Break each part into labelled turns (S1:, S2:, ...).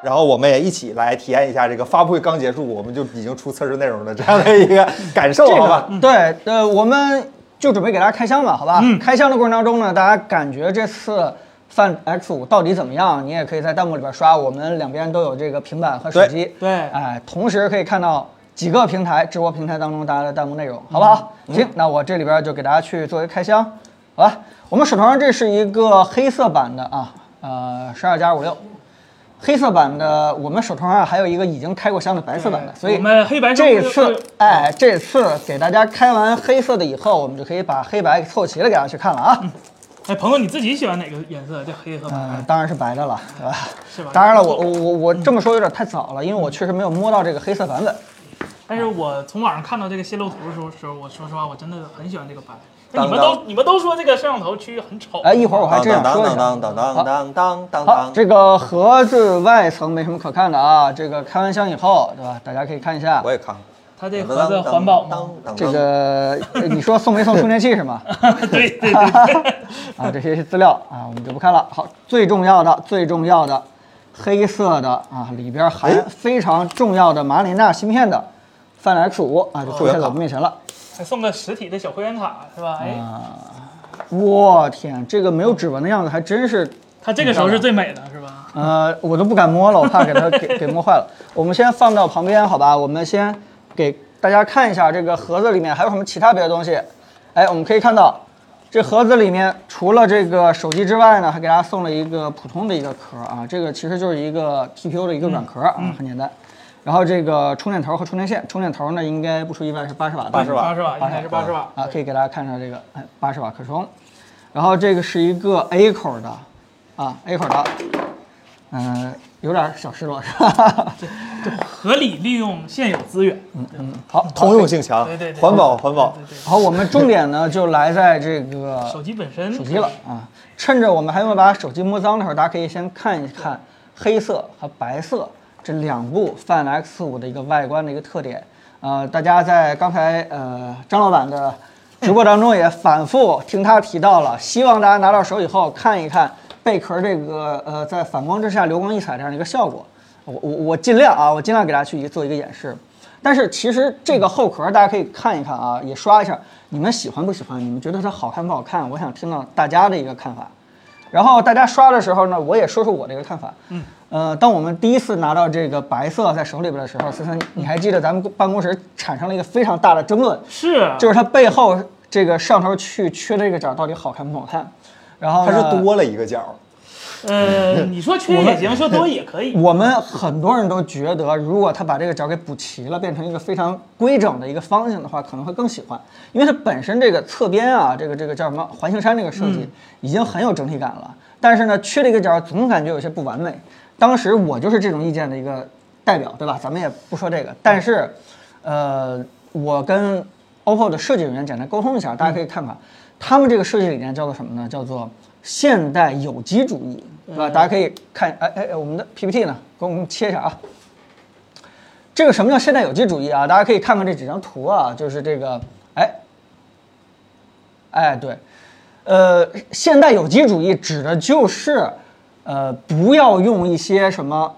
S1: 然后我们也一起来体验一下这个发布会刚结束，我们就已经出测试内容的这样的一个感受，
S2: 这
S1: 好吧
S2: 个？对，呃，我们就准备给大家开箱吧，好吧？开箱的过程当中呢，大家感觉这次 Find X 五到底怎么样？你也可以在弹幕里边刷，我们两边都有这个平板和手机，
S3: 对
S2: 哎、同时可以看到几个平台直播平台当中大家的弹幕内容，好不好？行，那我这里边就给大家去做一个开箱，好吧？我们手头上这是一个黑色版的啊，呃，十二加五六。黑色版的，我们手头上还有一个已经开过箱的白色版的，
S3: 对
S2: 所以
S3: 我们黑白
S2: 这
S3: 中
S2: 次
S3: 是
S2: 哎，这次给大家开完黑色的以后，我们就可以把黑白给凑齐了，给大家去看了啊。
S3: 哎，朋友，你自己喜欢哪个颜色？这黑和
S2: 嗯
S3: 白，
S2: 当然是白的了，对吧？
S3: 是吧？
S2: 当然了，我我我我这么说有点太早了，因为我确实没有摸到这个黑色版本。
S3: 但是我从网上看到这个泄露图的时候，时候我说实话，我真的很喜欢这个白。
S1: 当
S3: 你们
S1: 当
S3: 都你们都说这个摄像头区很丑，
S2: 哎，一会儿我还
S1: 当
S2: 真想
S1: 当
S2: 说
S1: 当
S2: 一下。
S1: 当当当当当当
S2: 好，
S1: 当，
S2: 这个盒子外层没什么可看的啊，这个开完箱以后，对吧？大家可以看一下
S1: 我。也看了。
S3: 它这盒子环保吗？
S1: 当当当
S2: 这个呃你说送没送充电器是吗？
S3: 对对 对对，
S2: 啊，这些资料啊，我们就不看了。好，最重要的，最重要的，黑色的啊，里边含非常重要的马里纳芯片的 Find X 5啊，就出现在我们面前了。
S3: 还送个实体的小会员卡是吧？
S2: 嗯
S3: 哎，
S2: 我天，这个没有指纹的样子还真是，
S3: 它这个时候是最美的是吧？
S2: 呃，我都不敢摸了，我怕给它给给摸坏了。我们先放到旁边，好吧？我们先给大家看一下这个盒子里面还有什么其他别的东西。哎，我们可以看到。这盒子里面除了这个手机之外呢，还给大家送了一个普通的一个壳啊，这个其实就是一个 TPU 的一个软壳啊，很简单。然后这个充电头和充电线，充电头呢应该不出意外是八十瓦的，
S1: 八十瓦
S3: 八十瓦应该是八十瓦
S2: 啊，可以给大家看上这个哎八十瓦可充。然后这个是一个 A 口的啊 A 口的，嗯、有点小失落是吧？
S3: 合理利用现有资源，
S2: 嗯，啊好，
S1: 通用性强，
S3: 对对对，
S1: 环保环保
S3: 对。对对，
S2: 好，我们重点呢就来在这个
S3: 手机本身
S2: 手机了啊！趁着我们还没有把手机摸脏的时候，大家可以先看一看黑色和白色这两部 Find X 5的一个外观的一个特点。呃，大家在刚才呃张老板的直播当中也反复听他提到了，希望大家拿到手以后看一看贝壳这个呃在反光之下流光溢彩这样的一个效果。我我我尽量啊，我尽量给大家去做一个演示。但是其实这个后壳大家可以看一看啊，也刷一下，你们喜欢不喜欢？你们觉得它好看不好看？我想听到大家的一个看法。然后大家刷的时候呢，我也说说我的一个看法。嗯，呃，当我们第一次拿到这个白色在手里边的时候，思思，你还记得咱们办公室产生了一个非常大的争论，
S3: 是
S2: 就是它背后这个上头去缺的这个角到底好看不好看？然后
S1: 它
S2: 呢
S1: 是多了一个角，
S3: 呃，你说缺也行，说多也可以。
S2: 我们很多人都觉得，如果他把这个角给补齐了，变成一个非常规整的一个方形的话，可能会更喜欢，因为它本身这个侧边啊，这个这个叫什么环形山这个设计已经很有整体感了。但是呢，缺了一个角，总感觉有些不完美。当时我就是这种意见的一个代表，对吧？咱们也不说这个，但是，呃，我跟 OPPO 的设计人员简单沟通一下，大家可以看看，他们这个设计理念叫做什么呢？叫做现代有机主义，对吧？大家可以看，哎哎，哎我们的 PPT 呢，给我们切一下啊。这个什么叫现代有机主义啊？大家可以看看这几张图啊，就是这个，哎，哎，对，呃，现代有机主义指的就是，呃，不要用一些什么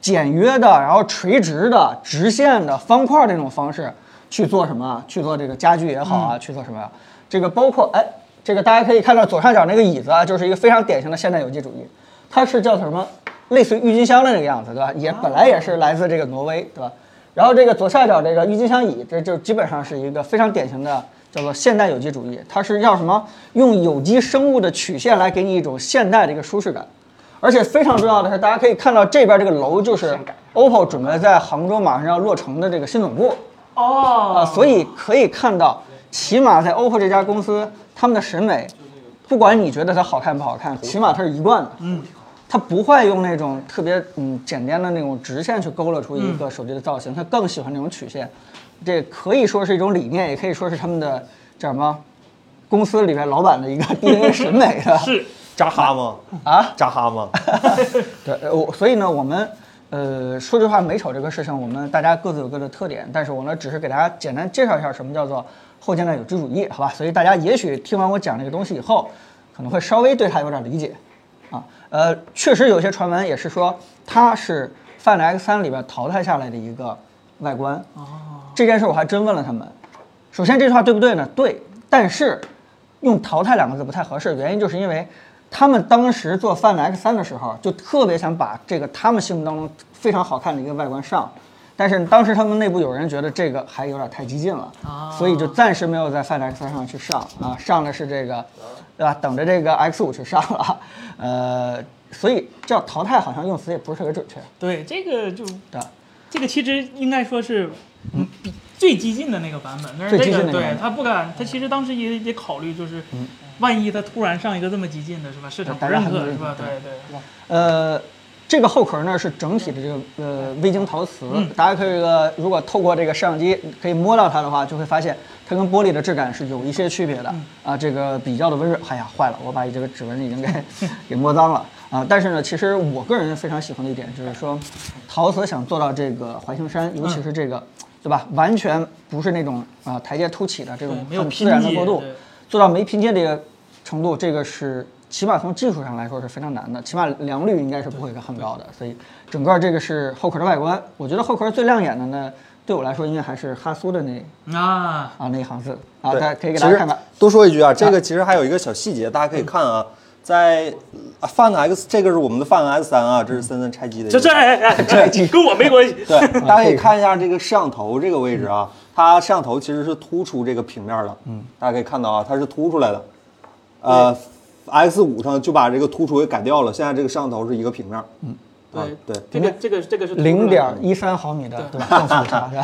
S2: 简约的，然后垂直的、直线的、方块这种方式去做什么啊，去做这个家具也好啊，去做什么呀、这个包括哎，这个大家可以看到左上角那个椅子啊，就是一个非常典型的现代有机主义，它是叫什么？类似于郁金香的那个样子，对吧？也本来也是来自这个挪威，对吧？然后这个左下角这个郁金香椅，这就基本上是一个非常典型的叫做现代有机主义，它是要什么用有机生物的曲线来给你一种现代的一个舒适感。而且非常重要的是，大家可以看到这边这个楼就是 OPPO 准备在杭州马上要落成的这个新总部啊、
S3: 哦，
S2: 所以可以看到，起码在 OPPO 这家公司，他们的审美，不管你觉得它好看不好看，起码它是一贯的。嗯，它不会用那种特别嗯简单的那种直线去勾勒出一个手机的造型，它更喜欢那种曲线。这可以说是一种理念，也可以说是他们的叫什么，公司里面老板的一个 DNA 审美的。
S3: 是
S1: 扎哈吗？
S2: 啊，
S1: 扎哈吗？
S2: 对，呃我所以呢，我们呃说句话，美丑这个事情，我们大家各自有各的特点，但是我呢，只是给大家简单介绍一下什么叫做后现代有机主义，好吧？所以大家也许听完我讲这个东西以后，可能会稍微对它有点理解，啊，呃，确实有些传闻也是说它是 Find X3 里边淘汰下来的一个外观。啊这件事我还真问了他们。首先这句话对不对呢？对，但是用“淘汰”两个字不太合适，原因就是因为他们当时做 Find X3 的时候，就特别想把这个他们心目当中非常好看的一个外观上，但是当时他们内部有人觉得这个还有点太激进了，所以就暂时没有在 Find X3 上去上啊，上的是这个，对吧？等着这个 X5 去上了，呃，所以叫淘汰好像用词也不是特别准确，
S3: 对，这个就
S2: 对吧？
S3: 这个其实应该说是，嗯，比最激进的那个版本，但是
S2: 最
S3: 这
S2: 激进的那
S3: 个
S2: 个版本
S3: 对
S2: 嗯
S3: 他不敢，他其实当时也也考虑就是，万一他突然上一个这么激进的是吧，市场不
S2: 大家
S3: 认
S2: 很
S3: 可
S2: 多
S3: 是吧？
S2: 人
S3: 对对，
S2: 呃，这个后壳呢是整体的这个呃微晶陶瓷，
S3: 嗯
S2: 大家可以这个如果透过这个摄像机可以摸到它的话，就会发现它跟玻璃的质感是有一些区别的、
S3: 嗯
S2: 啊。这个比较的温润，哎呀，坏了，我把这个指纹已经给 给摸脏了啊。但是呢，其实我个人非常喜欢的一点就是说，陶瓷想做到这个环形
S3: 嗯
S2: 山，尤其是这个。对吧？完全不是那种啊、台阶凸起的这种
S3: 对没有
S2: 很自然的
S3: 拼接
S2: 过渡
S3: 对，
S2: 做到没拼接这个程度，这个是起码从技术上来说是非常难的，起码良率应该是不会很高的。所以整个这个是后壳的外观，我觉得后壳最亮眼的呢，对我来说应该还是哈苏的那
S3: 啊，
S2: 啊那一行字啊，
S1: 对
S2: 大家可以给大家看看。。
S1: 其实多说一句啊，这个其实还有一个小细节，大家可以看啊，在啊 Find X 这个是我们的 Find X 三啊，这是森森拆机的一
S3: 这
S1: 个。
S3: 这哎哎哎，跟我没关系。
S1: 对，大家可以看一下啊这个摄像头这个位置啊，它摄像头其实是突出这个平面的，嗯，大家可以看到啊，它是凸出来的，呃，X 五上就把这个突出给改掉了，现在这个摄像头是一个平面，嗯，啊对，
S3: 这个这个这个是
S2: 零点一三毫米的对吧？正负差是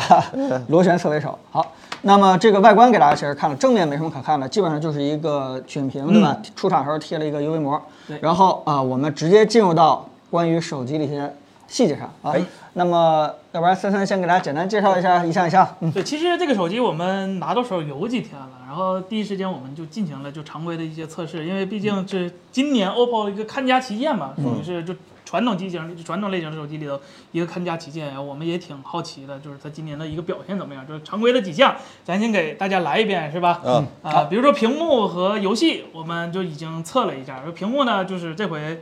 S2: 吧？螺旋侧尾手。好，那么这个外观给大家其实看了，正面没什么可看的，基本上就是一个曲面屏对吧？出厂时候贴了一个 UV 膜
S3: 对，
S2: 然后啊、我们直接进入到关于手机的一些细节上啊。那么要不然森森先给大家简单介绍一下一项一项，嗯，
S3: 对，其实这个手机我们拿到手有几天了，然后第一时间我们就进行了就常规的一些测试，因为毕竟是今年 OPPO 一个看家旗舰嘛，属于是就传统机型、传统类型手机里头一个看家旗舰，然后我们也挺好奇的，就是它今年的一个表现怎么样，就是常规的几项，咱先给大家来一遍，是吧？
S1: 嗯，
S3: 啊、比如说屏幕和游戏，我们就已经测了一下。屏幕呢，就是这回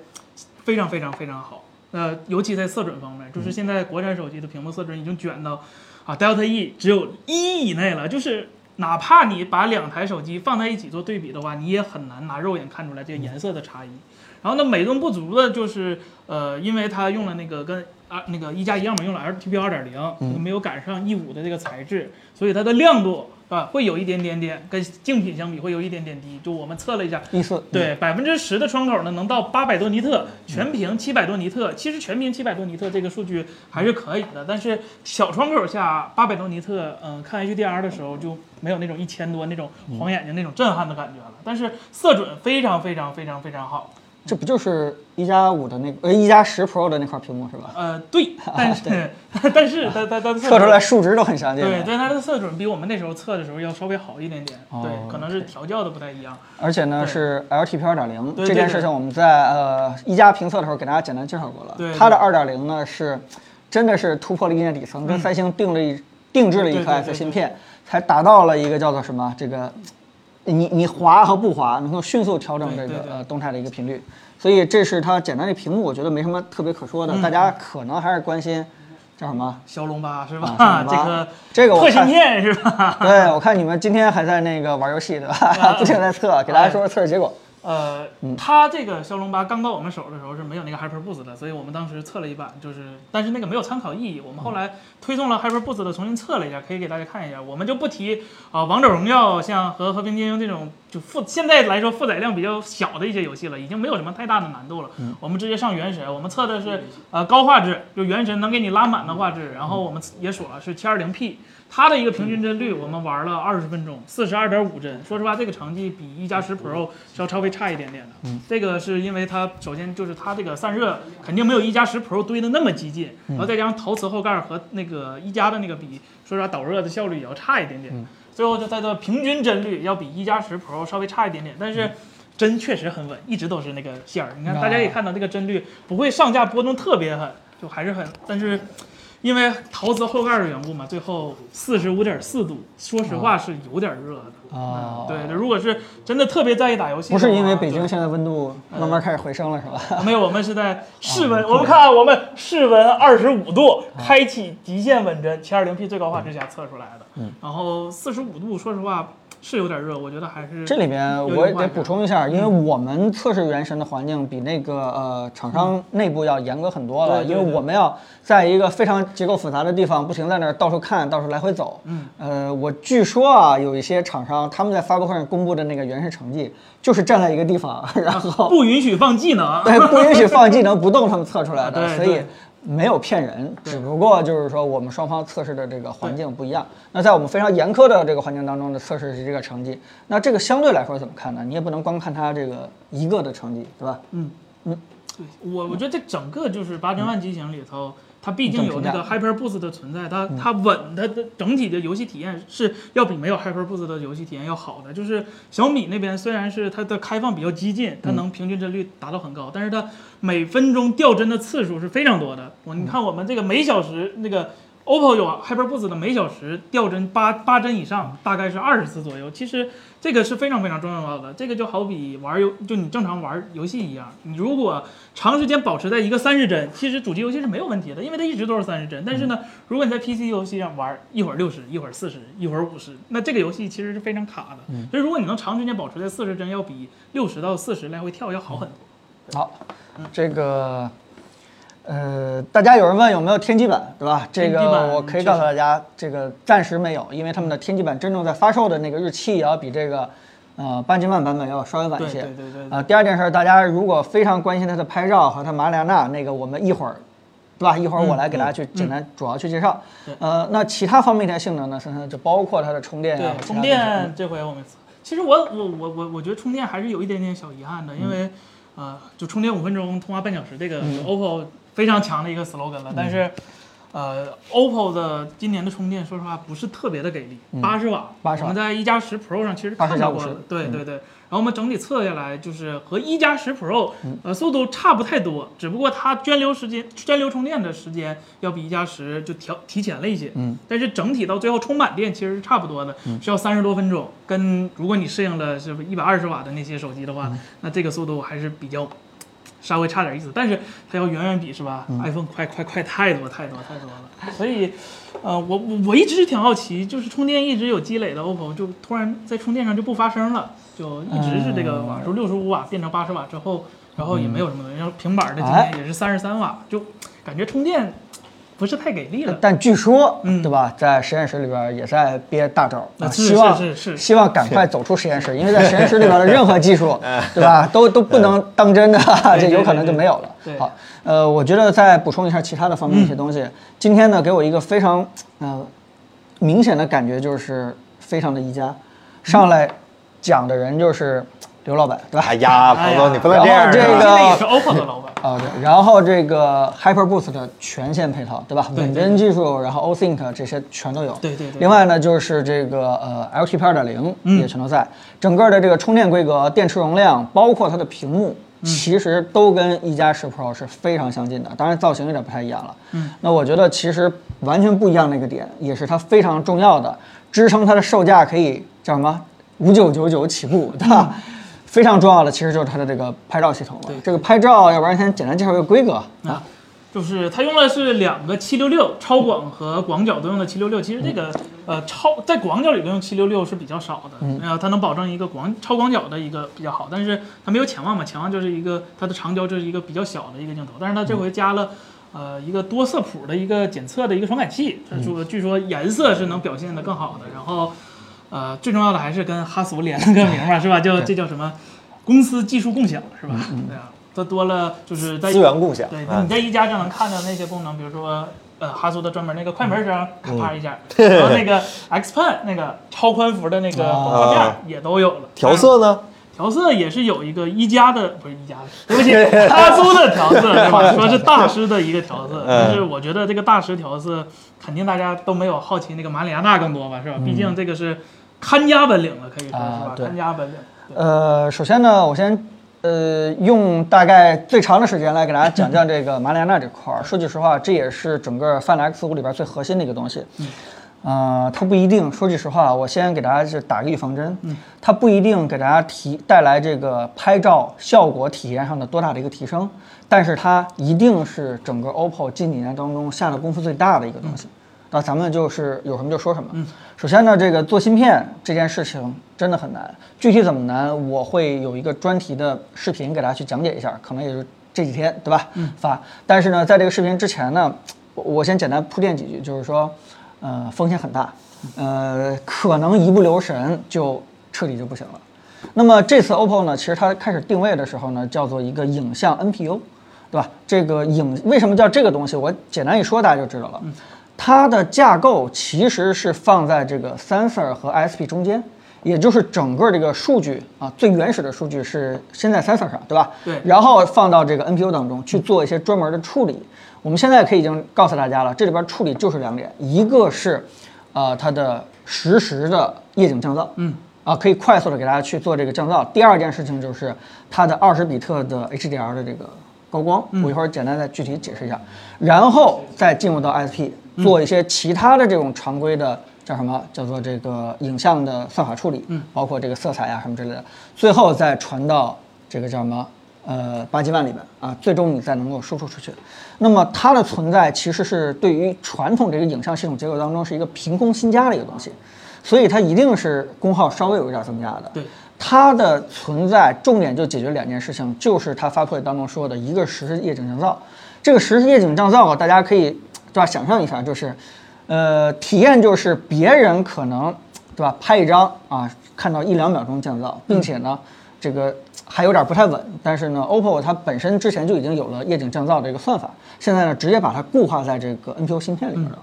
S3: 非常非常非常好。呃，尤其在色准方面，就是现在国产手机的屏幕色准已经卷到啊 Delta E 只有一以内了，就是哪怕你把两台手机放在一起做对比的话，你也很难拿肉眼看出来这个颜色的差异。然后呢，美中不足的就是，呃，因为它用了那个跟啊那个一加一样嘛，用了 LTP 二点零，没有赶上 E 五的这个材质，所以它的亮度啊会有一点点点，跟竞品相比会有一点点低。就我们测了一下，
S2: 第四，
S3: 对，百分之十的窗口呢，能到八百多尼
S2: 嗯
S3: 特，全屏七百多尼特。其实全屏七百多尼特这个数据还是可以的，但是小窗口下八百多尼特，嗯、看 HDR 的时候就没有那种一千多那种
S2: 嗯
S3: 晃眼睛那种震撼的感觉了。但是色准非常非常非常非常好。
S2: 这不就是一加五的那个呃一加十 Pro 的那块屏幕是吧？
S3: 呃，对，但是但是它它它
S2: 啊测出来数值都很相近，
S3: 对，但它的色准比我们那时候测的时候要稍微好一点点，
S2: 哦
S3: 对，可能是调教的不太一样。
S2: 而且呢
S3: 对
S2: 是 LTP 2.0
S3: 对对
S2: 这件事情，我们在呃一加评测的时候给大家简单介绍过了。
S3: 对对嗯
S2: 它的2.0呢是真的是突破了硬件底层，跟三星定了一、定制了一
S3: 对
S2: 颗
S3: 对
S2: S
S3: 对
S2: 芯片，才达到了一个叫做什么这个你你滑和不滑能够迅速调整这
S3: 对
S2: 个
S3: 对对
S2: 呃动态的一个频率。所以这是它简单的屏幕，我觉得没什么特别可说的，
S3: 嗯
S2: 大家可能还是关心叫什 么？
S3: 骁龙八是吧？
S2: 啊骁龙
S3: 这
S2: 八
S3: 个
S2: 这个我
S3: 破芯
S2: 看
S3: 片是吧？
S2: 对，我看你们今天还在那个玩游戏对
S3: 啊
S2: 吧？ 不停地在测，给大家说说测试结果。
S3: 呃，它这个骁龙八刚到我们手的时候是没有那个 HyperBoost 的，所以我们当时测了一版，就是但是那个没有参考意义。我们后来推送了 HyperBoost 的，重新测了一下，可以给大家看一下。我们就不提啊、王者荣耀像和和平精英这种就负现在来说负载量比较小的一些游戏了，已经没有什么太大的难度了。我们直接上原神，我们测的是呃高画质，就原神能给你拉满的画质，然后我们也数了是 720P。它的一个平均帧率，我们玩了二十分钟，四十二点五帧。说实话，这个成绩比一加十 Pro 是要稍微差一点点的。这个是因为它首先就是它这个散热肯定没有一加十 Pro 堆的那么激进，
S2: 嗯
S3: 然后再加上陶瓷后盖和那个一加的那个比，说实话导热的效率也要差一点
S2: 嗯
S3: 点。最后就它的平均帧率要比一加十 Pro 稍微差一点点，但是帧确实很稳，一直都是那个线儿。你看
S2: 嗯啊
S3: 大家也看到这个帧率不会上下波动特别狠，就还是很，但是因为陶瓷后盖儿的缘故嘛，最后四十五点四度，说实
S2: 啊
S3: 话是有点热的。
S2: 哦
S3: 嗯对，如果是真的特别在意打游戏的
S2: 不
S3: 话，
S2: 是因为北
S3: 对嗯
S2: 京现在温度慢慢开始回升了，是吧？
S3: 没有，我们是在室温。我们看啊，我们室温二十五度，开启极限稳帧，七二零 P 最高画质下测出来的。然后四十五度，说实话是有点热，我觉得还是
S2: 这里边我也得补充一下，因为
S3: 嗯
S2: 我们测试原神的环境比那个呃厂商内部要严格很多了，
S3: 嗯对对
S2: 因为
S3: 对
S2: 我们要在一个非常结构复杂的地方，不停在那儿到处看，到处来回走。嗯，呃，我据说啊，有一些厂商他们在发布会上公布的那个原始成绩，就是站在一个地方，然后
S3: 不允许放技 能。
S2: 对不允许放技能不动，他们测出来的，
S3: 啊对
S2: 所
S3: 对
S2: 以。没有骗人，只不过就是说我们双方测试的这个环境不一样。那在我们非常严苛的这个环境当中的测试是这个成绩，那这个相对来说怎么看呢？你也不能光看它这个一个的成绩，对吧？
S3: 我我觉得这整个就是八千万机型里头，它毕竟有那
S2: 你
S3: 个 Hyper Boost 的存在，它它稳，它的整体的游戏体验是要比没有 Hyper Boost 的游戏体验要好的。就是小米那边虽然是它的开放比较激进，它能平均帧率达到很高，但是它每分钟掉帧的次数是非常多的。我你看我们这个每小时那个。OPPO 有 HyperBoost 的每小时掉帧八八帧以上，大概是二十次左右。其实这个是非常非常重要的，这个就好比玩游，就你正常玩游戏一样，你如果长时间保持在一个三十帧，其实主机游戏是没有问题的，因为它一直都是三十帧。但是呢，如果你在 PC 游戏上玩，一会儿六十，一会儿四十，一会儿五十，那这个游戏其实是非常卡的。所以如果你能长时间保持在四十帧，要比六十到四十来回跳要好很多。
S2: 好，
S3: 嗯
S2: 这个，呃，大家有人问有没有天玑版，对吧？这
S3: 天玑
S2: 个
S3: 版
S2: 我可以
S3: 确实
S2: 告诉大家，这个暂时没有，因为他们的天玑版真正在发售的那个日期也要比这个，呃，八千万版本要稍微晚一
S3: 对
S2: 些。
S3: 对对对
S2: 啊、第二件事儿，大家如果非常关心它的拍照和它马里亚纳那个，我们一会儿，对吧？一会儿我来给大
S3: 嗯
S2: 家去简单主要去介绍。呃，那其他方面的性能呢？现在就包括它的充电啊，
S3: 对，
S2: 和其他的什
S3: 充
S2: 么
S3: 电这回我们，其实我我我我我觉得充电还是有一点点小遗憾的，
S2: 嗯
S3: 因为、呃，就充电五分钟，通话半小时，这个是 OPPO 非常强的一个 slogan 了，
S2: 嗯
S3: 但是。呃，OPPO 的今年的充电，说实话不是特别的给力，八十
S2: 80
S3: 瓦。我
S2: 嗯瓦
S3: 们在一加十嗯 Pro 上其实看
S2: 80
S3: 到
S2: 加
S3: 过了
S2: 50，
S3: 对对对。然后我们整体测下来，就是和一加十 Pro，呃，速度差不太多，只不过它涓流时间、涓流充电的时间要比一加十就调提前了一些。嗯，但是整体到最后充满电其实是差不多的，需要三十多分钟。跟如果你适应了是一百二十瓦的那些手机的话，那这个速度还是比较稍微差点意思，但是它要远远比是吧、i p h o n e 快快快太多太多太多了。所以，呃，我我我一直挺好奇，就是充电一直有积累的 OPPO，就突然在充电上就不发声了，就一直是这个瓦数，六十五瓦变成八十瓦之后，然后也没有什么东西。然后平板儿的今
S2: 哎
S3: 天也是三十三瓦，就感觉充电不是太给力了。
S2: 但据说，
S3: 嗯
S2: 对吧，在实验室里边也在憋大招，
S3: 那
S2: 啊
S3: 是
S2: 希望
S3: 是是是
S2: 希望赶快走出实验室，因为在实验室里边的任何技术，对吧，都都不能当真的， 这
S3: 对
S2: 有
S3: 对
S2: 可能就
S3: 对
S2: 没有了。
S3: 对嗯
S2: 好，呃，我觉得再补充一下其他的方面一些东西。今天呢，给我一个非常呃明显的感觉，就是非常的宜家，上来讲的人就是刘老板，对吧？
S1: 哎呀，
S3: 哎
S1: 彭
S3: 呀
S1: 总，你不能这样啊。
S2: 然后这个
S3: 现在也是 OPPO 的老板。
S2: 啊、对，然后这个 HyperBoost 的全线配套，对吧？
S3: 对
S2: 稳帧技术，然后 OSync 这些全都有。
S3: 对对嗯对
S2: 另外呢，就是这个呃 LTP 2.0也全都在，整个的这个充电规格、电池容量，包括它的屏幕。
S3: 嗯
S2: 其实都跟一加十 Pro 是非常相近的，当然造型有点不太一样了。嗯，那我觉得其实完全不一样的一个点，也是它非常重要的，支撑它的售价可以叫什么五九九九起
S3: 嗯
S2: 步，对吧？非常重要的其实就是它的这个拍照系统了
S3: 对。
S2: 这个拍照，要不然先简单介绍一个规格
S3: 啊，就是它用的是两个七六六超广和广角都用的七六六，其实这个呃超在广角里头用七六六是比较少的，然后它能保证一个广超广角的一个比较好，但是它没有潜望嘛，潜望就是一个它的长焦就是一个比较小的一个镜头，但是它这回加了。呃，一个多色谱的一个检测的一个传感器，它说据说颜色是能表现的更好的。然后，呃，最重要的还是跟哈苏连了个名嘛，是吧？叫这叫什么？公司技术共享是吧？对啊，它多了就是在
S1: 资源共享
S3: 对，
S1: 啊
S3: 你在一加就能看到那些功能，比如说呃哈苏的专门那个快门声，
S2: 嗯
S3: 咔啪一下， 然后那个 Xpan 那个超宽幅的那个
S2: 啊
S3: 广告片儿也都有了。
S1: 调色 呢？
S3: 调色也是有一个一加的，不是一加的，对不起， 哈苏的调 色，对吧？说是大师的一个调
S2: 嗯
S3: 色，但是我觉得这个大师调色肯定大家都没有好奇那个马里亚纳更多吧，是吧？毕竟这个是看家本领了，可以说是
S2: 嗯啊
S3: 吧？
S2: 对
S3: 看家本领。对
S2: 呃，首先呢，我先呃，用大概最长的时间来给大家讲讲这个马里亚纳这块儿。说句实话，这也是整个 Find X 五里边最核心的一个东西。呃，它不一定。说句实话，我先给大家是打个预防针，它不一定给大家提带来这个拍照效果体验上的多大的一个提升，但是它一定是整个 OPPO 近几年当中下的功夫最大的一个东西。那咱们就是有什么就说什么。首先呢，这个做芯片这件事情真的很难，具体怎么难，我会有一个专题的视频给大家去讲解一下，可能也就这几天，对吧？嗯，发。但是呢，在这个视频之前呢，我我先简单铺垫几句，就是说，呃，风险很大，呃，可能一不留神就彻底就不行了。那么这次 OPPO 呢，其实它开始定位的时候呢，叫做一个影像 NPU，对吧？这个影为什么叫这个东西？我简单一说，大家就知道了。它的架构其实是放在这个 sensor 和 ISP 中间，也就是整个这个数据啊，最原始的数据是先在 sensor 上，对吧？
S3: 对
S2: 然后放到这个 NPU 当中去做一些专门的处理。我们现在可以已经告诉大家了，这里边处理就是两点，一个是，呃，它的实时的夜景降噪，嗯，啊，可以快速的给大家去做这个降噪。第二件事情就是它的二十比特的 HDR 的这个高光，我一会儿简单再具体解释一下，然后再进入到 SP 做一些其他的这种常规的。叫什么？叫做这个影像的算法处理，嗯，包括这个色彩呀、什么之类的，最后再传到这个叫什么？呃八几万里边啊，最终你再能够输出出去。那么它的存在其实是对于传统这个影像系统结构当中是一个凭空新加的一个东西，所以它一定是功耗稍微有一点增加的。
S3: 对
S2: 它的存在重点就解决两件事情，就是它发布会当中说的一个实时夜景降噪，这个实时夜景降噪啊，大家可以对吧想象一下，就是呃体验就是别人可能对吧？拍一张啊，看到一两秒钟降噪，并且呢，这个还有点不太稳。但是呢，OPPO 它本身之前就已经有了夜景降噪这个算法，现在呢直接把它固化在这个 NPU 芯片里面了。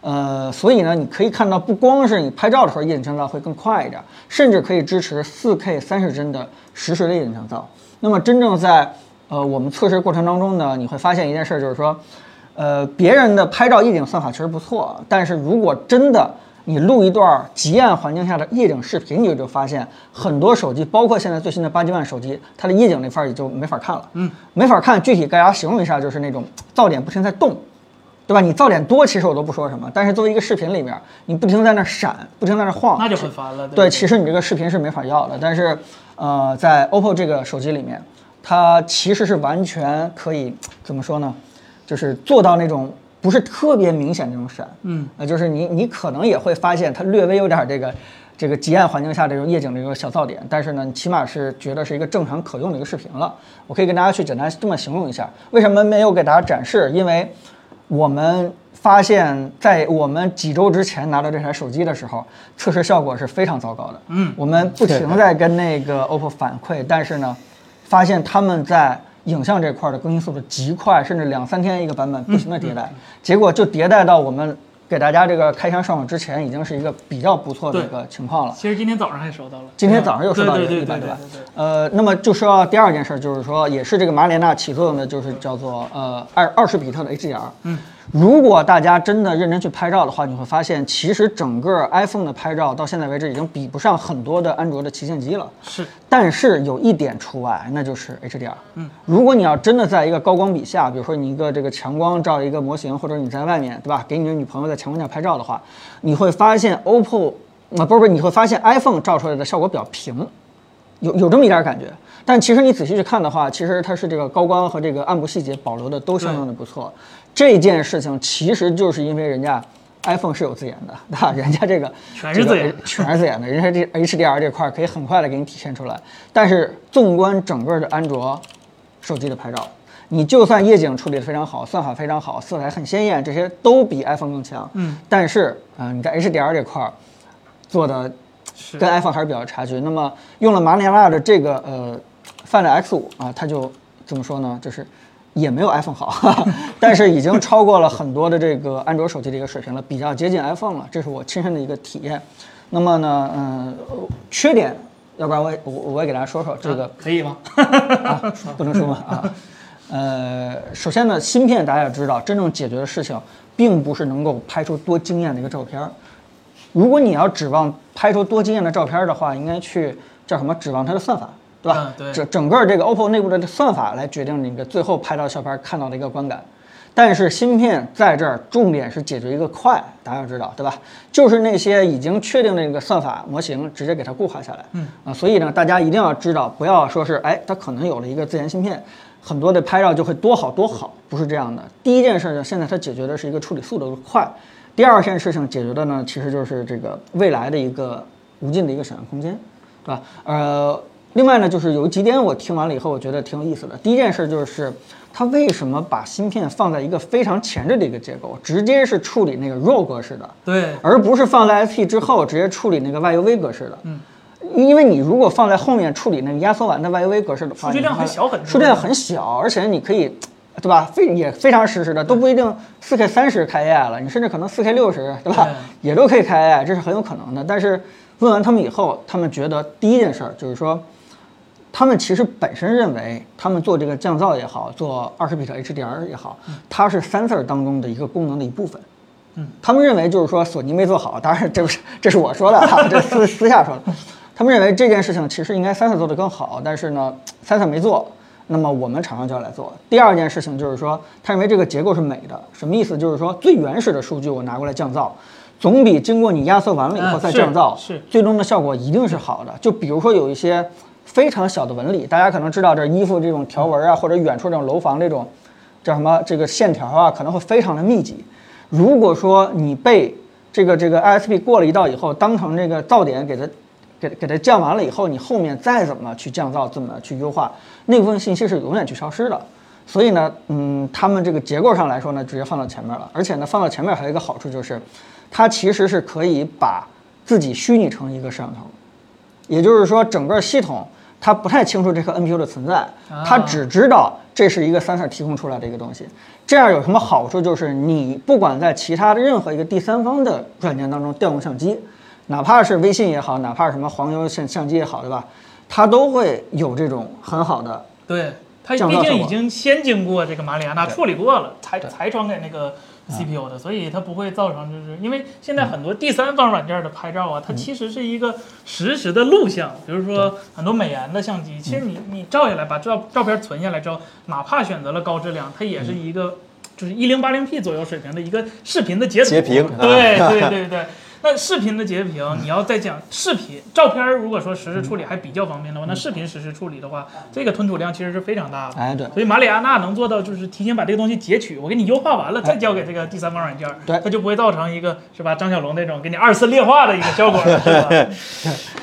S2: 呃，所以呢，你可以看到，不光是你拍照的时候夜景降噪会更快一点，甚至可以支持 4K 三十帧的实时的夜景降噪。那么真正在呃我们测试过程当中呢，你会发现一件事，就是说，呃，别人的拍照夜景算法确实不错，但是如果真的你录一段极暗环境下的夜景视频，你就发现很多手机，包括现在最新的八 G 万手机，它的夜景那块儿也就没法看了。嗯，没法看。具体给大家形容一下，就是那种噪点不停在动，对吧？你噪点多，其实我都不说什么，但是作为一个视频里面，你不停在那闪，不停在那晃，
S3: 那就很烦了。
S2: 对，
S3: 对，
S2: 其实你这个视频是没法要的，但是，呃，在 OPPO 这个手机里面，它其实是完全可以怎么说呢？就是做到那种不是特别明显那种闪，嗯，呃，就是你你可能也会发现它略微有点这个这个极暗环境下这种夜景的一个小噪点，但是呢，你起码是觉得是一个正常可用的一个视频了。我可以跟大家去简单这么形容一下，为什么没有给大家展示？因为我们发现，在我们几周之前拿到这台手机的时候，测试效果是非常糟糕的。嗯，我们不停在跟那个 OPPO 反馈，但是呢，发现他们在影像这块的更新速度极快，甚至两三天一个版本不停的迭代，结果就迭代到我们给大家这个开箱上网之前，已经是一个比较不错的一个情况了。
S3: 其实今天早上还收到了。
S2: 今天早上又收到一
S3: 对
S2: 个
S3: 对
S2: 一
S3: 对
S2: 百
S3: 对
S2: 对
S3: 对
S2: 吧
S3: 对对？
S2: 呃，那么就说到第二件事，就是说也是这个马里亚纳起作用的，就是叫做呃二二十比特的 HDR。嗯，如果大家真的认真去拍照的话，你会发现其实整个 iPhone 的拍照到现在为止已经比不上很多的安卓的旗舰机了。
S3: 是
S2: 但是有一点除外，那就是 HDR。嗯，如果你要真的在一个高光比下，比如说你一个这个强光照一个模型，或者你在外面，对吧？给你的女朋友在强光下拍照的话，你会发现 OPPO 啊、不是不是，你会发现 iPhone 照出来的效果比较平，有有这么一点感觉。但其实你仔细去看的话，其实它是这个高光和这个暗部细节保留的都相当的不错。这件事情其实就是因为人家 iPhone 是有自研的，对吧？人家这个
S3: 全是自研
S2: 这个全是自研的，人家这 HDR 这块儿可以很快的给你体现出来。但是纵观整个的安卓手机的拍照，你就算夜景处理的非常好，算法非常好，色彩很鲜艳，这些都比 iPhone 更强。嗯，但是啊、呃你在 HDR 这块儿做的
S3: 是
S2: 跟 iPhone 还是比较有差距。那么用了马里亚纳的这个呃 Find X 五啊，它就怎么说呢？就是也没有 iPhone 好， 哈哈但是已经超过了很多的这个安卓手机的一个水平了，比较接近 iPhone 了。这是我亲身的一个体验。那么呢，嗯、呃缺点，要不然我也我我也给大家说说这个。
S3: 可以吗？
S2: 啊， 不能说嘛啊。呃，首先呢，芯片大家也知道，真正解决的事情，并不是能够拍出多惊艳的一个照片儿。如果你要指望拍出多惊艳的照片儿的话，应该去叫什么？指望它的算法，对吧？
S3: 嗯对
S2: 整整个这个 OPPO 内部的算法来决定你的最后拍到照片看到的一个观感。但是芯片在这儿重点是解决一个快，大家知道对吧？就是那些已经确定的这个算法模型，直接给它固化下来。嗯啊，所以呢，大家一定要知道，不要说是哎，它可能有了一个自研芯片，很多的拍照就会多好多好，不是这样的。第一件事呢，现在它解决的是一个处理速度的快，第二件事情解决的呢，其实就是这个未来的一个无尽的一个想象空间，对吧？呃，另外呢，就是有几点我听完了以后，我觉得挺有意思的。第一件事就是，它为什么把芯片放在一个非常前置的一个结构，直接是处理那个 RAW 格式的，
S3: 对，
S2: 而不是放在 SP 之后直接处理那个 YUV 格式的。嗯，因为你如果放在后面处理那个压缩完的 YUV 格式的话，
S3: 数据量
S2: 你会
S3: 很小很多
S2: 数据量很小，而且你可以。对吧？非也非常实时的，都不一定四 K 三十开 AI 了，你甚至可能四 K 六十，对吧？也都可以开 AI，这是很有可能的。但是问完他们以后，他们觉得第一件事儿就是说，他们其实本身认为，他们做这个降噪也好，做二十比特 HDR 也好，
S3: 嗯
S2: 它是 sensor 当中的一个功能的一部分。嗯，他们认为就是说索尼没做好，当然这不是这是我说的啊，这私私下说的。他们认为这件事情其实应该 sensor 做得更好，但是呢，sensor 没做，那么我们厂商就要来做。第二件事情就是说，他认为这个结构是美的，什么意思？就是说最原始的数据我拿过来降噪，总比经过你压缩完了以后
S3: 嗯
S2: 再
S3: 是
S2: 降噪
S3: 是
S2: 最终的效果一定是好的。就比如说有一些非常小的纹理，大家可能知道这衣服这种条纹啊，或者远处这种楼房这种叫什么这个线条啊，可能会非常的密集。如果说你被这个这个 ISP 过了一道以后，当成这个噪点给它给给它降完了以后，你后面再怎么去降噪，怎么去优化，那部分信息是永远去消失的。所以呢，嗯，他们这个结构上来说呢，直接放到前面了。而且呢，放到前面还有一个好处就是，它其实是可以把自己虚拟成一个摄像头，也就是说，整个系统它不太清楚这颗 NPU 的存在，它只知道这是一个 sensor 提供出来的一个东西。这样有什么好处？就是你不管在其他的任何一个第三方的软件当中调用相机，哪怕是微信也好，哪怕是什么黄油相相机也好，对吧？它都会有这种很好的
S3: 对，它
S2: 降噪
S3: 毕
S2: 效
S3: 竟已
S2: 果
S3: 经先经过这个马里亚纳处理过了，才才传给那个 CPU 的，所以它不会造成就是因为现在很多第三方软件的拍照啊，它其实是一个实时的录像，比如说很多美颜的相机，其实你你照下来把照照片存下来之后，哪怕选择了高质量，它也是一个就是一零八零 P 左右水平的一个视频的截图。
S1: 截屏
S3: 对对对对。那视频的截
S2: 嗯
S3: 屏，你要再讲视频照片，如果说实时处理还比较方
S2: 嗯
S3: 便的话，那视频实时处理的话，这个吞吐量其实是非常大的。
S2: 哎对
S3: 所以马里亚纳能做到就是提前把这个东西截取，我给你优化完了，再交给这个第三方软件儿，
S2: 哎对
S3: 它就不会造成一个是吧张小龙那种给你二次劣化的一个效果，是 吧？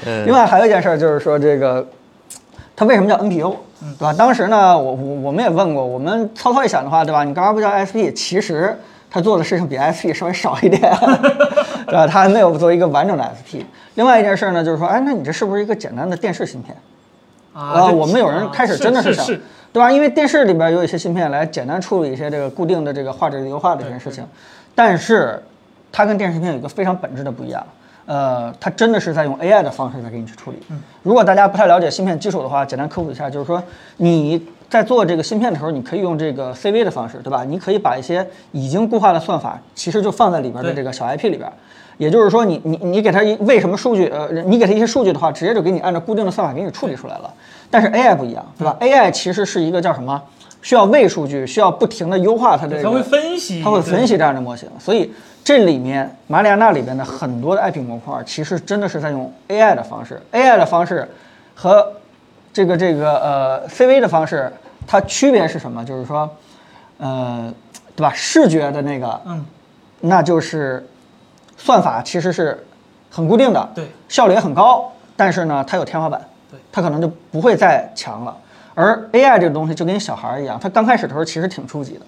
S3: 呃
S2: 另外还有一件事儿就是说这个，它为什么叫 NPU，对
S3: 嗯
S2: 吧？当时呢，我我我们也问过，我们操作一想的话，对吧？你干嘛不叫 SP？其实它做的事情比 SP 稍微少 一点，对吧？它还没有做一个完整的 SP。另外一件事儿呢，就是说，哎，那你这是不是一个简单的电视芯片？
S3: 啊，这
S2: 我们有人开始真的
S3: 是
S2: 想
S3: 是，
S2: 对吧？因为电视里边有一些芯片来简单处理一些这个固定的这个画质优化的这件事情，但是它跟电视芯片有一个非常本质的不一样。呃，它真的是在用 AI 的方式在给你去处理。
S3: 嗯
S2: 如果大家不太了解芯片技术的话，简单科普一下，就是说你在做这个芯片的时候，你可以用这个 CV 的方式，对吧？你可以把一些已经固化的算法，其实就放在里边的
S3: 对
S2: 这个小 IP 里边。也就是说你，你你给它一为什么数据呃，你给它一些数据的话，直接就给你按照固定的算法给你处理出来了。但是 AI 不一样，对吧？AI
S3: 嗯
S2: 其实是一个叫什么？需要喂数据，需要不停的优化它这个，
S3: 它会分析，
S2: 它会
S3: 对
S2: 分析这样的模型。所以这里面马里亚纳里边的很多的 IP 模块，其实真的是在用 AI 的方式，AI 的方式和这个这个呃 CV 的方式，它区别是什么？就是说，呃，对吧？视觉的那个，
S3: 嗯，
S2: 那就是算法其实是很固定的，
S3: 对，
S2: 效率也很高，但是呢，它有天花板，
S3: 对，
S2: 它可能就不会再强了。而 AI 这个东西就跟小孩儿一样，它刚开始的时候其实挺初级的，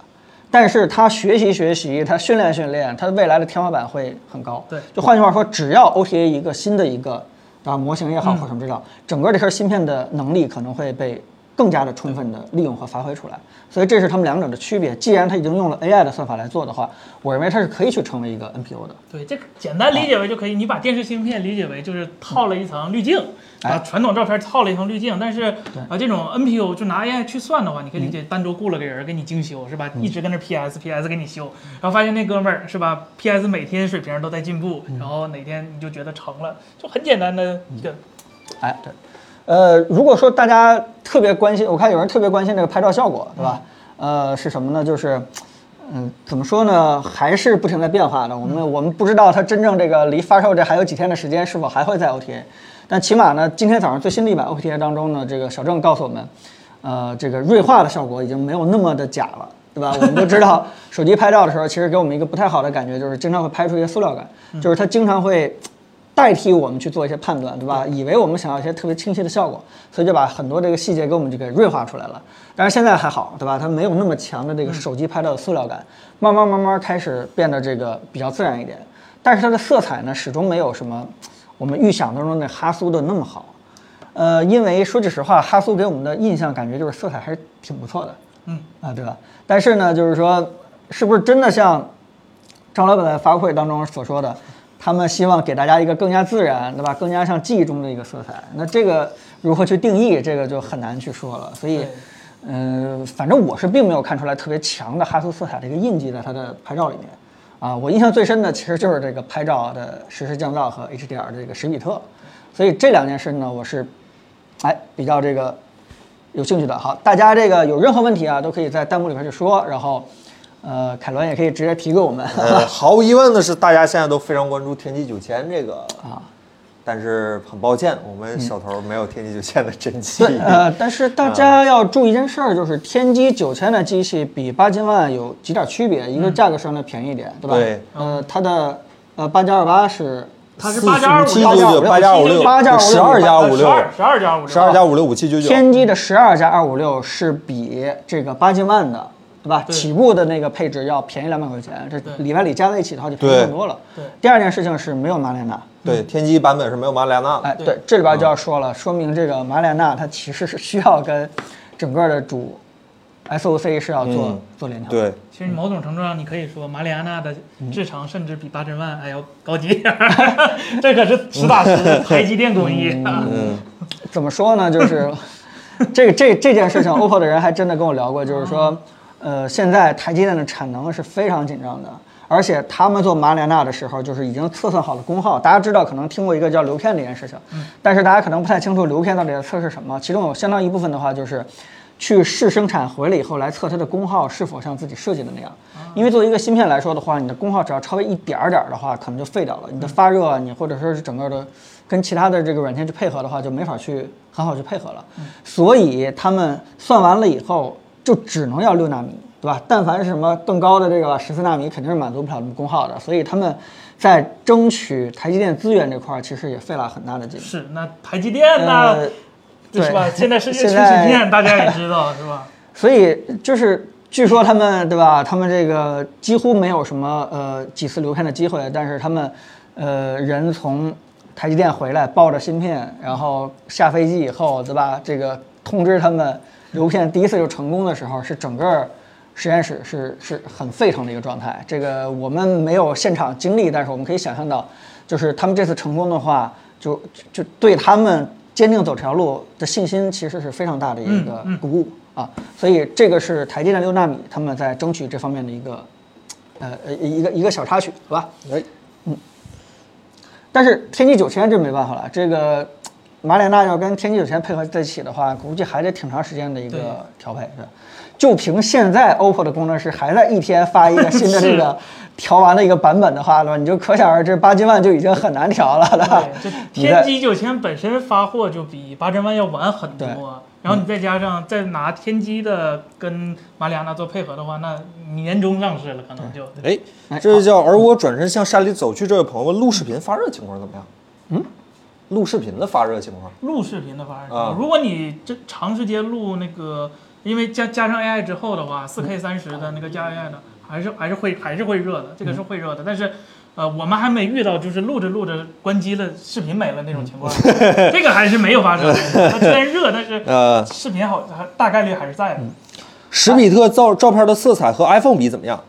S2: 但是它学习学习，它训练训练，它未来的天花板会很高。
S3: 对
S2: 就换句话说，只要 OTA 一个新的一个啊模型也好或者什么这种，整个这颗芯片的能力可能会被更加的充分的利用和发挥出来。所以这是它们两者的区别。既然它已经用了 AI 的算法来做的话，我认为它是可以去成为一个 NPU 的。
S3: 对，这个简单理解为就可以，你把电视芯片理解为就是套了一层滤镜，
S2: 哎
S3: 把传统照片套了一层滤镜。但是啊，这种 NPU 就拿 AI 去算的话，你
S1: 嗯
S3: 可以理解单独雇了个人给你精修，是吧？一直跟那 PS PS 给你修，然后发现那哥们儿是吧？PS 每天水平都
S1: 嗯
S3: 在进步，然后哪天你就觉得成了，就很简单的一个
S2: 哎，对，呃，如果说大家特别关心，我看有人特别关心这个拍照效果，对吧？呃，是什么呢？就是，嗯，怎么说呢？还是不停的变化的。我们我们不知道它真正这个离发售这还有几天的时间，是否还会在 OTA。但起码呢，今天早上最新的一版 OTA 当中呢，这个小郑告诉我们，呃，这个锐化的效果已经没有那么的假了。对吧？我们都知道，手机拍照的时候，其实给我们一个不太好的感觉，就是经常会拍出一些塑料感，就是它经常会代替我们去做一些判断，对吧？以为我们想要一些特别清晰的效果，所以就把很多这个细节给我们就给锐化出来了。但是现在还好，对吧？它没有那么强的这个手机拍照的塑料感，慢慢慢慢开始变得这个比较自然一点。但是它的色彩呢，始终没有什么我们预想当中的哈苏的那么好。呃，因为说句实话，哈苏给我们的印象感觉就是色彩还是挺不错的，
S3: 嗯
S2: 啊，对吧？但是呢，就是说，是不是真的像张老板在发布会当中所说的，他们希望给大家一个更加自然，对吧？更加像记忆中的一个色彩。那这个如何去定义，这个就很难去说了。所以
S3: 对，
S2: 嗯、反正我是并没有看出来特别强的哈苏色彩的一个印记在它的拍照里面。啊，我印象最深的其实就是这个拍照的实时降噪和 HDR 的这个十比特，所以这两件事呢，我是，哎，比较这个有兴趣的，好，大家这个有任何问题啊，都可以在弹幕里面去说，然后，呃，凯伦也可以直接提给我们。
S1: 呃，毫无疑问的是，大家现在都非常关注天玑九千这个啊，但是很抱歉，我们小头没有天玑九千的真机。
S2: 对，呃，但是大家
S1: 啊
S2: 要注意一件事儿，就是天玑九千的机器比八千万有几点区别，一个价格上的便宜一点，对吧？
S1: 嗯对
S2: 呃，它的呃八加二八是
S3: 它是
S1: 四
S3: 八加二五
S1: 七九九八加五六
S2: 八加
S1: 十二加五六
S3: 十二加五六，
S1: 十二加五六五七九九，
S2: 天玑的十二加二五六是比这个八千万的，对吧？
S3: 对
S2: 起步的那个配置要便宜两百块钱，这
S3: 对
S2: 里外里加在一起的话就便宜
S1: 对
S2: 更多了。
S3: 对
S2: 第二件事情是没有马里纳，
S1: 对，天玑版本是没有马里亚纳的。
S2: 哎，对，这里边就要说了，说明这个马里亚纳它其实是需要跟整个的主 SOC 是要做、
S1: 嗯
S2: 做联调的。
S1: 对，
S3: 其实某种程度上，你可以说马里亚纳的
S1: 嗯
S3: 制程甚至比八珍万还要高级， 这可是实打 实的台积电工艺。啊
S1: 嗯，
S2: 怎么说呢？就是 这个这这件事情，OPPO 的人还真的跟我聊过，就是说，
S1: 哦
S2: 呃，现在台积电的产能是非常紧张的，而且他们做马里亚纳的时候，就是已经测算好了功耗。大家知道，可能听过一个叫流片这件事情，
S1: 嗯
S2: 但是大家可能不太清楚流片到底在测试什么。其中有相当一部分的话就是。去试生产回来以后来测它的功耗是否像自己设计的那样，因为作为一个芯片来说的话，你的功耗只要超过一点儿点儿的话，可能就废掉了。你的发热啊，你或者说是整个的跟其他的这个软件去配合的话，就没法去很好去配合了。所以他们算完了以后，就只能要六纳米，对吧？但凡是什么更高的这个十四纳米，肯定是满足不了这么功耗的。所以他们在争取台积电资源这块儿，其实也费了很大的劲。
S3: 是，那台积电呢
S2: 呃？
S3: 这是吧？
S2: 对
S3: 现在世界
S2: 现
S3: 缺
S2: 在
S3: 芯片，大家也知 道是吧？
S2: 所以就是据说他们对吧？他们这个几乎没有什么呃几次流片的机会，但是他们呃人从台积电回来抱着芯片，然后下飞机以后对吧？这个通知他们流片第一次就成功的时候，是整个。实验室是是很沸腾的一个状态，这个我们没有现场经历，但是我们可以想象到，就是他们这次成功的话，就就就对他们坚定走这条路的信心其实是非常大的一个
S3: 嗯嗯
S2: 鼓舞啊，所以这个是台积电六纳米他们在争取这方面的一个，呃呃一个一个小插曲，好吧？嗯
S1: 哎，
S2: 但是天玑九千这没办法了，这个嘖马里亚纳要跟天玑九千配合在一起的话，估计还得挺长时间的一
S3: 对
S2: 个调配，是吧？就凭现在 OPPO 的工程师还在一天发一个新的这
S3: 是
S2: 个调完的一个版本的话，对吧？你就可想而知，八千万就已经很难调了，对吧
S3: 对，这？
S2: 你在
S3: 天玑九千本身发货就比八珍万要晚很
S2: 对嗯
S3: 多，啊然后你再加上再拿天玑的跟马里亚纳做配合的话，那年终上市了，可能就
S1: 哎
S2: 哎，
S1: 这就叫而我转身向山里走去。这位朋友问录视频发热情况怎么样？嗯，录视频的发热情况，
S3: 录视频的方式。
S1: 啊
S3: 如果你这长时间录那个，因为加加上 AI 之后的话，4 K 三十的那个加 AI 的，还是还是会还是会热的，这个是会热的。但是，呃，我们还没遇到就是录着录着关机了，视频没了那种情况，这个还是没有发生。它虽然热，但是
S1: 呃，
S3: 视频好还大概率还是在的。
S1: 十比特照照片的色彩和 iPhone 比怎么样？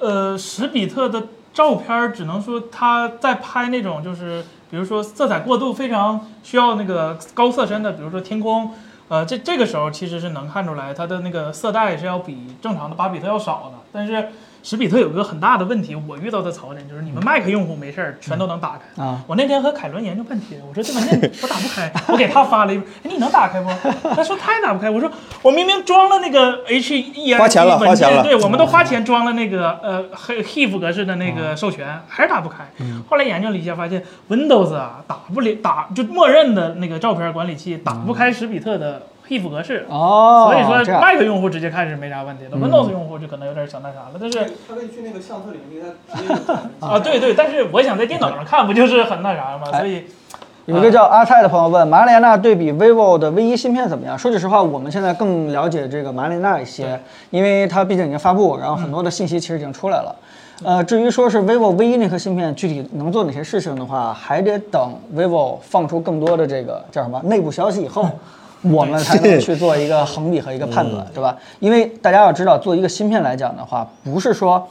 S3: 呃，史比特的照片儿只能说他在拍那种就是，比如说色彩过度非常需要那个高色深的，比如说天空，呃，这这个时候其实是能看出来它的那个色带是要比正常的八比特要少的，但是。史比特有个很大的问题，我遇到的槽点就是你
S1: 嗯
S3: 们 Mac 用户没事儿全都能打开。
S2: 啊，
S3: 我那天和凯伦研究半天，我说这文件我打不开，我给他发了一个，哎你能打开不？他说他也打不开。我说我明明装了那个 H E
S1: 花钱了花钱了
S3: 对我们都
S2: 哦
S3: 花钱装了那个呃 HEIF 格式的那个授权，还是打不开。
S2: 嗯
S3: 后来研究了一下，发现 Windows 啊打不了，打就默认的那个照片管理器打不开史比特的 HEIF 格式。
S2: 嗯哦，
S3: 所以说
S2: 这样嗯
S3: Mac 用户直接看是没啥问题的，Windows 用户就可能有点想那啥了。但是
S4: 他可以去那个相册里面给他直接
S3: 啊，对对，但是我想在电脑上看，不就是很那啥吗？
S2: 哎
S3: 所以
S2: 有一个叫阿泰的朋友问，马里亚纳对比 vivo 的 V 一芯片怎么样？说句实话，我们现在更了解这个马里亚纳一些，因为它毕竟已经发布，然后很多的信息其实已经出来了。呃，至于说是 vivo V 一那颗芯片具体能做哪些事情的话，还得等 vivo 放出更多的这个叫什么内部消息以后，我们才能去做一个横比和一个判断，对吧？因为大家要知道，做一个芯片来讲的话，不是说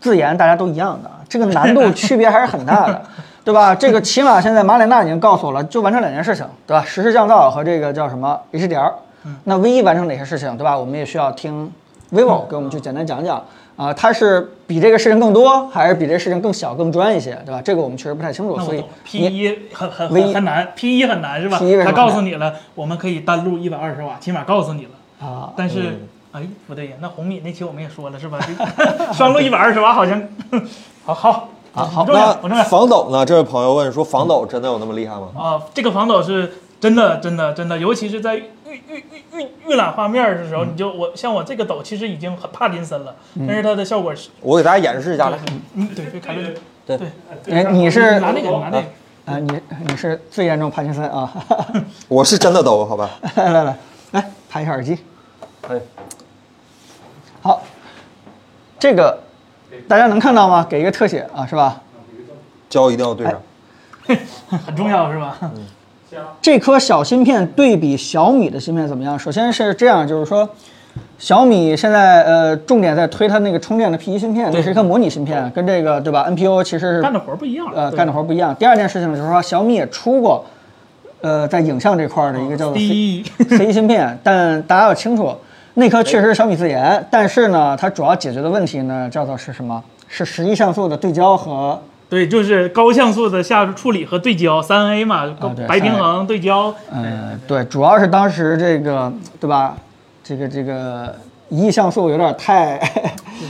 S2: 字眼大家都一样的，这个难 度区别还是很大的，对吧？这个起码现在马里纳已经告诉我了，就完成两件事情，对吧？实时降噪和这个叫什么 HDR。那
S3: 嗯
S2: V 一完成哪些事情，对吧？我们也需要听
S3: 嗯
S2: vivo 给我们去简单讲讲啊、它是比这个事情更多，还是比这个事情更小、更专一些，对吧？这个我们确实不太清楚，
S3: 那我
S2: 所以
S3: 懂了，P
S2: 你
S3: 一很很
S2: 唯一
S3: 很很难，P 一很难是吧
S2: P1 为什么
S3: 他
S2: 很
S3: 告诉你了，我们可以单录一百二十瓦，起码告诉你了。
S2: 啊，
S3: 但是，哎，不对呀，那红米那期我们也说 了是吧？这双录一百二十瓦好像，好好
S2: 啊好
S3: 不重要，不重
S1: 那
S3: 要。
S1: 防抖呢？这位朋友问说，防抖真的有那么厉害吗？
S3: 啊，这个防抖是真的，真的，真的，尤其是在预预预预预览画面的时
S2: 嗯
S3: 候，你就我像我这个抖其实已经很帕金森了，但是它的效果是，
S1: 我给大家演示一下来。
S3: 嗯，对，对，凯伦，
S1: 对
S3: 对，
S2: 哎，你是
S3: 拿那个，拿那个。
S2: 啊，你你是最严重帕金森啊，
S1: 我是真的抖，好吧？
S2: 来来来，来拍一下耳机。
S1: 哎，
S2: 好，这个大家能看到吗？给一个特写啊，是吧？
S1: 胶一定要对上。
S2: 啊
S3: 很重要是吧？
S2: 这颗小芯片对比小米的芯片怎么样？首先是这样，就是说，小米现在呃重点在推它那个充电的 P1 芯片，那是一颗模拟芯片，跟这个对吧 NPU 其实是
S3: 干的活儿不一样，
S2: 呃
S3: 对
S2: 干的活儿不一样。第二件事情就是说，小米也出过呃在影像这块儿的一个叫做 C
S3: 哦第一
S2: C 1芯片，但大家要清楚，那颗确实是小米自研，但是呢，它主要解决的问题呢叫做是什么？是十一像素的对焦和
S3: 对，就是高像素的下处理和对焦，三 A 嘛，高
S2: 啊对
S3: 白平衡对焦，
S2: 呃，对，主要是当时这个对吧？这个这个一亿像素有点太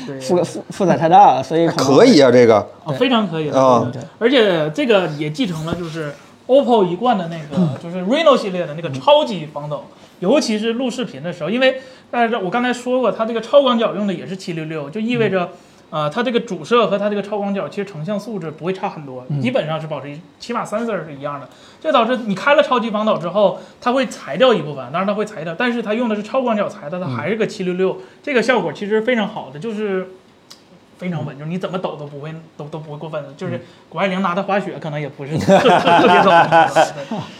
S3: 对
S2: 负负负载太大了，所以能
S1: 可以啊，这个
S3: 啊，非常可以的。
S1: 啊
S3: 对而且这个也继承了就是 OPPO 一贯的那个，就是 Reno 系列的那个超级防抖，尤其是录视频的时候，因为大家我刚才说过，它这个超广角用的也是七六六，就意味着。呃，它这个主摄和它这个超广角其实成像素质不会差很多，基本上是保持一起码三 r 是一样的。这导致你开了超级防抖之后，它会裁掉一部分，当然它会裁掉，但是它用的是超广角裁的，它还是个七六六，这个效果其实非常好的，就是非常
S2: 嗯
S3: 稳，就是你怎么抖都不会都都不会过分的。就是谷爱凌拿的滑雪可能 也不是 特特特别抖的。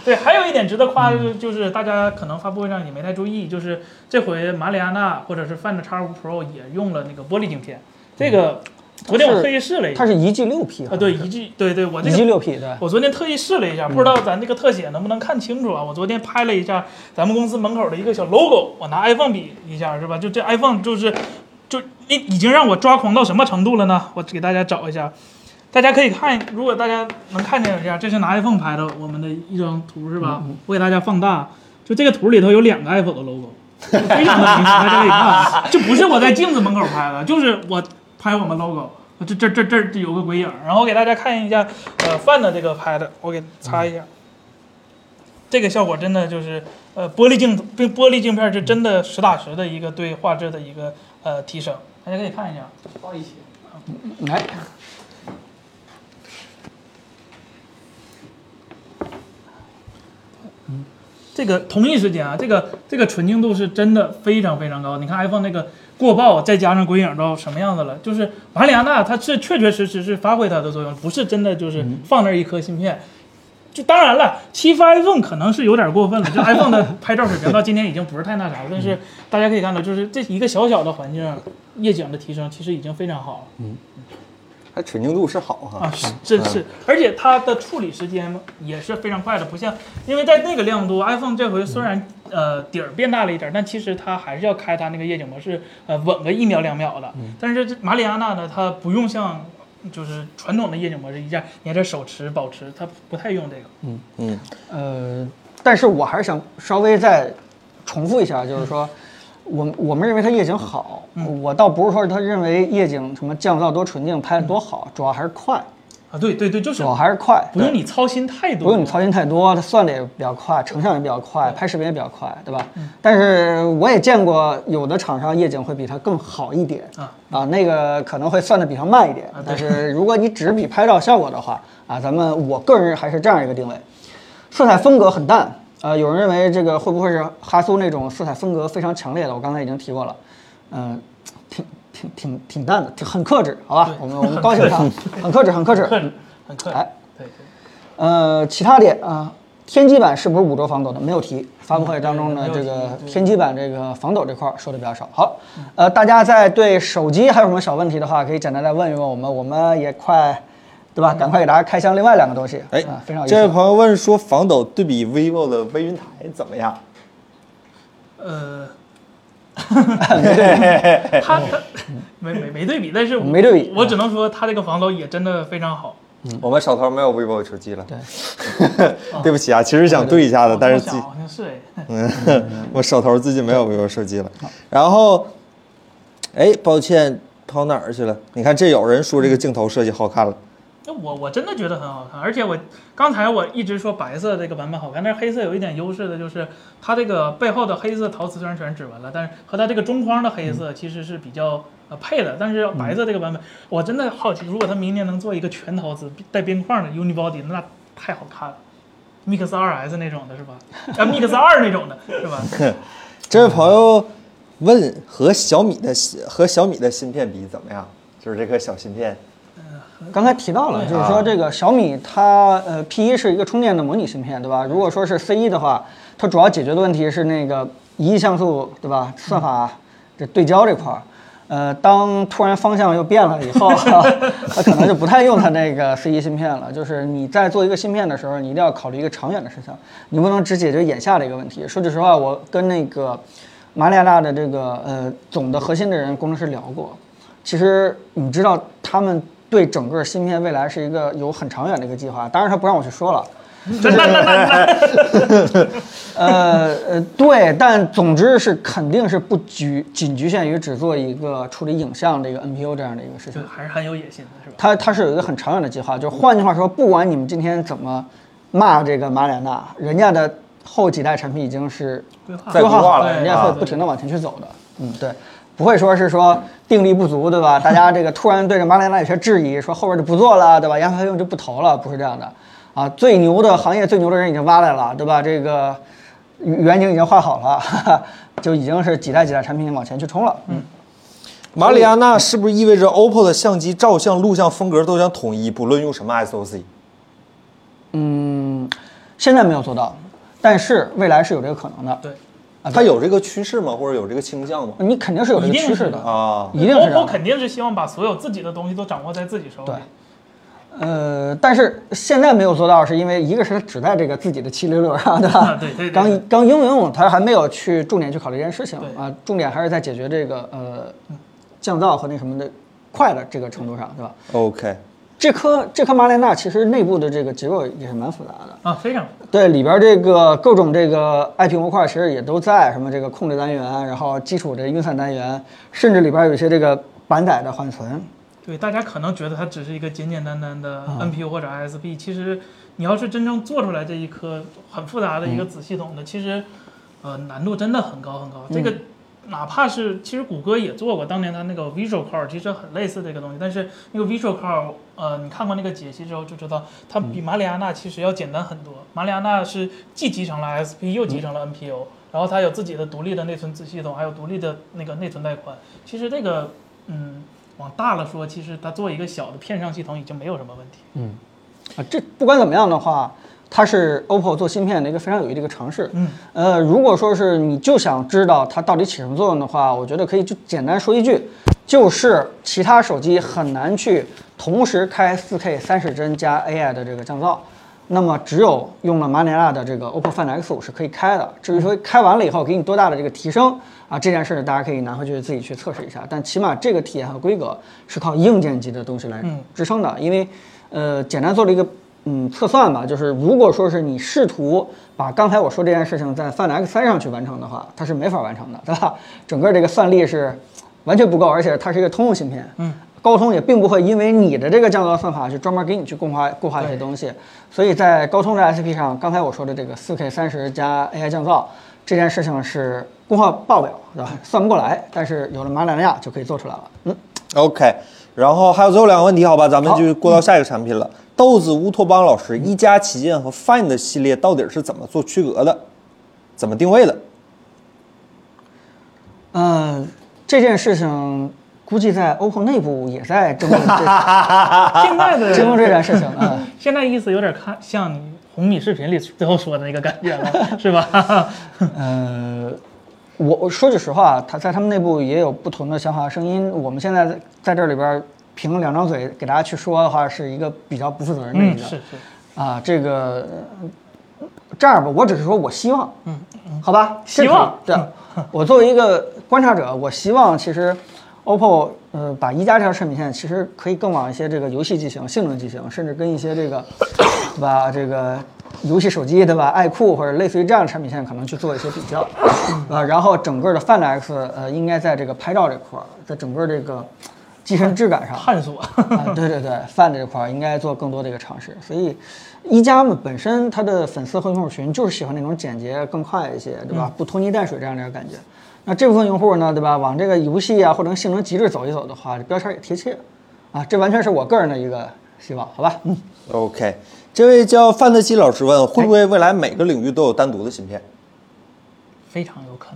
S3: 对，对还有一点值得夸的
S2: 嗯
S3: 就是就是大家可能发布会上也没太注意，就是这回马里亚纳或者是 Find X5 Pro 也用了那个玻璃镜片，这个昨天我特意试了一下
S2: 嗯它。是一 G 六 P
S3: 啊，对，一 G，对对，我这
S2: 一
S3: 个
S2: G 六 P 对吧。
S3: 我昨天特意试了一下，不知道咱这个特写能不能看清楚啊？我昨天拍了一下咱们公司门口的一个小 logo，我拿 iPhone 比一下是吧？就这 iPhone 就是就已已经让我抓狂到什么程度了呢？我给大家找一下，大家可以看，如果大家能看见一下，这是拿 iPhone 拍的我们的一张图是吧？我给大家放大，就这个图里头有两个 iPhone 的 logo。非常的明显，大家可以看，这不是我在镜子门口拍的，就是我拍我们 logo，这这这这这有个鬼影儿，然后我给大家看一下，呃，范的这个拍的，我给擦一下，这个效果真的就是，呃，玻璃镜对玻璃镜片是真的实打实的一个对画质的一个呃提升，大家可以看一下，
S4: 放一起。
S2: 哎，
S3: 这个同一时间啊，这个这个纯净度是真的非常非常高。你看 iPhone 那个过曝，再加上鬼影到什么样子了？就是马里亚纳它是确确实实是发挥它的作用，不是真的就是放那儿一颗芯片。就当然了，七发 iPhone 可能是有点过分了，就 iPhone 的拍照水平到今天已经不是太那啥了。但是大家可以看到，就是这一个小小的环境，夜景的提升其实已经非常好了。
S1: 它纯净度是好哈、
S3: 啊，是
S2: 嗯
S3: 真是，而且它的处理时间也是非常快的，不像因为在那个亮度，iPhone 这回虽然呃底儿变大了一点儿，但其实它还是要开它那个夜景模式，呃稳个一秒两秒的。
S2: 嗯
S3: 但是这马里亚纳呢，它不用像就是传统的夜景模式一样，你还得手持保持，它不太用这个。
S1: 嗯，
S2: 呃，但是我还是想稍微再重复一下，就是说，我们我们认为它夜景好，
S3: 嗯
S2: 我倒不是说他认为夜景什么降噪多纯净，拍的多好，主要还是快，
S3: 啊，对对对，就是
S2: 主要还是快，
S3: 不用你操心太多，
S2: 不用你操心太多，它算的也比较快，成像也比较快，拍视频也比较快，对吧？
S3: 嗯
S2: 但是我也见过有的厂商夜景会比它更好一点
S3: 啊
S2: 那个可能会算的比它慢一点，
S3: 啊对
S2: 但是如果你只比拍照效果的话啊，咱们我个人还是这样一个定位，色彩风格很淡。呃，有人认为这个会不会是哈苏那种色彩风格非常强烈的？我刚才已经提过了，嗯、挺挺挺挺淡的，挺很克制，好吧？我们我们 高兴他，很克制，很克制，
S3: 克制，很克制
S2: 哎。
S3: 对对。
S2: 呃，其他点啊，天玑版是不是五轴防抖的？没有提。发布会当中呢，
S3: 嗯
S2: 这
S3: 对没有
S2: 个
S3: 提嗯
S2: 天玑版这个防抖这块儿说的比较少。好，呃，大家在对手机还有什么小问题的话，可以简单再问一问我们，我们也快，对
S3: 嗯
S2: 吧？赶快给大家开箱另外两个东西。
S1: 哎
S2: 啊，非常，有意
S1: 这位
S2: 思。
S1: 朋友问说防抖对比 vivo 的微云台怎么样？
S3: 呃，他他 没没没对比，但是我
S2: 哎哦嗯没对比啊
S3: 我只能说他这个防抖也真的非常好。
S1: 我们手头没有 vivo 手机了， 对，不起啊，其实想对一下的，
S3: 我
S1: 但
S3: 这
S1: 是
S3: 么
S1: 自
S3: 想
S1: 己
S3: 好像是哎，
S1: 嗯，我手头最近没有 vivo 手机了。然后，哎，抱歉，跑哪儿去了？你看，这有人说这个镜头设计好看了，
S3: 那我我真的觉得很好看，而且我刚才我一直说白色这个版本好看，但是黑色有一点优势的就是它这个背后的黑色陶瓷虽然全是指纹了，但是和它这个中框的黑
S1: 嗯
S3: 色其实是比较呃配的。但是白色这个版本，我真的好奇，如果它明年能做一个全陶瓷带边框的 unibody，那太好看了。Mix 2 S 那种的是吧？啊，Mix 2那种的是 吧？
S1: 这位朋友问和小米的和小米的芯片比怎么样？就是这颗小芯片，
S2: 刚才提到了，就是说这个小米它呃 P 1是一个充电的模拟芯片，对吧？如果说是 C 1的话，它主要解决的问题是那个一亿像素，对吧？算法这对焦这块儿。呃，当突然方向又变了以后，它可能就不太用它那个 C 1芯片了。就是你在做一个芯片的时候，你一定要考虑一个长远的事情，你不能只解决眼下的一个问题。说句实话，我跟那个马里亚纳的这个呃总的核心的人工程师聊过，其实你知道他们对整个芯片未来是一个有很长远的一个计划，当然他不让我去说了。
S3: 那那那那那
S2: 呃呃，对，但总之是肯定是不局仅局限于只做一个处理影像的一个 NPU 这样的一个事情
S3: 就。还是很有野心的是吧？
S2: 它它是有一个很长远的计划，就是换句话说，不管你们今天怎么骂这个马里亚纳，人家的后几代产品已经是
S3: 规划
S1: 在规划
S2: 了，
S1: 了啊
S2: 人家会不停的往前去走的。嗯，对，不会说是说定力不足，对吧？大家这个突然对着马里亚纳有些质疑，说后边就不做了，对吧？研发费用就不投了，不是这样的。啊，最牛的行业最牛的人已经挖来了，对吧？这个远景已经画好了， 哈哈，就已经是几代几代产品往前去冲了。嗯，
S1: 马里亚纳是不是意味着 OPPO 的相机照相、录像风格都将统一，不论用什么 SOC？
S2: 现在没有做到，但是未来是有这个可能的。
S3: 对，
S1: 它有这个趋势吗？或者有这个倾向吗？
S2: 你肯定是有这个
S3: 一定
S2: 趋势
S3: 是
S2: 的
S3: 的
S1: 啊，
S2: 一定是这样
S3: OPPO
S2: 的
S3: 肯定是希望把所有自己的东西都掌握在自己手里
S2: 对。呃，但是现在没有做到，是因为一个是它只在这个自己的七六六上，对吧？
S3: 啊对对对
S2: 刚刚应用它还没有去重点去考虑这件事情
S3: 对
S2: 啊，重点还是在解决这个呃降噪和那什么的快的这个程度上，对吧？
S1: OK，
S2: 这颗这颗马莲娜其实内部的这个结构也是蛮复杂的，
S3: 啊，非常
S2: 对里边这个各种这个 IP 模块其实也都在，什么这个控制单元，然后基础这运算单元，甚至里边有一些这个板载的缓存，
S3: 对，大家可能觉得它只是一个简简单单的 NPU 或者 ISP，、其实你要是真正做出来这一颗很复杂的一个子系统的，其实呃难度真的很高很高。这个哪怕是其实谷歌也做过，当年它那个 Visual Core 其实很类似这个东西，但是那个 Visual Core，呃，你看过那个解析之后就知道，它比马里亚纳其实要简单很多。马里亚纳是既集成了 ISP 又集成了 NPU，、然后它有自己的独立的内存子系统，还有独立的那个内存带宽。其实这个，嗯。往大了说，其实它做一个小的片上系统已经没有什么问题。
S2: 啊，这不管怎么样的话，它是 OPPO 做芯片的一个非常有益的一个尝试。
S3: 嗯，
S2: 呃，如果说是你就想知道它到底起什么作用的话，我觉得可以就简单说一句，就是其他手机很难去同时开 4K 三十帧加 AI 的这个降噪。那么只有用了马里亚的这个 OPPO Find X5 是可以开的。至于说开完了以后给你多大的这个提升啊，这件事儿大家可以拿回去自己去测试一下。但起码这个体验和规格是靠硬件级的东西来支撑的，因为呃简单做了一个嗯测算吧，就是如果说是你试图把刚才我说这件事情在 Find X3 上去完成的话，它是没法完成的，对吧？整个这个算力是完全不够，而且它是一个通用芯片，嗯，高通也并不会因为你的这个降噪算法去专门给你去固化固化一些东西，所以在高通的 SP 上，刚才我说的这个 4K 三十加 AI 降噪这件事情是功耗爆表，对吧？算不过来，但是有了马里亚就可以做出来了，嗯，
S1: OK，然后还有最后两个问题，好吧，咱们就过到下一个产品了。豆子乌托邦老师，一加旗舰和 Find 系列到底是怎么做区隔的？怎么定位的？
S2: 嗯，这件事情估计在 OPPO 内部也在争论这
S3: 现在的
S2: 争论这件事 情啊。嗯
S3: 现在意思有点看像你红米视频里最后说的那个感觉了，是吧？
S2: 呃，我我说句实话，啊他在他们内部也有不同的想法和声音。我们现在在在这里边儿凭两张嘴给大家去说的话，是一个比较不负责任的一
S3: 嗯，
S2: 个。
S3: 是是。
S2: 啊，这个呃这样吧，我只是说我希望，嗯，好吧，
S3: 希望
S2: 这是对。我作为一个观察者，我希望其实 OPPO 呃把一加这条产品线其实可以更往一些这个游戏机型、性能机型，甚至跟一些这个对吧这个游戏手机对吧爱酷或者类似于这样的产品线可能去做一些比较，啊，然后整个的 Find X 呃应该在这个拍照这块儿，在整个这个机身质感上
S3: 探索，
S2: 啊，对对对，饭这块儿应该做更多的一个尝试。所以，一加嘛本身它的粉丝和用户群就是喜欢那种简洁、更快一些，对吧？不拖泥带水这样的一个感觉。那这部分用户呢，对吧？往这个游戏啊或者性能极致走一走的话，这标签也贴切啊。这完全是我个人的一个希望，好吧？嗯，
S1: OK，这位叫范德基老师问，会不会未来每个领域都有单独的芯片？
S3: 非常有可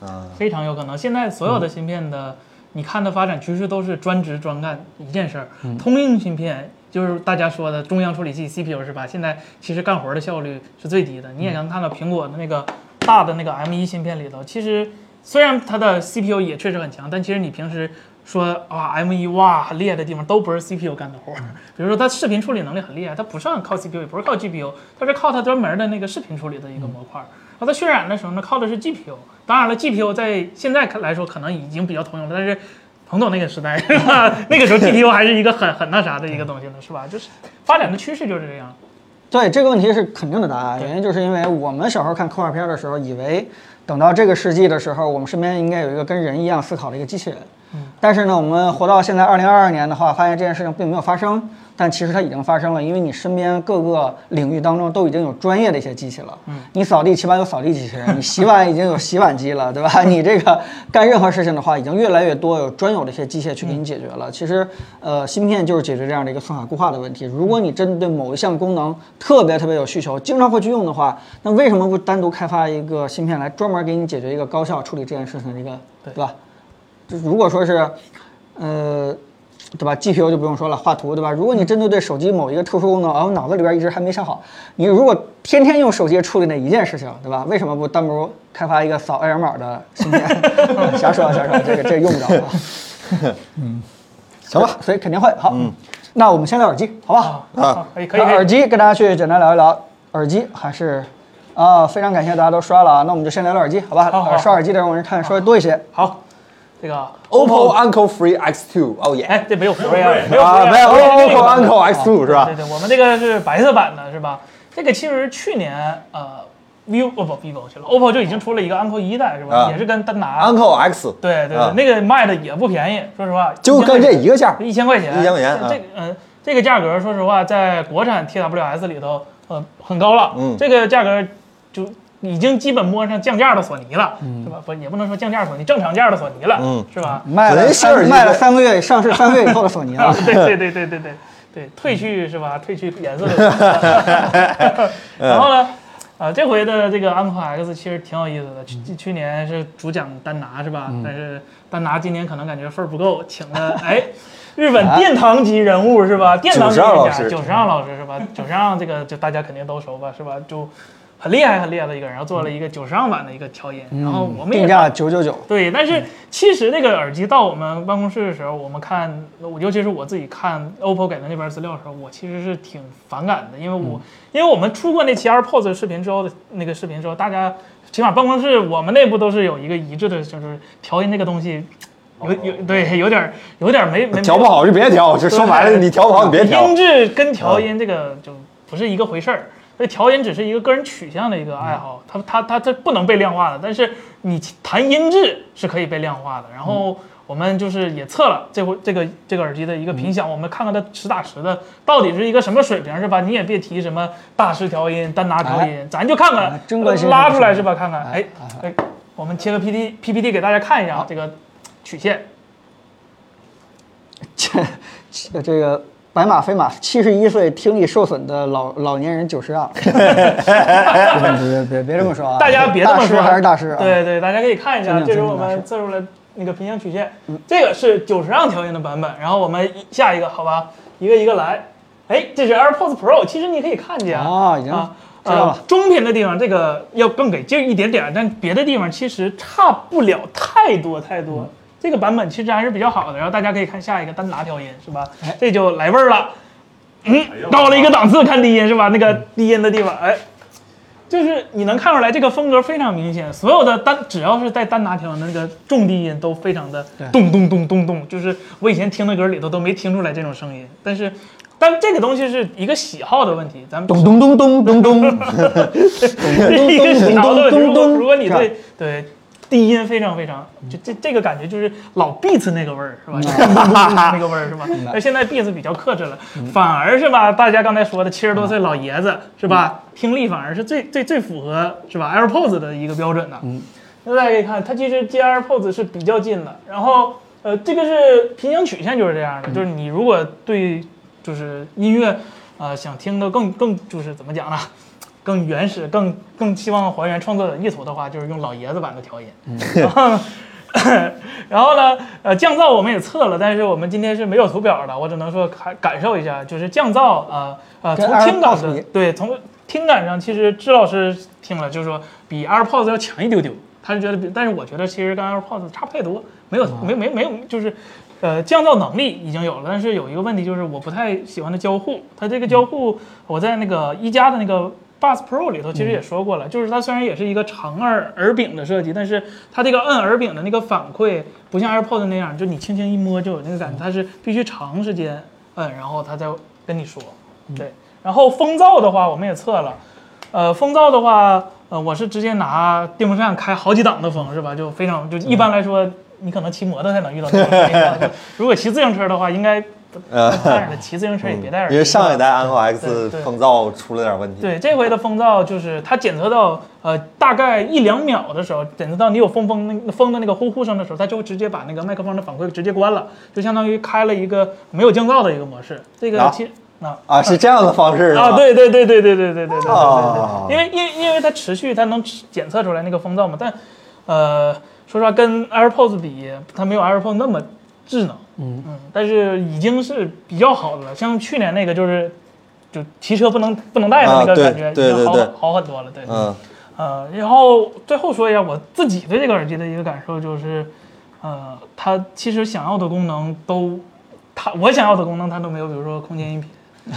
S3: 能，
S1: 啊，
S3: 非常有可能。现在所有的芯片的，你看的发展趋势都是专职专干一件事儿。通用芯片就是大家说的中央处理器 CPU 是吧？现在其实干活的效率是最低的。你也能看到苹果的那个大的那个 M1 芯片里头，其实虽然它的 CPU 也确实很强，但其实你平时说啊 M1 哇很厉害的地方都不是 CPU 干的活儿， 比如说它视频处理能力很厉害，它不是靠 CPU，也不是靠 GPU，它是靠它专门的那个视频处理的一个模块儿。然后它渲染的时候呢，靠的是 GPU。当然了，GPU 在现在看来说可能已经比较通用了，但是彭总那个时代 是吧？那个时候 GPU 还是一个很很那啥的一个东西呢，是吧？就是发展的趋势就是这样。
S2: 对这个问题是肯定的答案，
S3: 对
S2: 原因就是因为我们小时候看科幻片的时候，以为等到这个世纪的时候，我们身边应该有一个跟人一样思考的一个机器人。但是呢，我们活到现在二零二二年的话，发现这件事情并没有发生，但其实它已经发生了，因为你身边各个领域当中都已经有专业的一些机器了。嗯，你扫地起码有扫地机器 人，你洗碗已经有洗碗机了，对 吧？你这个干任何事情的话，已经越来越多有专有的一些机械去给你解决了。其实，呃，芯片就是解决这样的一个算法固化的问题。如果你针对某一项功能特别特别有需求，经常会去用的话，那为什么不单独开发一个芯片来专门给你解决一个高效处理这件事情的一个，对吧？就如果说是，呃，对吧？GPU 就不用说了，画图对吧？如
S3: 嗯
S2: 果你针对对手机某一个特殊功能，啊，我脑子里边一直还没想好，你如果天天用手机处理那一件事情，对吧？为什么不单独开发一个扫二维码的芯片？ 啊瞎说瞎说，这个这个用不着啊。
S1: 行吧，
S2: 所以肯定会好。嗯，那我们先聊耳机，好不好？
S1: 啊
S3: 好，可以可以
S2: 那
S3: 可以。
S2: 耳机跟大家去简单聊一聊，耳机还是啊，非常感谢大家都刷了啊，那我们就先聊聊耳机，好吧？
S3: 好好
S2: 呃刷耳机的人我们看说的多一些。
S3: 好，这个
S1: OPPO Uncle Free X2，哦耶！
S3: 哎，这没有 free 啊，没有 free
S1: 啊，没有
S3: 这个
S1: OPPO Uncle X2 是吧
S3: 对？对，我们这个是白色版的，是吧？这个其实去年呃，vivo 哦不 vivo 去了，OPPO 就已经出了一个 Uncle 一代，是吧？
S1: 啊
S3: 也是跟单拿。
S1: Uncle X，
S3: 对对
S1: 啊
S3: 对，那个卖的也不便宜，说实话，
S1: 就跟这一个价，
S3: 一千块钱，
S1: 1000块钱啊
S3: 这这个嗯，这个价格说实话，在国产 TWS 里头，呃，很高了。
S1: 嗯
S3: 这个价格就已经基本摸上降价的索尼了，是吧？不，也不能说降价索尼，正常价的索尼了，
S1: 嗯
S3: 是吧？
S2: 卖了
S1: 人事儿
S2: 三
S1: 就是
S2: 卖了三个月，上市三个月以后的索尼
S3: 啊
S2: 了。
S3: 对对对对对对对，褪
S1: 嗯
S3: 去是吧？褪去颜色的。 然后
S1: 嗯
S3: 呢，呃，这回的这个 Uncle X 其实挺有意思的。去
S1: 嗯
S3: 去年是主讲丹拿是吧？但是丹拿今年可能感觉份儿不够，请 了哎。日本殿堂级人物是吧？殿堂级
S1: 啊九十二老
S3: 专家
S1: 师
S3: 九十让老师是吧？九十让这个就大家肯定都熟吧是吧？就很厉害很厉害的一个人，然后做了
S1: 嗯
S3: 一个九十让版的一个调音，然后 我们也
S2: 定价九九九，
S3: 对，但是其实那个耳机到我们办公室的时候，我们看，我尤其是我自己看 OPPO 给的那边资料的时候，我其实是挺反感的，因为
S1: 嗯
S3: 我、因为我们出过那期 AirPods 的视频之后的那个视频之后，大家起码办公室我们内部都是有一个一致的，就是调音那个东西，有有对有点儿有点儿没没
S1: 哦调不好就别调，这说白了你调不好你别调
S3: 音。质跟调音这个就不是一个回事儿。所以调音只是一个个人取向的一个爱好，它它它这不能被量化的，但是你谈音质是可以被量化的。然后我们就是也测了这回这个这个耳机的一个频响，我们看看它实打实的到底是一个什么水平，是吧？你也别提什么大师调音、单拿调音，咱就看看
S2: 哎真关心
S3: 拉
S2: 这个
S3: 出来
S2: 事
S3: 是吧？看看，哎，哎，我们贴个 P D P P T 给大家看一下啊这个曲线，
S2: 这这个白马非马，七十一岁听力受损的老老年人九十 让，别别别这么说啊！
S3: 大家别这么
S2: 大师
S3: 说，
S2: 还是大师啊！
S3: 对对，大家可以看一下，
S2: 真的
S3: 这是
S2: 真的
S3: 我
S2: 大
S3: 们
S2: 师嗯
S3: 测出来那个平行曲线，这个是九十让调音的版本。然后我们一下一个，好吧，一个一个来。哎，这是 AirPods Pro，其实你可以看见
S2: 哦已经
S3: 啊
S2: 知道了
S3: 呃，中频的地方这个要更给劲一点点，但别的地方其实差不了太多太
S2: 嗯
S3: 多。这个版本其实还是比较好的，然后大家可以看下一个单拿调音是吧？
S2: 哎
S3: 这就来味儿了，嗯，到了一个档次看低音是吧？那
S2: 嗯
S3: 个低音的地方，哎，就是你能看出来这个风格非常明显，所有的单只要是带单拿条的那个重低音都非常的咚咚咚咚咚，就是我以前听的歌里头都没听出来这种声音，但是。但这个东西是一个喜好的问题，咱们
S2: 咚咚咚咚咚 咚，咚
S3: 是 一个喜
S2: 咚
S3: 好的
S2: 咚
S3: 问题。如
S2: 咚
S3: 果
S2: 咚。
S3: 如果你
S2: 是吧
S3: 对对低音非常非常，就这这个感觉就是老 beats 那个味儿
S2: 嗯
S3: 是吧？那个味儿是吧？那现在 beats 比较克制了，
S2: 嗯
S3: 反而是吧？大家刚才说的七十多岁老爷子是
S2: 嗯
S3: 吧？听力反而是最最最符合是吧 AirPods 的一个标准的。
S2: 嗯
S3: 那大家可以看，它其实接 AirPods 是比较近的。然后，呃，这个是平行曲线就是这样的，就是
S2: 嗯
S3: 你如果对就是音乐，呃，想听的更更就是怎么讲呢，更原始、更更希望还原创作者意图的话，就是用老爷子版的调音。
S2: 嗯
S3: 然后然后呢，呃，降噪我们也测了，但是我们今天是没有图表的，我只能说感感受一下，就是降噪，呃呃，
S2: 跟
S3: 从听感
S2: AirPods
S3: 的
S2: 比
S3: 对，从听感上，其实支老师听了就是说比 AirPods 要强一丢丢，他是觉得比，但是我觉得其实跟 AirPods 差不太多，没有没没没有就是。呃，降噪能力已经有了，但是有一个问题就是我不太喜欢它交互。它这个交互，我在那个一加的那个 Buds Pro 里头其实也说过了，就是它虽然也是一个长耳耳柄的设计，但是它这个摁耳柄的那个反馈不像 AirPods 那样，就你轻轻一摸就有那个感觉，它是必须长时间摁，然后它再跟你说。
S1: 嗯
S3: 对，然后风噪的话我们也测了，呃，风噪的话，呃，我是直接拿电风扇开好几档的风，是吧？就非常就一般来说，你可能骑摩托才能遇到这种情 况。就如果骑自行车的话，应该不
S1: 呃
S3: 当然了，骑自行车也别戴耳机。
S1: 因为上一代 Uncle
S3: 对
S1: X
S3: 对
S1: 风噪出了点问题，
S3: 对，这回的风噪就是它检测到呃大概一两秒的时候，检测到你有风风那风的那个呼呼声的时候，它就会直接把那个麦克风的反馈直接关了，就相当于开了一个没有降噪的一个模式。这个
S1: 啊
S3: 其实啊
S1: 啊，是这样的方式是吧
S3: 啊，，对对对对对对对对对对
S1: 哦
S3: 对，因为因为因为它持续它能检测出来那个风噪嘛，但呃，说实话跟 AirPods 比，它没有 AirPods 那么智能，嗯但是已经是比较好的了，像去年那个就是。就骑车不能不能带的那
S1: 啊
S3: 个
S1: 对
S3: 感觉，已
S1: 对
S3: 经好
S1: 对对
S3: 好很多了，对。
S1: 嗯，
S3: 呃，然后最后说一下我自己对这个耳机的一个感受就是，呃，它其实想要的功能都，它我想要的功能它都没有，比如说空间音频，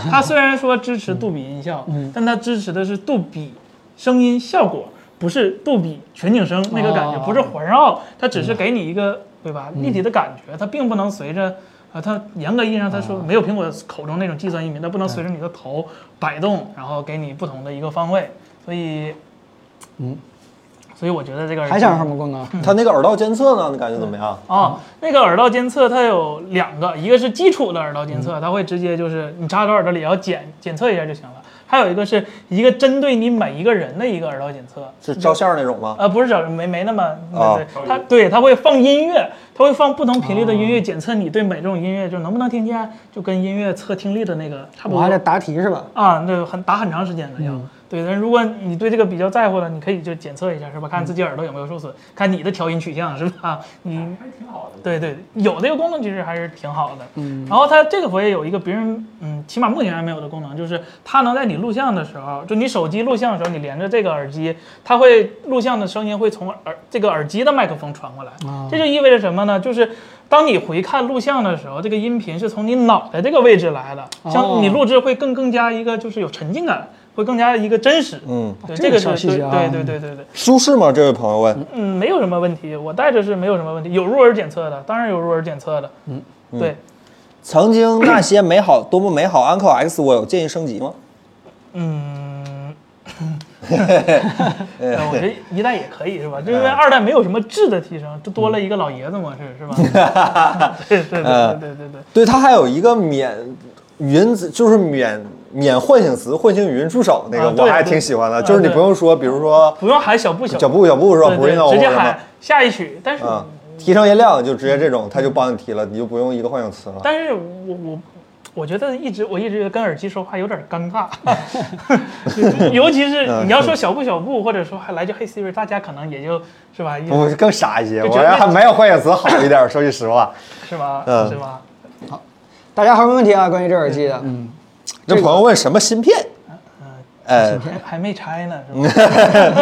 S3: 它虽然说支持杜比音效，但它支持的是杜比声音效果，不是杜比全景声那个感觉，
S2: 哦
S3: 不是环绕，它只是给你一个对吧立体的感觉，它并不能随着。啊，它严格意义上，它说
S2: 哦
S3: 没有苹果口中那种计算音频，它不能随着你的头摆动，然后给你不同的一个方位。所以所以我觉得这个耳机
S2: 嗯还想有什么功能？
S1: 它那个耳道监测呢，你感觉怎么样？
S3: 哦，那个耳道监测它有两个，一个是基础的耳道监
S2: 嗯
S3: 测，它会直接就是你插到耳朵里，然后检检测一下就行了。还有一个是一个针对你每一个人的一个耳道检测，
S1: 是照相那种吗？
S3: 呃，不是找人没没那么，
S1: 哦
S3: 对对，它对它会放音乐，它会放不同频率的
S2: 哦
S3: 音乐，检测你对每种音乐就能不能听见，就跟音乐测听力的那个差不
S2: 我
S3: 多
S2: 还。得答题是吧？嗯
S3: 啊，那个很打很长时间的要。对，但是如果你对这个比较在乎的，你可以就检测一下，是吧？
S2: 嗯
S3: 看自己耳朵有没有受损，看你的调音取向，是吧？你
S4: 还挺好的。
S3: 对对，有这个功能其实还是挺好的。嗯，然后它这个佛也有一个别人嗯，起码目前还没有的功能，就是它能在你录像的时候，就你手机录像的时候，你连着这个耳机，它会录像的声音会从耳这个耳机的麦克风传过来。
S2: 啊
S3: 这就意味着什么呢？就是当你回看录像的时候，这个音频是从你脑袋这个位置来的，
S2: 哦
S3: 像你录制会更更加一个就是有沉浸感，会更加一个真实。
S1: 嗯，
S3: 对，
S2: 这
S3: 这
S2: 个
S3: 个
S2: 小
S3: 是
S2: 细
S3: 对
S2: 节啊
S3: 对对对对对。
S1: 舒适吗？这位朋友问。
S3: 嗯，没有什么问题，我戴着是没有什么问题，有入耳检测的，当然有入耳检测的。嗯，对，
S1: 曾经那些美好多么美好，Uncle X，我有建议升级吗？
S3: 嗯， 呃我觉得一代也可以是吧？就因为二代没有什么质的提升，就多了一个老爷子模式是吧？ 对对对对对对对。
S1: 对，它还有一个免语音字，就是免免唤醒词、唤醒语音助手那个，
S3: 啊对
S1: 我还挺喜欢的。
S3: 对
S1: 就是你
S3: 啊对
S1: 不用说，比如说
S3: 不用喊小步小
S1: 小布小布是吧？
S3: 对
S1: 不是那
S3: 对，直
S1: 种
S3: 接
S1: 什么
S3: 喊下一曲。但是
S1: 啊，提升音量就直接这种，它就帮你提了，你就不用一个唤醒词了。
S3: 但是我我我觉得一直我一直觉得跟耳机说话有点尴尬，尤其是你要说小步小步，或者说还来句嘿 Siri，大家可能也就是吧，一
S1: 我更傻一些，
S3: 就
S1: 我
S3: 觉得
S1: 这还没有幻想词好一点。说句实话，
S3: 是吧，
S1: 嗯
S3: 是吧？
S2: 大家还有什么问题啊？关于这耳机的，嗯，
S1: 这朋友问什么芯片？呃，
S3: 还还没拆呢，是吧？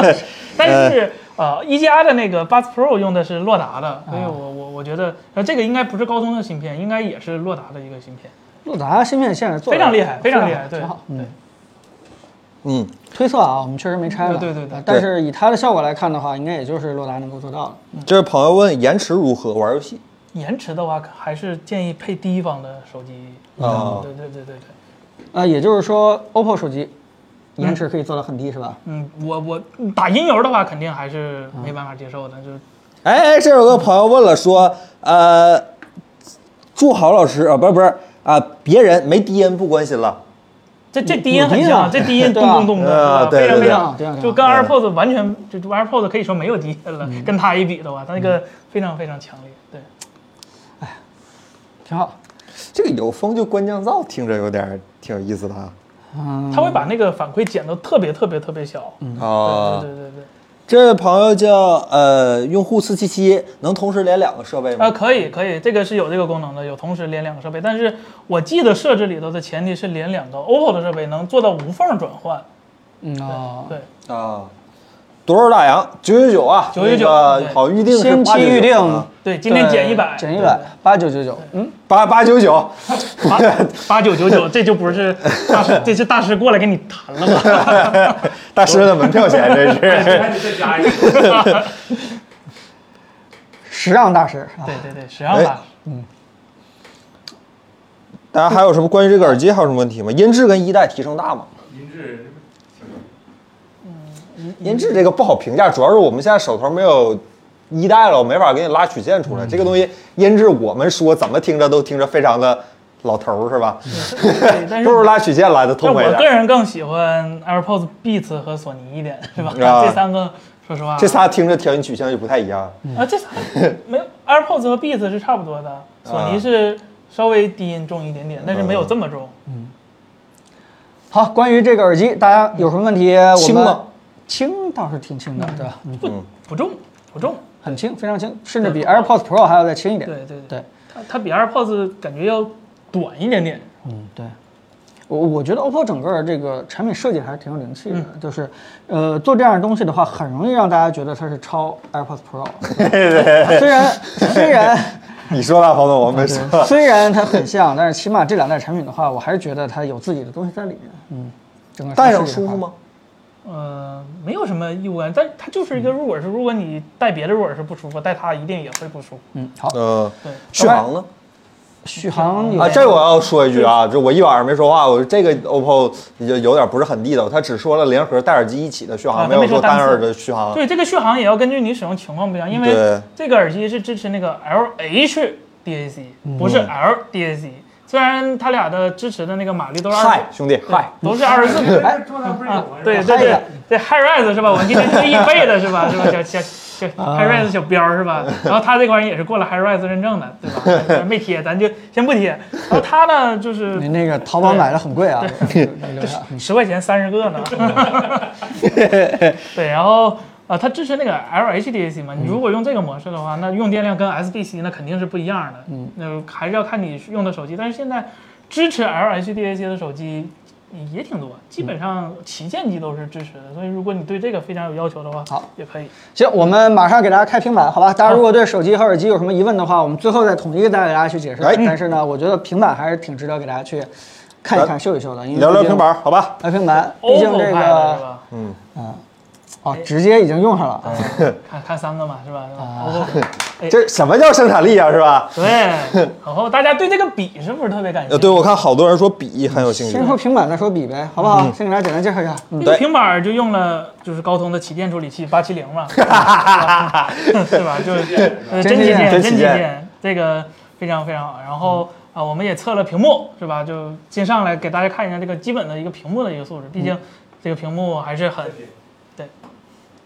S1: 嗯
S3: 但
S1: 哎
S3: 是呃，一加的那个 Buds Pro 用的是洛达
S1: 啊
S3: 的，所以我我我觉得呃，这个应该不是高通的芯片，应该也是洛达的一个芯片，
S2: 洛达芯片现在做得
S3: 非常厉害非常厉害对
S2: 挺好。嗯，
S1: 嗯，
S2: 推测啊，我们确实没拆了，
S3: 对对对对
S2: 但是以它的效果来看的话，应该也就是洛达能够做到的。
S1: 这位朋友问延迟如何玩游戏？
S3: 延迟的话还是建议配第一方的手机。
S1: 哦
S3: 对对对对对。
S2: 呃，也就是说，OPPO 手机延迟可以做到很低，是吧？
S3: 嗯，我我打音游的话，肯定还是
S1: 嗯
S3: 没办法接受的，就是
S1: 哎哎，这有个朋友问了说，呃，祝好老师啊，不是不是啊，别人没低音不关心了。
S3: 这这低音很
S2: 有低啊
S3: 像，这低音
S2: 对
S3: 咚
S2: 吧
S3: 咚咚的，
S1: 啊
S3: 是吧非
S1: 对嗯
S3: 常非
S1: 对
S3: 常
S2: 对对对
S3: 就跟 AirPods 完全就就 AirPods 可以说没有低音了，
S1: 嗯
S3: 跟它一比的话，它那个非常非常强烈。对，
S2: 挺好。
S1: 这个有风就关降噪，听着有点儿挺有意思的啊。
S2: 嗯，
S3: 它会把那个反馈减到特别特别特别小。
S1: 哦
S3: 嗯对对对对对，
S1: 这位朋友叫呃用户四七七，能同时连两个设备
S3: 啊，
S1: 吗？
S3: 可以可以，这个是有这个功能的，有同时连两个设备，但是我记得设置里头的前提是连两个 OPPO 的设备能做到无缝转换。
S2: 嗯哦，
S3: 对，
S1: 啊，多少大洋？九九九啊，
S3: 999
S1: 那个
S3: 对
S1: 好预定是
S2: 先
S1: 八
S2: 期
S1: 九
S2: 预
S1: 九
S2: 定
S1: 啊，
S3: 对，今天减一百，
S2: 减一百，八九九九。嗯，
S1: 八八九九。
S3: 八 八九九九，这就不是大师，这是大师过来跟你谈了吗？
S1: 大师的门票钱这是。
S4: 还得再加一个。
S2: 时尚大师啊，
S3: 对对对，实际上
S1: 哎
S3: 吧，
S1: 大家还有什么关于这个耳机还有什么问题吗？音质跟一代提升大吗？
S4: 音质挺
S1: 音质这个不好评价，主要是我们现在手头没有一代了，我没法给你拉曲线
S4: 嗯
S1: 出来。这个东西音质我们说怎么听着都听着非常的老头儿是吧？
S4: 嗯
S3: 对，
S1: 哎
S3: 但是
S1: 都是拉曲线来的
S3: 但
S1: 痛快一
S3: 我个
S1: 点。
S3: 人更喜欢 AirPods Beats 和索尼一点，是吧？
S1: 啊
S3: 这三个，说实话，
S1: 这仨听着调音取向就不太一样。
S3: 啊，这仨没有 AirPods 和 Beats 是差不多的，索尼是稍微低音重一点点，但是没有这么重。
S2: 好，关于这个耳机，大家有什么问题？我们
S1: 轻吗？
S2: 轻倒是挺轻的，对吧？嗯，
S3: 不不重不重，
S2: 很轻，非常轻，甚至比 AirPods Pro 还要再轻一点。
S3: 对对
S2: 对，
S3: 它它比 AirPods 感觉要短一点点。
S2: 嗯，对。我我觉得 OPPO 整个这个产品设计还是挺有灵气的，就是，呃，做这样的东西的话，很容易让大家觉得它是超 AirPods Pro。虽然虽然
S1: 你说吧，彭总，我没说。
S2: 虽然它很像，但是起码这两代产品的话，我还是觉得它有自己的东西在里面。嗯，整 个
S1: 戴
S2: 设
S1: 上
S2: 计的
S1: 舒服
S2: 话？
S1: 吗？
S3: 呃，没有什么异物感，但它就是一个入耳式。如果你戴别的入耳式不舒服，戴它一定也会不舒服。
S2: 嗯，好，
S1: 嗯
S3: 对，
S1: 续航呢？
S2: 续航有
S1: 啊，这我要说一句啊，这我一晚上没说话，我这个 OPPO 有有点不是很地道，它只说了联合戴耳机一起的续
S3: 啊
S1: 航，
S3: 它
S1: 没
S3: 没
S1: 有
S3: 说
S1: 说
S3: 单
S1: 单耳
S3: 次
S1: 的续航。
S3: 对，这个续航也要根据你使用情况不一样，因为
S1: 啊对
S3: 这个耳机是支持那个 LHDAC，不是 LDAC。虽然它俩的支持的那个马力都是二
S1: 嗨，兄弟，嗨，
S3: 都是二十四匹，
S4: 哎，桌上不是有吗？
S3: 对
S4: 是吧
S3: 对对对 h i r i s 是吧？我今天是易贝的是吧？是吧？小小小 h i r i s 小标是吧？然后他这款也是过了 h i r i s 认证的，对吧？没贴，咱就先不贴。然后他呢，就是
S2: 你那个淘宝买的很贵啊，留 下
S3: 十块钱三十 个呢。对，然后呃，它支持那个 LHDAC 嘛？你如果用这个模式的话，那用电量跟 SBC 那肯定是不一样的。嗯，那还是要看你用的手机。但是现在支持 LHDAC 的手机也挺多，基
S2: 嗯
S3: 本上旗舰机都是支持的。所以如果你对这个非常有要求的话，
S2: 好
S3: 也可以。
S2: 行，我们马上给大家开平板，好吧？大家如果对手机和耳机有什么疑问的话，我们最后再统一再给大家去解释
S1: 哎。
S2: 但是呢，我觉得平板还是挺值得给大家去看一看、
S1: 来
S2: 秀一秀的，因为
S1: 聊聊
S2: 毕竟
S1: 平，板，好吧？
S2: 聊平板，毕竟
S3: OPPO
S2: 这
S3: 派的
S2: 个嗯
S3: 是吧？
S2: 哦，直接已经用上了啊。
S1: 哎
S3: 看看三个嘛，是吧？是吧？OPPO 哎
S1: 这什么叫生产力啊，是吧？
S3: 对，然后大家对这个笔是不是特别感兴
S1: 呃，
S3: 趣？
S1: 对，我看好多人说笔很有 兴趣
S2: 先，说平板，再说笔呗，好不好？先给大家简单介绍一下。嗯，
S3: 这
S1: 对
S3: 个平板儿就用了就是高通的旗舰处理器八七零 嘛，是吧？就是呃
S2: 真
S3: 真
S2: 旗
S3: 旗
S2: 舰
S3: 舰，
S1: 真
S3: 真
S1: 旗舰
S3: 旗舰，这个非常非常好。然后啊，我们也测了屏幕，是吧？就先上来给大家看一下这个基本的一个屏幕的一个素质，毕竟这个屏幕还是很，对，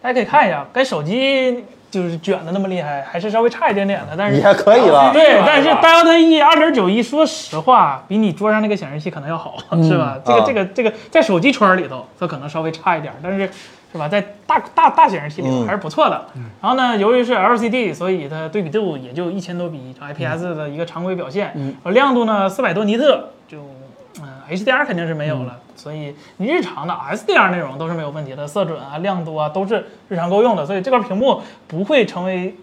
S3: 大家可以看一下，跟手机就是卷的那么厉害，还是稍微差一点点的，但是
S1: 也还可以了。
S3: 对，但是 Delta E 二点九一，说实话，比你桌上那个显示器可能要好， 是吧？这个、
S1: 啊
S3: 这个这个在手机圈里头，它可能稍微差一点，但是是吧，在大大大显示器里头
S1: 嗯
S3: 还是不错的。然后呢，由于是 LCD，所以它对比度也就一千多比一，IPS 的一个常规表现，
S1: 嗯
S3: 而亮度呢四百多尼特，就嗯、HDR 肯定是没有了。
S1: 嗯
S3: 所以你日常的 SDR 内容都是没有问题的，色准啊、亮度啊都是日常够用的，所以这块屏幕不会成为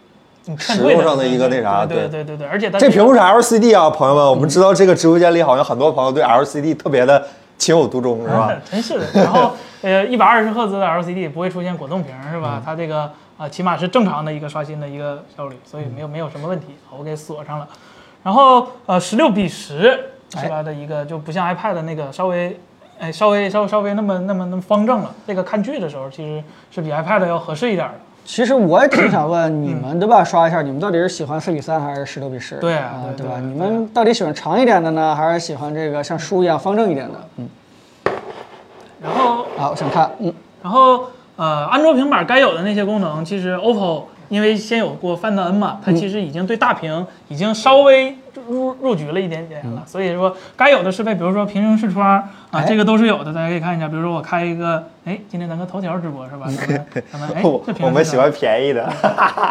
S3: 你劝退
S1: 使用上的一个那啥
S3: 对
S1: 对
S3: 对对对，而且它
S1: 这屏幕是 LCD 啊，朋友们，我们知道这个直播间里好像很多朋友对 LCD 特别的情有独钟，是吧？
S3: 真是的。然后呃，一百二十赫兹的 LCD 不会出现果冻屏是
S1: 嗯
S3: 吧？它这个啊、起码是正常的一个刷新的一个效率，所以
S1: 嗯
S3: 没有没有什么问题。好，我给锁上了。然后呃，十六比十
S1: 哎
S3: 是吧的一个，就不像 iPad 的那个稍微。哎，稍微稍微稍微那么那么那么方正了。这个看剧的时候，其实是比 iPad 要合适一点的。
S2: 其实我也挺想问你们，对吧？刷一下，你们到底是喜欢四比三还是十六比十？
S3: 对
S2: 啊，
S3: 啊
S2: 对
S3: 对
S2: 吧？
S3: 对对
S2: 你们到底喜欢长一点的呢，还是喜欢这个像书一样方正一点的？嗯，
S3: 然后
S2: 好，我想看，嗯，
S3: 然后呃，安卓平板该有的那些功能，其实 OPPO 因为先有过 Find N
S1: 嗯
S3: 嘛，它其实已经对大屏已经稍微入入局了一点点了，
S1: 嗯
S3: 所以说该有的适配，比如说平行视窗啊
S2: 哎，
S3: 这个都是有的，大家可以看一下。比如说我开一个，哎，今天咱跟头条直播是吧？咱们咱 们哎
S1: 我，
S3: 这屏
S1: 我
S3: 幕
S1: 们喜欢便宜的，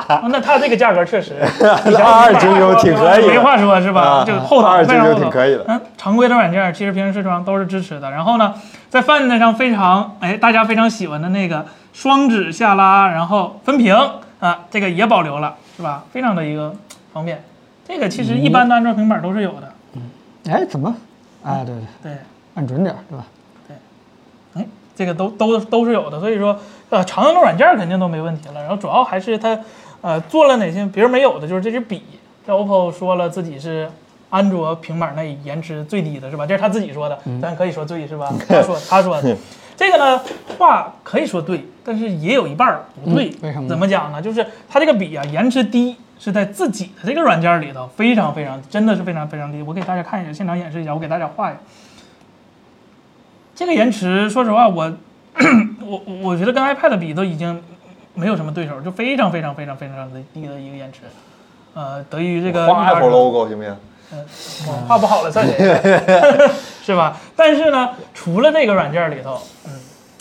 S3: 哦那它这个价 格确实
S1: 二二九九挺可以
S3: 啊没
S1: 的。
S3: 话说是吧
S1: 啊？
S3: 这个后
S1: 二
S3: 台
S1: 十九
S3: 非常厚道
S1: 挺可以的
S3: 嗯，常规的软件其实平时视窗都是支持的。然后呢，在 Find 上非常哎大家非常喜欢的那个双指下拉，然后分屏啊，这个也保留了是吧？非常的一个方便。这个其实一般的安卓平板都是有的。
S2: 哎，怎么？啊，对对，
S3: 对，
S2: 按准点儿，对吧？
S3: 哎，这个都都都是有的，所以说，呃，常用的软件肯定都没问题了。然后主要还是它，呃，做了哪些别人没有的，就是这支笔。这 OPPO 说了自己是安卓平板内延迟最低的，是吧？这是他自己说的，
S2: 嗯
S3: 咱可以说对是吧？他说他 说的。这个呢，话可以说对，但是也有一半儿不对。
S2: 嗯为什么呢
S3: 怎么讲呢？就是它这个笔啊，延迟低是在自己的这个软件里头，非常非常，真的是非常非常低。我给大家看一下，现场演示一下，我给大家画一下。这个延迟，说实话，我我我我觉得跟 iPad 比都已经没有什么对手，就非常非常非常非常的低的一个延迟。呃，得益于这个
S1: 画 Apple
S3: 120
S1: logo 行不行？
S3: 我画不好了算谁？是吧？但是呢，除了这个软件里头，嗯，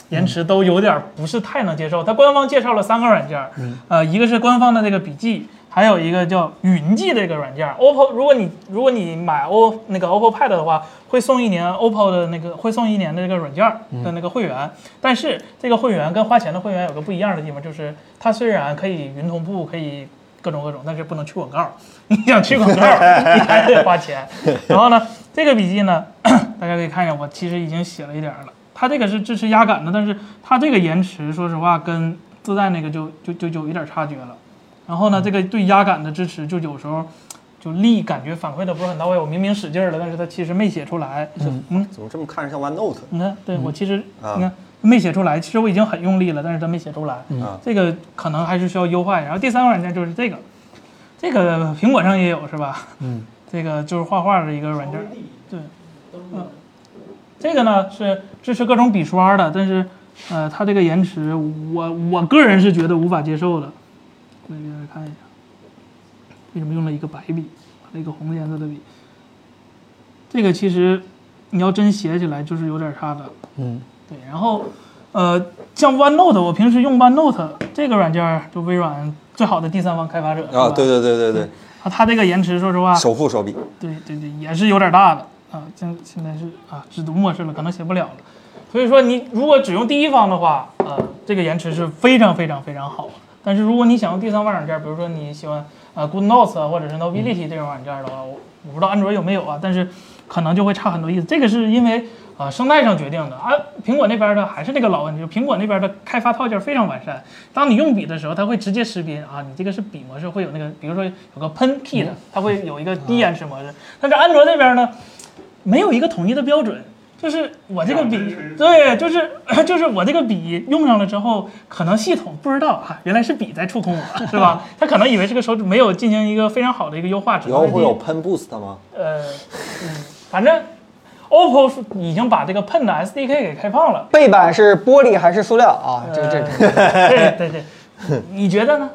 S3: 延迟都有点不是太能接受。它官方介绍了三个软件，呃，一个是官方的这个笔记，还有一个叫云记的一个软件。OPPO，如果你如果你买 O 那个 OPPO Pad 的话，会送一年 OPPO 的那个会送一年的这个软件的那个会员。但是这个会员跟花钱的会员有个不一样的地方，就是它虽然可以云同步，可以各种各种，但是不能去广告。 你想去广告，你还得花钱。然后呢，这个笔记呢， 大家可以看一下，我其实已经写了一点儿了。它这个是支持压感的，但是它这个延迟，说实话跟自带那个就就就有一点差距了。然后呢，这个对压感的支持，就有时候就力感觉反馈的不是很到位。我明明使劲儿了，但是它其实没写出来。嗯，
S1: 怎么这么看着像 OneNote？
S3: 你看，对我其实
S1: 啊
S3: 你看没写出来，其实我已经很用力了，但是它没写出来。
S1: 啊
S3: 这个可能还是需要优化一下。然后第三个软件就是这个，这个苹果上也有是吧？嗯，这个就是画画的一个软件，对，嗯，这个呢是支持各种笔刷的，但是呃，它这个延迟，我我个人是觉得无法接受的。我给大家看一下，为什么用了一个白笔，了一个红颜色的笔？这个其实你要真写起来就是有点差的。
S2: 嗯，
S3: 对，然后呃，像 OneNote，我平时用 OneNote 这个软件儿，就微软最好的第三方开发者
S1: 啊，对，对对对对，
S3: 它它这个延迟，说实话，
S1: 首付手笔，
S3: 对对对，也是有点大的啊。现现在是啊，只读末世了，可能写不了了。所以说，你如果只用第一方的话，呃，这个延迟是非常非常非常好的。但是如果你想用第三方软件，比如说你喜欢呃 GoodNotes 啊，或者是 Nobility 这种软件的话，我我不知道安卓有没有啊，但是可能就会差很多意思。这个是因为啊、呃生态上决定的啊。苹果那边的还是那个老问题，就苹果那边的开发套件非常完善。当你用笔的时候，它会直接识别啊，你这个是笔模式，会有那个，比如说有个喷 P 的，它会有一个低延迟模式。但是安卓这边呢，没有一个统一的标准，就是我这个笔
S4: 两支持，
S3: 对，就是 就是我这个笔用上了之后，可能系统不知道啊，原来是笔在触控我， 是吧？他可能以为这个手指没有进行一个非常好的一个优化，只
S1: 以
S3: 能
S1: 后
S3: 在
S1: 会
S3: 第一
S1: 有 Pen Boost 吗？
S3: 呃，嗯，反正 OPPO 是已经把这个 Pen 的 SDK 给开放了。
S2: 背板是玻璃还是塑料啊？这这这
S3: 呃对对对，你觉得呢？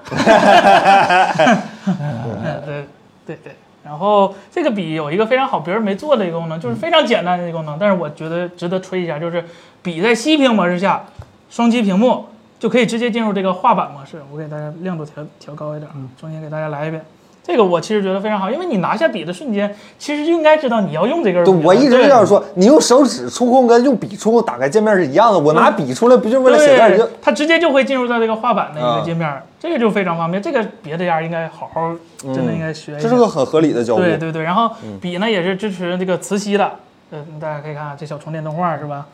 S3: 嗯对对对。然后这个笔有一个非常好，别人没做的一个功能，就是非常简单的一个功能，但是我觉得值得吹一下，就是笔在息屏模式下，双击屏幕就可以直接进入这个画板模式。我给大家亮度调调高一点，啊，中间给大家来一遍。这个我其实觉得非常好，因为你拿下笔的瞬间，其实就应该知道你要用这根笔
S1: 对，
S3: 了。
S1: 我一直
S3: 对
S1: 这样说，你用手指触控跟用笔触控打开界面是一样的，我拿笔出来不就是为了写字儿
S3: 嗯对
S1: 就？，
S3: 它直接就会进入到这个画板的一
S1: 啊
S3: 个界面，这个就非常方便。这个别的家应该好好，嗯真的应该学一下。
S1: 嗯这是个很嗯合理的交互。
S3: 对对对，然后笔呢也是支持这个磁吸的，嗯，大家可以看看这小充电动画是吧？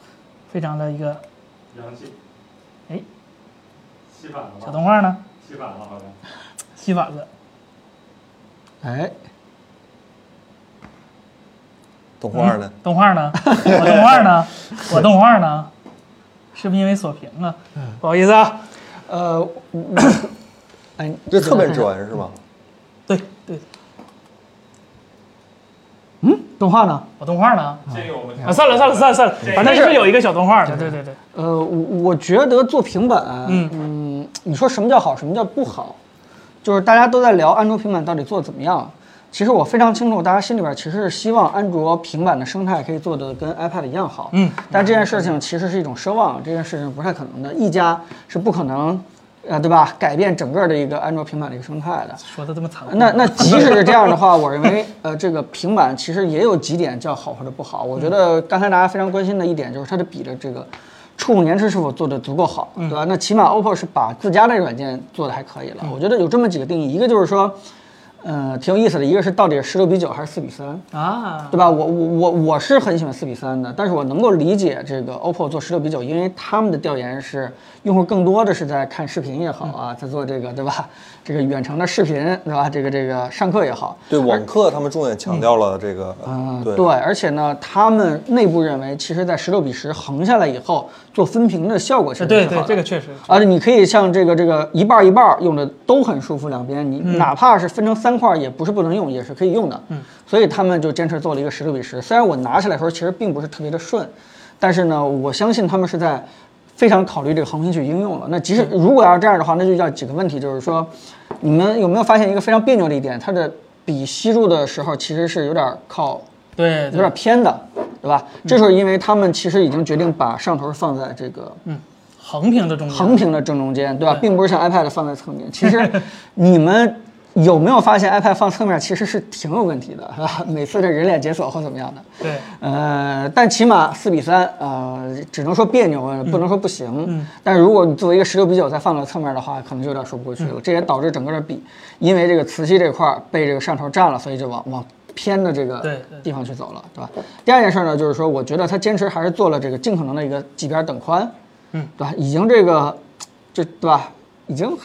S3: 非常的一个
S4: 洋气。
S3: 哎，
S4: 吸反了
S3: 小
S4: 吧？
S3: 动画呢，
S4: 吸反了好像。
S3: 吸反了。
S2: 哎，
S1: 动画呢？
S3: 动画呢？我动画呢？我动画呢？是不是因为锁屏啊？不好意思啊。
S2: 呃，哎，
S1: 这侧面指纹是吗？
S3: 嗯对对，
S2: 动画呢？
S3: 我动画呢？
S4: 这个我们
S3: 啊，算了算了算了算了，反正是有一个小动画的。对对对，
S2: 呃，我我觉得做平板，嗯你说什么叫好，什么叫不好？就是大家都在聊安卓平板到底做得怎么样。其实我非常清楚，大家心里边其实是希望安卓平板的生态可以做得跟 iPad 一样好。
S3: 嗯，
S2: 但这件事情其实是一种奢望，这件事情不太可能的。一家是不可能，呃，对吧？改变整个的一个安卓平板的一个生态的。
S3: 说的这么残酷。
S2: 那那即使是这样的话，我认为呃，这个平板其实也有几点叫好或者不好。我觉得刚才大家非常关心的一点就是它的笔的这个触控延迟是否做得足够好，对吧？那起码 OPPO 是把自家的软件做得还可以了。我觉得有这么几个定义，一个就是说，呃，挺有意思的，一个是到底是十六比九还是四比三，
S3: 啊，
S2: 对吧？我我我我是很喜欢四比三的，但是我能够理解这个 OPPO 做十六比九，因为他们的调研是用户更多的是在看视频也好
S3: 嗯
S2: 啊，在做这个对吧？ 这个远程的视频对吧？这个这个上课也好，
S1: 对，网课他们重点强调了这个。
S3: 嗯
S2: 啊，
S1: 对，
S2: 而且呢，他们内部认为，其实在十六比十横下来以后，做分屏的效果其实
S3: 对
S2: 是好
S3: 对，
S2: 的
S3: 这个确实。
S2: 而且你可以像这个这个一半儿一半儿用的都很舒服，两边你哪怕是分成三块儿也不是不能用，也是可以用的。嗯，所以他们就坚持做了一个十六比十。虽然我拿起来的时候其实并不是特别的顺，但是呢，我相信他们是在非常考虑这个横屏去应用了。那即使如果要是这样的话，那就叫几个问题，就是说，你们有没有发现一个非常别扭的一点？它的笔吸入的时候其实是有点儿靠
S3: 对，
S2: 有点偏的，对吧？这时候因为他们其实已经决定把上头放在这个
S3: 横屏的中间，
S2: 横屏的正中间，对吧？并不是像 iPad 放在侧面。其实你们有没有发现 iPad 放侧面其实是挺有问题的，是吧？每次这人脸解锁或怎么样的。
S3: 对，
S2: 呃，但起码四比三，呃，只能说别扭，不能说不行。
S3: 嗯
S2: 但如果你作为一个十六比九再放到侧面的话，可能就有点说不过
S3: 嗯
S2: 去了。这也导致整个的笔，因为这个磁吸这块儿被这个上头占了，所以就往往偏的这个
S3: 对对
S2: 地方去走了，对吧？第二件事呢，就是说，我觉得他坚持还是做了这个尽可能的一个几边等宽，嗯，对吧？已经这个，这对吧？已经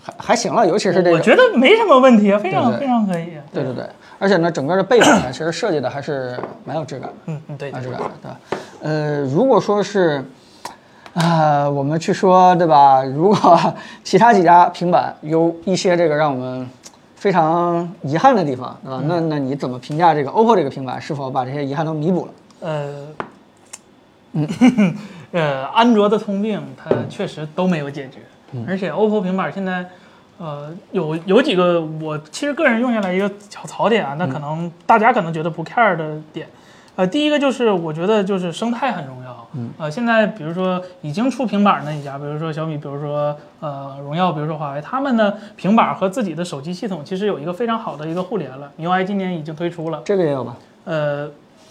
S2: 还还行了，尤其是这个，
S3: 我觉得没什么问题啊，非
S2: 对
S3: 常
S2: 对
S3: 非常可以。
S2: 对对对，而且呢，整个的背板呢，其实设计的还是蛮有质感的。
S3: 嗯嗯，对
S2: 啊，
S3: 对
S2: 这个对吧？呃，如果说是，啊、我们 去说对吧？如果其他几家平板有一些这个让我们非常遗憾的地方，对吧？
S3: 嗯
S2: 那那你怎么评价这个 OPPO 这个平板是否把这些遗憾都弥补了？
S3: 呃， 呃，安卓的通病它确实都没有解决，而且 OPPO 平板现在，呃，有有几个我其实个人用下来一个小槽点啊，那可能大家可能觉得不 care 的点。呃，第一个就是我觉得就是生态很重要。嗯，呃，现在比如说已经出平板儿那几家，比如说小米，比如说呃荣耀，比如说华为，他们呢平板儿和自己的手机系统其实有一个非常好的一个互联了。MIUI 今年已经推出了，
S2: 这个也有吧？
S3: 呃，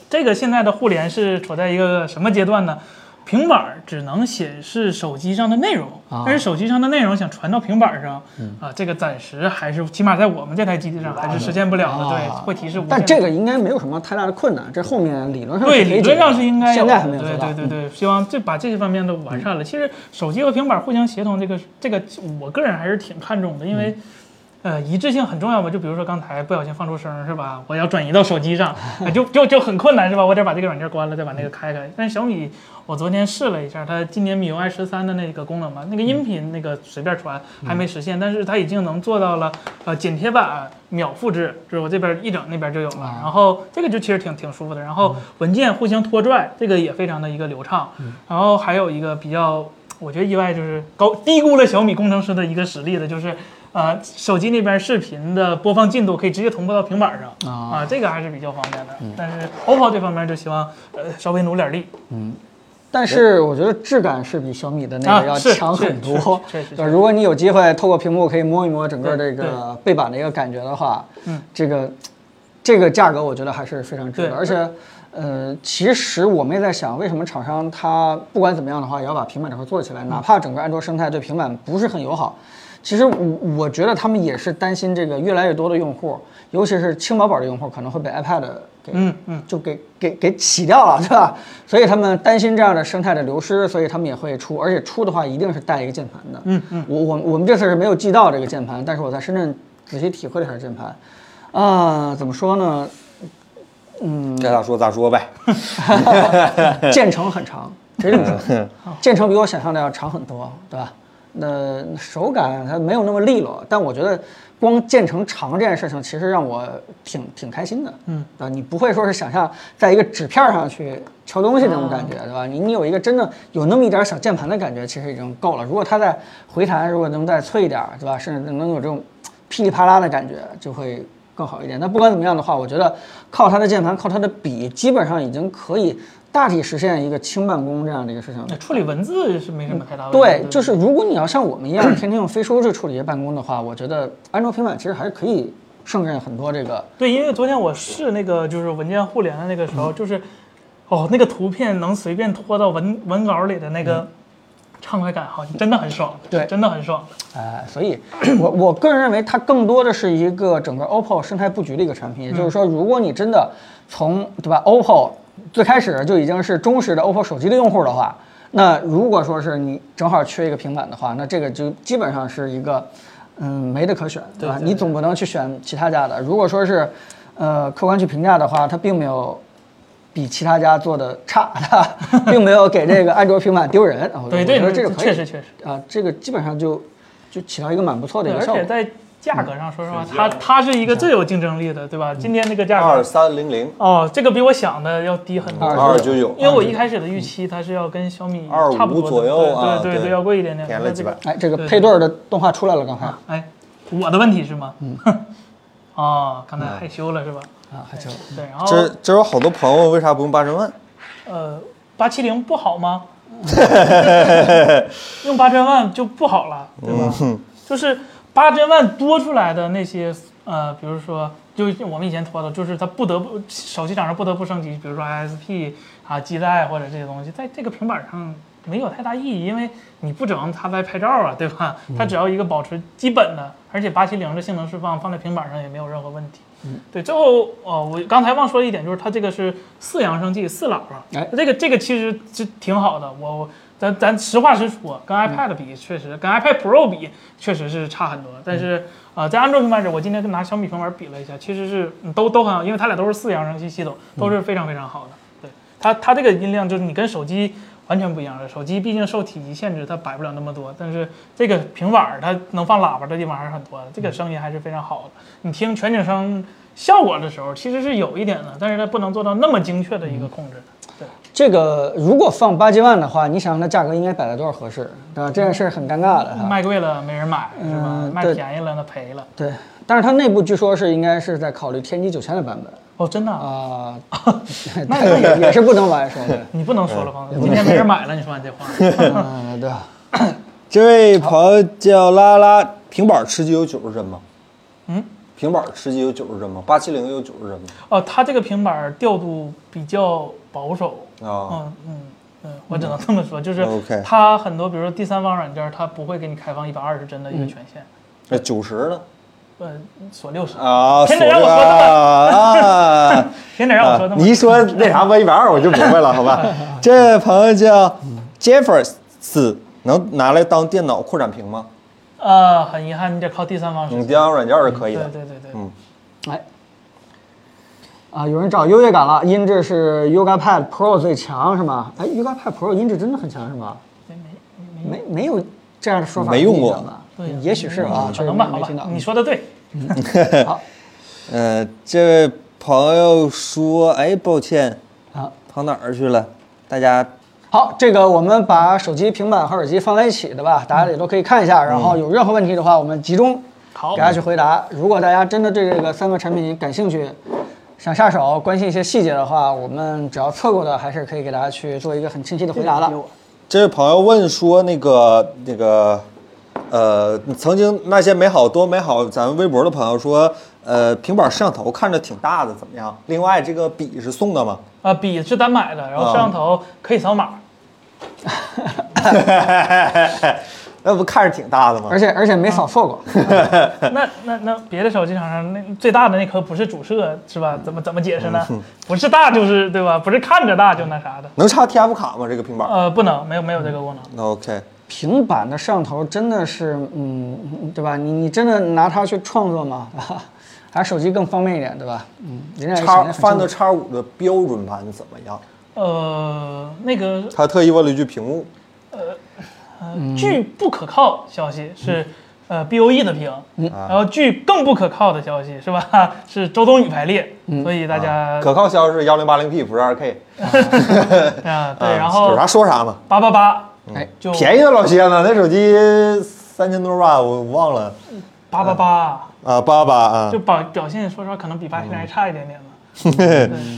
S3: 这个现在的互联是处在一个什么阶段呢？平板儿只能显示手机上的内容，
S2: 啊嗯
S3: 但是手机上的内容想传到平板儿上，啊、这个暂时还是起码在我们这台机子上还是实现不了的，对，
S2: 啊
S3: 会提示无
S2: 但
S3: 限。
S2: 这个应该没有什么太大的困难，这后面理论上是
S3: 对，
S2: 可以
S3: 理
S2: 解
S3: 论
S2: 决
S3: 上
S2: 的
S3: 是应该有
S2: 现
S3: 的
S2: 在还没有做
S3: 对
S2: 到。嗯
S3: 对对对，希望这把这些方面都完善了。其实手机和平板互相协同，这个这个我个人还是挺看重的，
S2: 嗯
S3: 因为。呃，一致性很重要嘛？就比如说刚才不小心放出声儿是吧？我要转移到手机上，啊就就就很困难是吧？我得把这个软件关了，再把那个开开。但是小米，我昨天试了一下，它今年 MIUI 十三的那个功能嘛，那个音频那个随便传还没实现，但是它已经能做到了，呃，剪贴板秒复制，就是我这边一整那边就有了。然后这个就其实挺挺舒服的。然后文件互相拖拽，这个也非常的一个流畅。然后还有一个比较，我觉得意外就是高低估了小米工程师的一个实力的，就是。呃，手机那边视频的播放进度可以直接同步到平板上
S2: 啊
S3: 啊、这个还是比较方便的。但是 OPPO 这方面就希望呃稍微努点力。
S2: 但是我觉得质感是比小米的那
S3: 哎啊
S2: 个要
S3: 是
S2: 强
S3: 是
S2: 很
S3: 是
S2: 多。
S3: 确实
S2: 对，
S3: 确实
S2: 如果你有机会透过屏幕可以摸一摸整个
S3: 对
S2: 这个背板的一个感觉的话，
S3: 嗯，
S2: 这个这个价格我觉得还是非常值得。
S3: 对
S2: 而且，呃，其实我们也在想，为什么厂商它不管怎么样的话，也要把平板这块做起来，
S3: 嗯
S2: 哪怕整个安卓生态对平板不是很友好。其实我我觉得他们也是担心这个越来越多的用户，尤其是轻薄本的用户可能会被 iPad 给
S3: 嗯嗯，
S2: 就给给给洗掉了，对吧？所以他们担心这样的生态的流失，所以他们也会出，而且出的话一定是带一个键盘的。
S3: 嗯嗯，
S2: 我我我们这次是没有寄到这个键盘，但是我在深圳仔细体会了一下键盘，啊、怎么说 呢？
S1: 该咋说咋说呗。
S2: 建程很长，这么说，建程比我想象的要长很多，对吧？那手感它没有那么利落，但我觉得光建程长这件事情，其实让我挺挺开心的，
S3: 嗯，
S2: 对吧？你不会说是想象在一个纸片上去敲东西那种感觉，对吧？你你有一个真的有那么一点小键盘的感觉，其实已经够了。如果它再回弹，如果能再脆一点，对吧？甚至能有这种噼里啪啦的感觉，就会更好一点。但不管怎么样的话，我觉得靠它的键盘，靠它的笔，基本上已经可以大体实现一个轻办公这样的一个事情了
S3: 那。处理文字是没什么太大问题。
S2: 嗯对，就是如果你要像我们一样天天用非收制处理一些办公的话，我觉得安卓平板其实还是可以胜任很多这个
S3: 对，因为昨天我试那个就是文件互联的那个时
S2: 嗯
S3: 候，就是哦，那个图片能随便拖到文文稿里的那个畅快感，好像真的很爽，
S2: 嗯对
S3: 真的很爽。
S2: 哎，所以我我个人认为它更多的是一个整个 OPPO 生态布局的一个产品，也
S3: 嗯
S2: 就是说，如果你真的从对吧 OPPO 最开始就已经是忠实的 OPPO 手机的用户的话，那如果说是你正好缺一个平板的话，那这个就基本上是一个嗯没得可选，对吧？
S3: 对对
S2: 你总不能去选其他家的。如果说是呃客观去评价的话，它并没有。比其他家做的差， 并没有给这个安卓平板丢人啊！我
S3: 对
S2: 我觉
S3: 对，
S2: 得这个可以，
S3: 确实确实。
S2: 啊，这个基本上就就起到一个蛮不错的一
S3: 对，
S2: 个
S3: 而
S2: 效果嗯
S3: 且。在价格上，说实话，
S4: 是这
S3: 它
S4: 样
S3: 它是一个最有竞争力的，
S2: 嗯
S3: 对吧？今天那个价
S1: 二
S3: 格，
S1: 三零零
S3: 哦，这个比我想的要低很多。
S2: 二嗯
S1: 二九九，
S3: 因为我一开始的预期它是要跟小米
S1: 25
S3: 差不多的
S1: 左右啊
S3: 对对
S1: 对
S3: 要贵一点点，
S1: 便宜了几百。
S2: 哎，这个
S3: 对对
S2: 配对儿的动画出来了，刚才
S3: 啊，哎，我的问题是吗？嗯。 哦，刚才害羞了是吧？
S2: 啊，还行。
S3: 对，然后
S1: 这这有好多朋友为啥不用八千万？
S3: 呃，八七零不好吗？用八千万就不好了，对吧？就是八千万多出来的那些，呃，比如说，就我们以前拖的，就是它不得不手机厂商不得不升级，比如说 ISP 啊、基带或者这些东西，在这个平板上没有太大意义，因为你不指望它来拍照啊，对吧？它只要一个保持基本的，而且八七零的性能释放放在平板上也没有任何问题。对，最后呃，我刚才忘说一点，就是它这个是四扬声器，四喇叭。
S2: 哎
S3: 这个这个其实是挺好的。我我咱咱实话实说，跟 iPad 比，确实跟 iPad Pro 比，确实是差很多。但是呃，在安卓平板上，我今天跟拿小米平板比了一下，其实是嗯都都很好，因为它俩都是四扬声器系统，都是非常非常好的。对它它这个音量就是你跟手机。完全不一样了。手机毕竟受体积限制，它摆不了那么多，但是这个平板儿它能放喇叭的地方还是很多的，这个声音还是非常好的。你听全景声效果的时候，其实是有一点的，但是它不能做到那么精确的一个控制。
S2: 这个如果放八千万的话，你想想它价格应该摆在多少合适，对吧？这件事儿很尴尬的哈。
S3: 卖贵了没人买是吧
S2: 啊嗯？
S3: 卖
S2: 对
S3: 便宜了那赔了。
S2: 对，但是它内部据说是应该是在考虑天玑九千的版本
S3: 哦，真的啊，
S2: 啊， 那也也是不能完说 的。
S3: 你不能说了，方子，今天没人买了，你说完这话。
S2: 嗯，对，
S1: 这位朋友叫拉拉，平板吃鸡有九十帧吗？
S3: 嗯，
S1: 平板吃鸡有九十帧吗？八七零有九十帧吗？
S3: 哦，它这个平板儿调度比较保守，
S2: 哦
S1: 啊，
S3: 嗯嗯嗯，我只能这么说，就是
S1: OK
S3: 它很多，比如说第三方软件儿，它不会给你开放一百二十帧的一个权限，
S1: 那九十呢？
S2: 嗯
S3: 呃，锁六十，
S1: 啊，
S3: 偏
S1: 锁
S3: 得让
S1: 着
S3: 我说这
S1: 啊啊！
S3: 偏得 让我说这么
S1: 你一说那啥我一百二，我就明白了，好 吧？这位朋友叫 Jeffers，能拿来当电脑扩展屏吗？
S3: 呃，很遗憾，你得靠第三方实
S1: 嗯，
S3: 现。
S1: 电脑软件是可以
S3: 对
S1: 的。
S3: 对对对，
S1: 嗯
S2: 哎，啊，有人找优越感了，音质是 Yoga Pad Pro 最强是吗？哎，Yoga Pad Pro 音质真的很强是吗？
S3: 没没
S2: 没没有这样的说法，
S1: 没用过
S2: 吧？
S3: 对呀
S2: 也许是啊，
S3: 可
S2: 确实
S3: 能吧，好
S2: 没听到嗯
S3: 吧。，你说的对，
S2: 好
S3: 嗯
S1: 呃，这位朋友说，哎，抱歉，
S2: 好。
S1: 跑哪儿去了？大家
S2: 啊好，这个我们把手机、平板和耳机放在一起，对吧？
S3: 嗯
S2: 大家也都可以看一下，然后有任何问题的话，我们集中
S3: 好
S2: 给，大家去回答。如果大家真的对这个三个产品感兴趣，想下手关心一些细节的话，我们只要测过的，还是可以给大家去做一个很清晰的回答的。
S1: 这位朋友问说，那个那个，呃，曾经那些美好多美好，咱们微博的朋友说，呃，平板摄像头看着挺大的，怎么样？另外，这个笔是送的 吗？
S3: 啊，笔是单买的，然后
S1: 啊
S2: 嗯
S3: 摄像头可以扫码，
S1: 那不看着挺大的吗
S2: 而？且而且
S3: 嗯
S2: 没扫错过，
S3: 那那那别的手机厂商那最大的那颗不是主摄是吧？怎么怎么解释呢？
S1: 嗯
S3: 不是大就是对吧？不是看着大就那啥的，
S1: 能插 TF 卡吗？这个平板？
S3: 呃，不能，没有没有这个功能。
S1: 那 OK，
S2: 平板的摄像头真的是，嗯，对吧？你你真的拿它去创作吗？ 还是手机更方便一点，对吧？嗯，人家也
S1: 叉
S2: 想得很清楚
S1: Find X5 的标准版怎么样？
S3: 呃，那个呃
S1: 他特意问了一句屏幕，
S3: 据不可靠消息是，呃，BOE 的屏，然后据更不可靠的消息是吧？ 是周冬雨排列，所以大家
S1: 可靠消息是幺零八零 P 不是二 K，
S3: 啊对，然
S1: 有
S3: 后
S1: 啥说啥嘛，
S3: 八八八
S2: 哎，
S3: 就
S1: 便宜了老些呢，那手机三千多吧，我忘了
S3: 八八八，
S1: 啊，八八啊
S3: 就，表表现说实话可能比八现在还差一点点吧。
S1: 嗯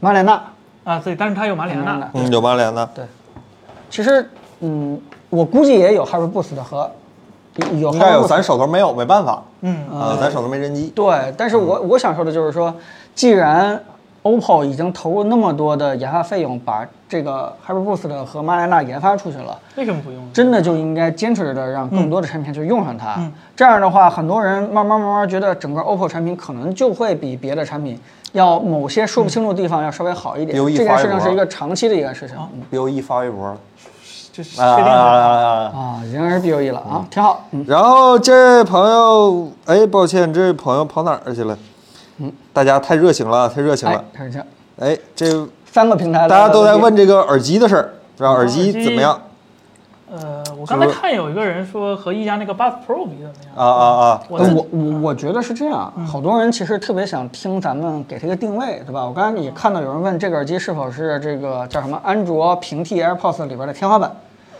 S2: 马里娜，
S3: 啊，对，但是它有马里亚纳，
S1: 嗯，九八零的，
S2: 对，其实，嗯，我估计也有 Hyperboost 的和有
S1: 应该有，
S2: Hyperboost
S1: 咱手头没有，没办法
S3: 嗯，
S1: 啊，咱手头没真机，
S2: 对，但是我
S1: 嗯
S2: 我想说的就是说，既然 OPPO 已经投入那么多的研发费用，把这个 Hyperboost 的和马里纳研发出去了。
S3: 为什么不用？
S2: 真的就应该坚持着让更多的产品去用上它。
S3: 嗯
S2: 这样的话，很多人慢慢慢慢觉得整个 OPPO 产品可能就会比别的产品要某些说不清楚的地方要稍微好一点。
S1: 优异
S2: 这件
S1: 发一哦
S2: 事情
S1: 波
S2: 是一个长期的一个事情。
S1: 标一 E 发微博了
S3: 就是
S1: 啊
S3: 确定
S1: 啊啊
S3: 了。
S1: 啊啊！
S2: 啊，仍然是 BOE 了啊，挺好。嗯，
S1: 然后这位朋友，哎，抱歉，这位朋友跑哪儿去了？嗯，大家太热情了，啊太热情
S2: 哎
S1: 了。，
S2: 开始这样
S1: 哎，这
S2: 三个平台
S1: 大
S2: 来
S1: 家
S2: 哦了
S1: 都在
S2: 问题
S1: 问这个耳机的事儿，不知道耳机怎么样？
S3: 呃，我刚才看有一个人说和一加那个 Buds Pro 比怎么样？
S1: 啊啊啊！
S3: 我
S2: 呃我我我觉得是这样，
S1: 嗯
S2: 好多人其实特别想听咱们给它一个定位，对吧？我刚才也看到有人问这个耳机是否是这个叫什么安卓平替 AirPods 里边的天花板。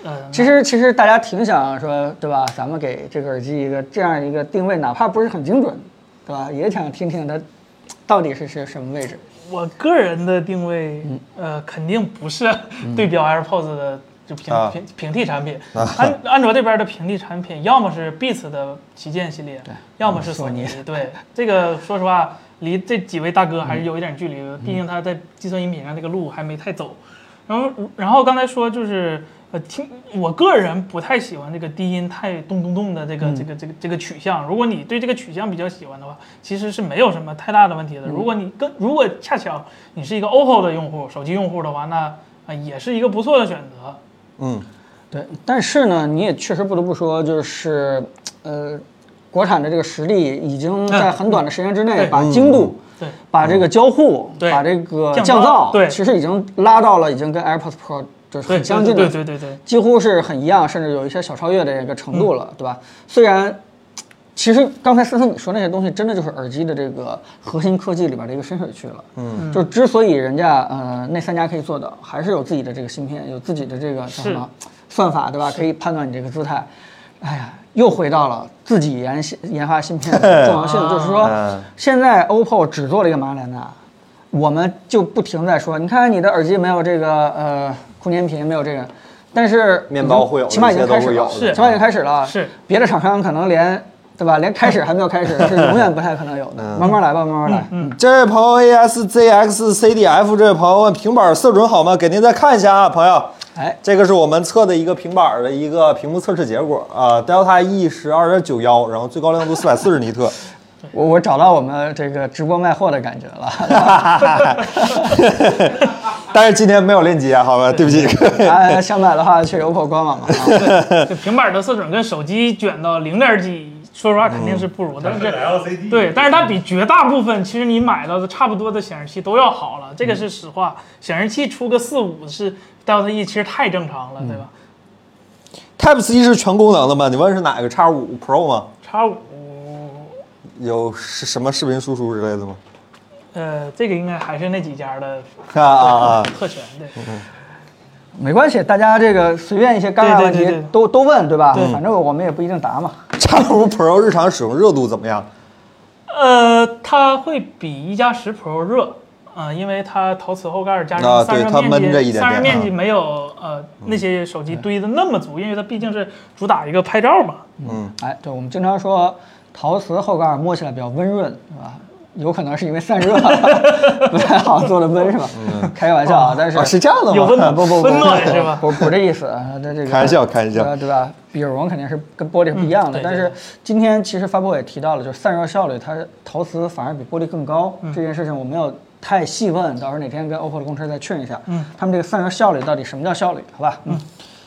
S3: 呃，
S2: 其实其实大家挺想说，对吧？咱们给这个耳机一个这样一个定位，哪怕不是很精准，对吧？也想听听它到底是是什么位置。
S3: 我个人的定位，
S1: 嗯
S3: 呃，肯定不是对标 AirPods 的就平
S1: 啊
S3: 平平替产品。安安卓这边的平替产品，要么是 Beats 的旗舰系列，要
S1: 啊
S3: 么是索尼。对，这个说实话，离这几位大哥还
S1: 嗯
S3: 是有一点距离的，毕竟他在计算音频上这个路还没太走。然后，然后刚才说就是，呃，听我个人不太喜欢这个低音太咚咚咚的这个、
S2: 嗯
S3: 这个这个这个取向。如果你对这个取向比较喜欢的话，其实是没有什么太大的问题的。
S2: 嗯
S3: 如果你跟如果恰巧你是一个 OPPO 的用户，手机用户的话，那啊、呃也是一个不错的选择。
S1: 嗯，
S2: 对，但是呢，你也确实不得不说，就是呃，国产的这个实力已经在很短的时间之内
S3: 对嗯
S2: 把精度、
S3: 对，
S2: 把这个交互、
S3: 对
S2: 把这个
S3: 降噪
S2: 降噪，
S3: 对
S2: 其实已经拉到了已经跟 AirPods Pro 就是
S3: 对，
S2: 很相近的
S3: 对对对对，
S2: 几乎是很一样，甚至有一些小超越的一个程度了，对吧？虽然，其实刚才思思你说那些东西，真的就是耳机的这个核心科技里边的一个深水区了。嗯，就之所以人家呃那三家可以做到，还是有自己的这个芯片，有自己的这个叫什么算法，对吧？可以判断你这个姿态。哎呀，又回到了自己研研发芯片 的重要性，就是说，
S1: 嗯
S2: 现在 OPPO 只做了一个马里兰纳，我们就不停在说，你看你的耳机没有这个呃空间屏，没有这个，但是
S1: 面包会有
S2: 起码已
S1: 这
S2: 经
S1: 些都
S2: 开始
S1: 会有
S2: 了，
S1: 的
S3: 是
S2: 起码已经开始了，
S3: 是
S2: 别的厂商可能连对吧，连开始还没有 开始，是永远不太可能有的，慢慢来吧，慢慢来，嗯，
S1: 这位朋友 A S Z X C D F 这位朋友问平板色准好吗？给您再看一下啊，朋友。
S2: 哎，
S1: 这个是我们测的一个平板儿的一个屏幕测试结果啊、d e l t a E 十二点九幺，然后最高亮度四百四十尼特，
S2: 我我找到我们这个直播卖货的感 觉了。
S1: 但是今天没有链接，好吧，对不起。
S2: 啊，想买的话去 OPPO 官网嘛。啊
S3: 这平板的色准跟手机卷到零点几，说实话肯定是不如，但
S4: 这
S3: 是
S4: LCD
S3: 对，但是它比绝大部分其实你买到的差不多的显示器都要好了，这个是实话。显示器出个四五是 Delta E，其实太正常了，对吧
S1: Type C 是全功能的吗？你问是哪个 x 五 Pro 吗？
S3: ？X 五，
S1: 有是什么视频输出之类的吗？
S3: 呃，这个应该还是那几家的
S1: 啊啊啊！
S3: 特权，对，
S2: 没关系，大家这个随便一些尴尬问
S3: 对对对
S2: 题
S3: 对
S2: 都都问，对吧？反正我们也不一定答嘛。
S1: x 五 Pro 日常使用热度怎么样？
S3: 呃，它会比一加十 Pro 热。啊、因为它陶瓷后盖儿加
S1: 啊
S3: 上散
S1: 对
S3: 热
S1: 它
S3: 面积，
S1: 闷着一点
S3: 散
S1: 点
S3: 热面
S1: 啊嗯
S3: 积没有呃那些手机堆的那么足，因为它毕竟是主打一个拍照嘛。
S2: 哎，对，我们经常说陶瓷后盖儿摸起来比较温润，是吧？有可能是因为散热 不太好做的温是吧？
S3: 嗯
S2: 开个玩笑啊，
S3: 哦
S2: 但
S1: 啊，
S2: 是
S1: 是这样的吗？
S3: 有温
S2: 啊不不不
S3: 温暖是吧
S2: 不不这意思啊，这这个
S1: 开玩笑开玩笑
S2: 呃对吧？比绒肯定是跟玻璃是不一样的，
S3: 嗯对
S2: 但是
S3: 对
S2: 今天其实发布会也提到了，就是散热效率，它陶瓷反而比玻璃更高、
S3: 嗯
S2: 这件事情，我没有太细问，到时候哪天跟 OPPO 的工程师再确认一下，嗯，他们这个散热效率到底什么叫效率，好吧？嗯，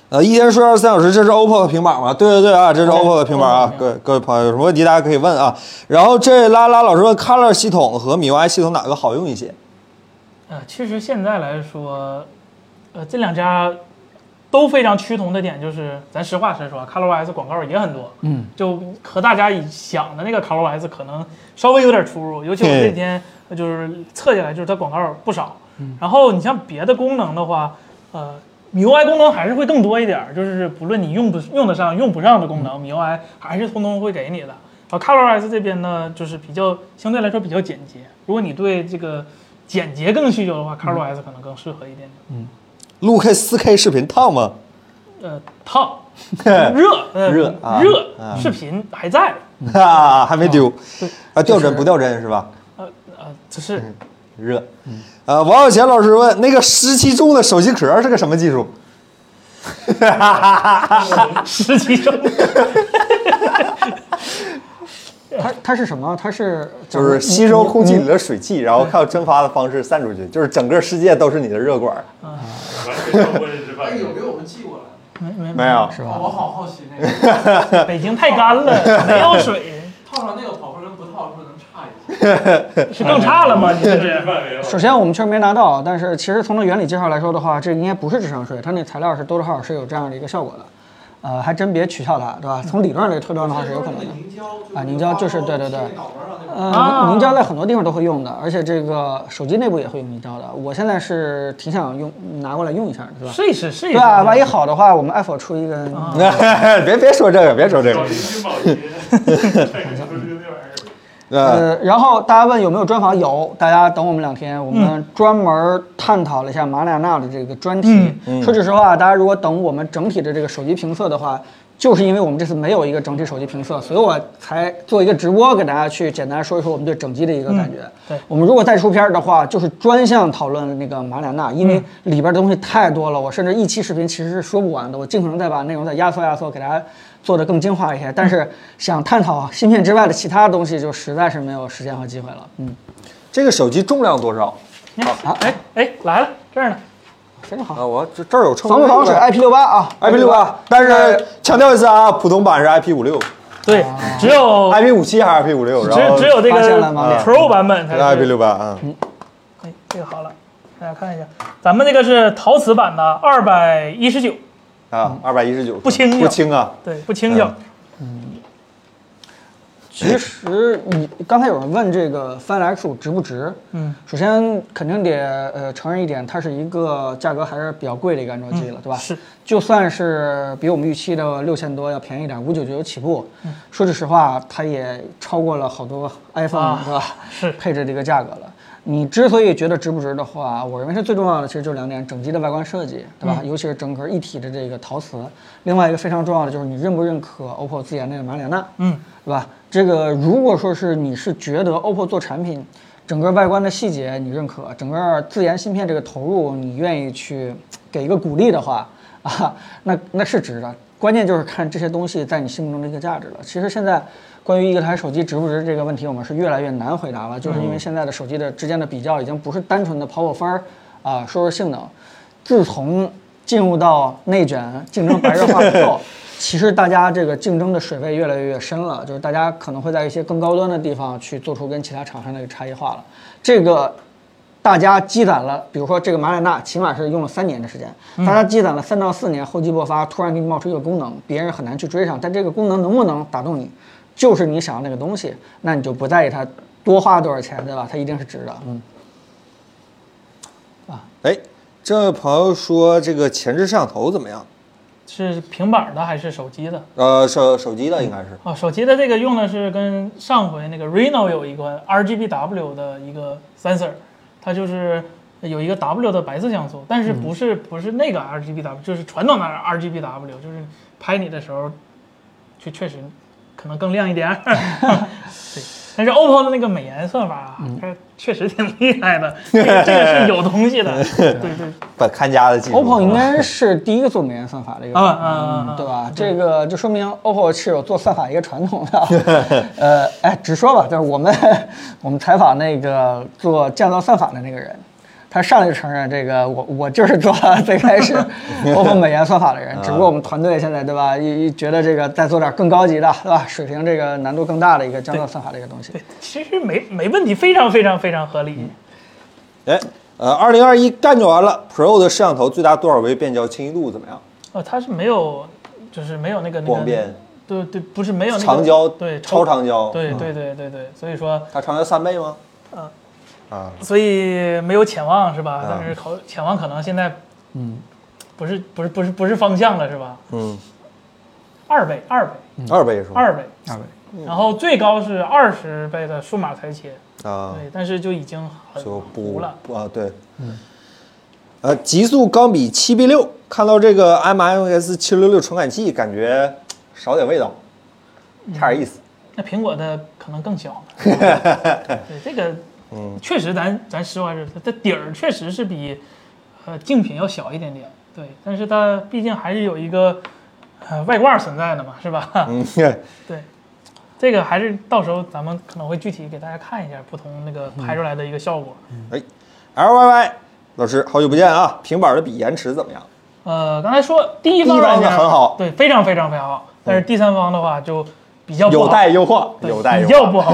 S1: 呃，一天睡二十四小时，这是 OPPO 的平板吗？对对对啊，这是
S3: 对
S1: OPPO 的平板啊
S3: OPPO 的平板，
S1: 各位各位朋友有什么问题大家可以问啊。然后这拉拉老师问，Color 系统和 MIUI 系统哪个好用一些？
S3: 呃，其实现在来说，呃，这两家都非常趋同的点就是，咱实话实说啊，ColorOS 广告也很多，嗯，就和大家以想的那个 ColorOS 可能稍微有点出入，尤其我
S1: 对
S3: 这几天呃就是测下来，就是它广告不少。然后你像别的功能的话，呃。MIUI 功能还是会更多一点儿，就是不论你用不用得上、用不上的功能、MIUI 还是通通会给你的。然后 ColorOS 这边呢，就是比较相对来说比较简洁。如果你对这个简洁更需求
S2: 嗯
S3: 的话，ColorOS 可能更适合一点点。
S1: 录 K 四 K 视频烫吗？
S3: 呃，烫、 热、呃
S1: 热啊
S3: 热，
S2: 嗯
S1: 啊
S3: 视频还在，
S1: 哈，还没丢。
S3: 嗯
S1: 啊，掉帧不掉帧是吧？
S3: 呃呃，
S2: 嗯
S3: 只是
S1: 热。
S3: 嗯
S1: 呃，王小贤老师问，那个湿气重的手机壳是个什么技术？
S3: 实 际上
S2: 嗯它它是什么？它是
S1: 就是吸收空气里的水汽，然后靠蒸发的方式散出去，就是整个世界都是你的热管。
S4: 完全超过认知范
S5: 哎，有
S4: 围
S5: 给。我们寄过来？
S3: 没没
S1: 没有，
S2: 是
S5: 我
S2: 吧？
S5: 好好奇那个，
S3: 北京太干了，没有水，
S5: 套上那个跑步跟不套是不是能差一些？
S3: 是更差了吗？你这
S4: 认知
S3: 是
S4: 范围了
S2: 首先，我们确实没拿到，但是其实从它原理介绍来说的话，这应该不是智商税，它那材料是多多少少是有这样的一个效果的，呃，还真别取笑它，对吧？从理论来推断的话是有可能的。
S5: 凝胶就是
S2: 啊凝胶就是对对对
S5: 贴脑门上那
S4: 哦
S5: 个
S2: 呃，
S3: 啊
S2: 凝胶在很多地方都会用的，而且这个手机内部也会用凝胶的。我现在是挺想用拿过来用一下的，对吧？
S3: 试一试试一
S2: 对
S3: 试。
S2: 啊，万一好的话，我们 Apple 出一个，
S1: 哦 别别说这个，别说这
S4: 找
S1: 个
S4: 林。君宝爷，看你说这个那玩意儿。
S1: 呃，
S2: 呃，然后大家问有没有专访？有，大家等我们两天，我们专门探讨了一下马里亚纳的这个专题。说句实话，大家如果等我们整体的这个手机评测的话，就是因为我们这次没有一个整体手机评测，所以我才做一个直播给大家去简单说一说我们对整机的一个感觉。
S3: 对
S2: 我们如果再出片儿的话，就是专项讨论那个马里亚纳，因为里边儿的东西太多了，我甚至一期视频其实是说不完的，我尽可能再把内容再压缩压缩，给大家做的更精化一些。但是想探讨芯片之外的其他东西，就实在是没有时间和机会了。嗯，
S1: 这个手机重量多少？
S3: 你看，
S2: 啊
S3: 哎哎，来了，这儿呢。
S2: 非常好。
S1: 啊，我这这儿有称
S2: 防不防水
S1: 哎
S2: ？IP 六八啊
S1: IP 六八，嗯但是强调一次啊，普通版是 IP 五六
S2: 啊
S3: 对，只有
S1: ，IP 五七还是 IP 五六，
S3: 只
S1: 然
S3: 有
S1: 后
S3: 只有这
S2: 发现
S3: 个
S2: 了吗
S1: 啊
S3: Pro 版本才
S1: IP
S3: 是。
S1: 六八，嗯，
S3: 哎，这个好了。大家看一下，咱们这个是陶瓷版的，二百一十九，
S1: 啊，二百一十九，
S3: 不轻
S1: 不轻啊，
S3: 对，不轻巧。
S2: 嗯其实你刚才有人问这个翻来数值不值？
S3: 嗯，
S2: 首先肯定得呃承认一点，它是一个价格还是比较贵的一个安卓机了，对吧？
S3: 是，
S2: 就算是比我们预期的六千多要便宜一点，五九九起步，说句实话，它也超过了好多 iPhone、
S3: 啊
S2: 是吧？
S3: 是
S2: 配置这个价格了。你之所以觉得值不值的话，我认为是最重要的，其实就两点：整机的外观设计，对吧？尤其是整个一体的这个陶瓷。另外一个非常重要的就是你认不认可 OPPO 自研的马里亚纳，
S3: 嗯，
S2: 对吧？这个如果说是你是觉得 OPPO 做产品，整个外观的细节你认可，整个自研芯片这个投入你愿意去给一个鼓励的话，啊，那那是值的。关键就是看这些东西在你心目中的一个价值了。其实现在关于一台手机值不值这个问题，我们是越来越难回答了，就是因为现在的手机的之间的比较已经不是单纯的跑跑分儿啊、说说性能。自从进入到内卷、竞争白热化之后，其实大家这个竞争的水位越来越深了，就是大家可能会在一些更高端的地方去做出跟其他厂商的一个差异化了。这个大家积攒了，比如说这个马里纳，起码是用了三年的时间，大家积攒了三到四年，厚积薄发，突然给你冒出一个功能，别人很难去追上。但这个功能能不能打动你，就是你想要那个东西，那你就不在意它多花多少钱，对吧？它一定是值的。嗯，
S1: 哎，这位朋友说这个前置摄像头怎么样？
S3: 是平板的还是手机的？
S1: 呃，手手机的应该是，
S3: 啊，手机的这个用的是跟上回那个 Reno 有一个 RGBW 的一个 sensor，它就是有一个 W 的白色像素，但是
S2: 嗯
S3: 不是、不是那个 RGBW，就是传统的 RGBW，就是拍你的时候，确确实可能更亮一点儿。 对，但是 OPPO 的那个美颜算法啊，
S2: 嗯
S3: 它确实挺厉害的，这个这个是有东 西的。对对，
S1: 本看家的技术。
S2: OPPO 应该是第一个做美颜算法的一个，
S3: 啊啊啊啊
S2: 嗯对吧？这个就说明 OPPO 是有做算法一个传统的。呃，哎，直说吧，就是我们我们采访那个做降噪算法的那个人，他上来就承认这个我我就是做了最开始 OPPO 美颜算法的人，只不过我们团队现在对吧，一一觉得这个再做点更高级的，对吧？水平这个难度更大的一个降噪算法的一个东西。
S3: 其实没没问题，非常非常非常合
S2: 嗯
S3: 理。
S1: 哎，呃，二零二一干就完了。Pro 的摄像头最大多少维变焦清晰度怎么样？
S3: 哦，它是没有，就是没有那个那个
S1: 光变、
S3: 对对，不是没有那个
S1: 长焦、
S3: 对
S1: 超长焦，
S3: 对
S1: 嗯，
S3: 对对对对，所以说
S1: 它长焦三倍吗？
S3: 嗯
S1: 啊，
S3: 所以没有潜望是吧？
S1: 啊
S3: 但是考潜望可能现在嗯，不是不是不是不是方向了是吧？
S1: 嗯，
S3: 二倍二倍
S1: 二倍是吗？
S3: 嗯二倍，
S2: 二位，
S3: 然后最高是二十倍的数码裁切，
S1: 啊，
S3: 对，但是就已经很
S1: 就
S3: 糊
S1: 不
S3: 了。
S1: 不啊，对，嗯，呃，极速钢笔七 B 六，看到这个 MIS 七六六传感器，感觉少点味道，差点意思。
S3: 那苹果的可能更 小了。对这个，
S1: 嗯
S3: 确实咱咱实话实说，它底儿确实是比呃竞品要小一点点，对，但是它毕竟还是有一个呃外挂存在的嘛，是吧？
S1: 嗯，
S3: 对，这个还是到时候咱们可能会具体给大家看一下不同那个
S1: 嗯
S3: 拍出来的一个效果。
S1: 哎，LYY 老师，好久不见啊！平板的笔延迟怎么样？
S3: 呃，刚才说第一方
S1: 第一方
S3: 软
S1: 的
S3: 件
S1: 很好嗯
S3: 对，非常非常非常好，但是第三方的话就比较不好
S1: 有待优化，
S3: 对
S1: 有待优
S3: 比
S1: 化。
S3: 较 不好。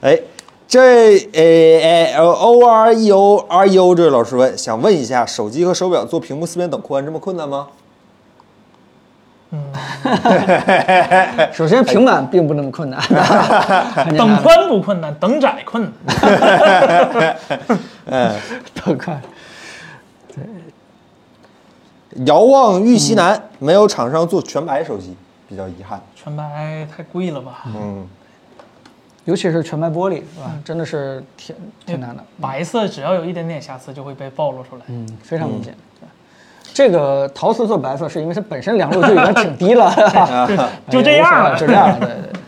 S1: 哎，这诶诶 O R E O R E O 这位老师问，想问一下，手机和手表做屏幕四边等宽这么困难吗？
S2: 首先平板并不那么困难，很简单
S3: 等宽不困难，等窄困难。
S2: 等宽。
S1: 遥望玉溪
S3: 嗯
S1: 南、没有厂商做全白手机，比较遗憾。
S3: 纯白太贵了吧？
S1: 嗯，
S2: 尤其是全白玻璃，是吧？真的是挺挺难的，
S3: 白色只要有一点点瑕疵就会被暴露出来。
S2: 嗯，非常明显。对，这个陶瓷做白色是因为它本身亮度就已经挺低 了，哎是吧
S3: 啊就这样了
S2: 就这样了，对对对。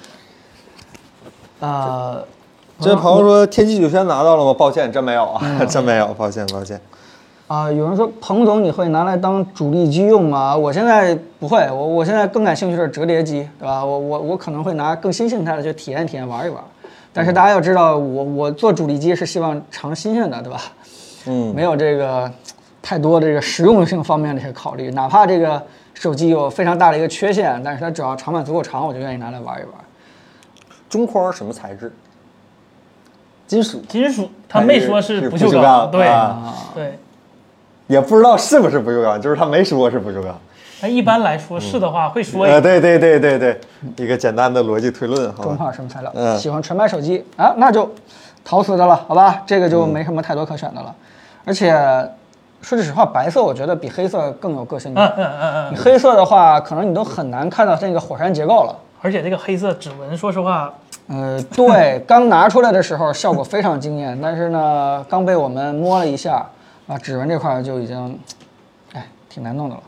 S2: 呃，
S3: 啊
S1: 这位朋友说天玑九千拿到了吗？抱歉，真没有
S3: 嗯
S1: 啊， 真没有，抱歉，抱歉。
S2: 啊、有人说彭总你会拿来当主力机用吗？我现在不会，我我现在更感兴趣的是折叠机，对吧？我我我可能会拿更新形态的去体验体验玩一玩。但是
S3: 嗯
S2: 大家要知道，我我做主力机是希望尝新鲜的，对吧？
S1: 嗯，
S2: 没有这个太多这个实用性方面的一些考虑。哪怕这个手机有非常大的一个缺陷，但是它只要长板足够长，我就愿意拿来玩一玩。
S1: 中框什么材质？金属，
S3: 金属它没说
S1: 是
S3: 不锈
S1: 不锈钢
S3: 对、
S1: 啊
S3: 对，
S1: 也不知道是不是不锈钢，就是他没说是不锈钢。
S3: 那一般来说是的话会说一
S1: 嗯呃，
S3: 个，
S1: 对对对对对，一个简单的逻辑推论，好
S2: 中
S1: 吧？
S2: 化什么材料？
S1: 嗯
S2: 喜欢纯白手机啊，那就陶瓷的了，好吧？这个就没什么太多可选的了。而且说句实话，白色我觉得比黑色更有个性一
S3: 嗯
S2: 点。
S3: 嗯嗯
S2: 你
S3: 嗯，
S2: 黑色的话，可能你都很难看到那个火山结构了。
S3: 而且这个黑色指纹，说实话，
S2: 呃，对，刚拿出来的时候效果非常惊艳，但是呢，刚被我们摸了一下，啊，指纹这块儿就已经，哎，挺难弄的了。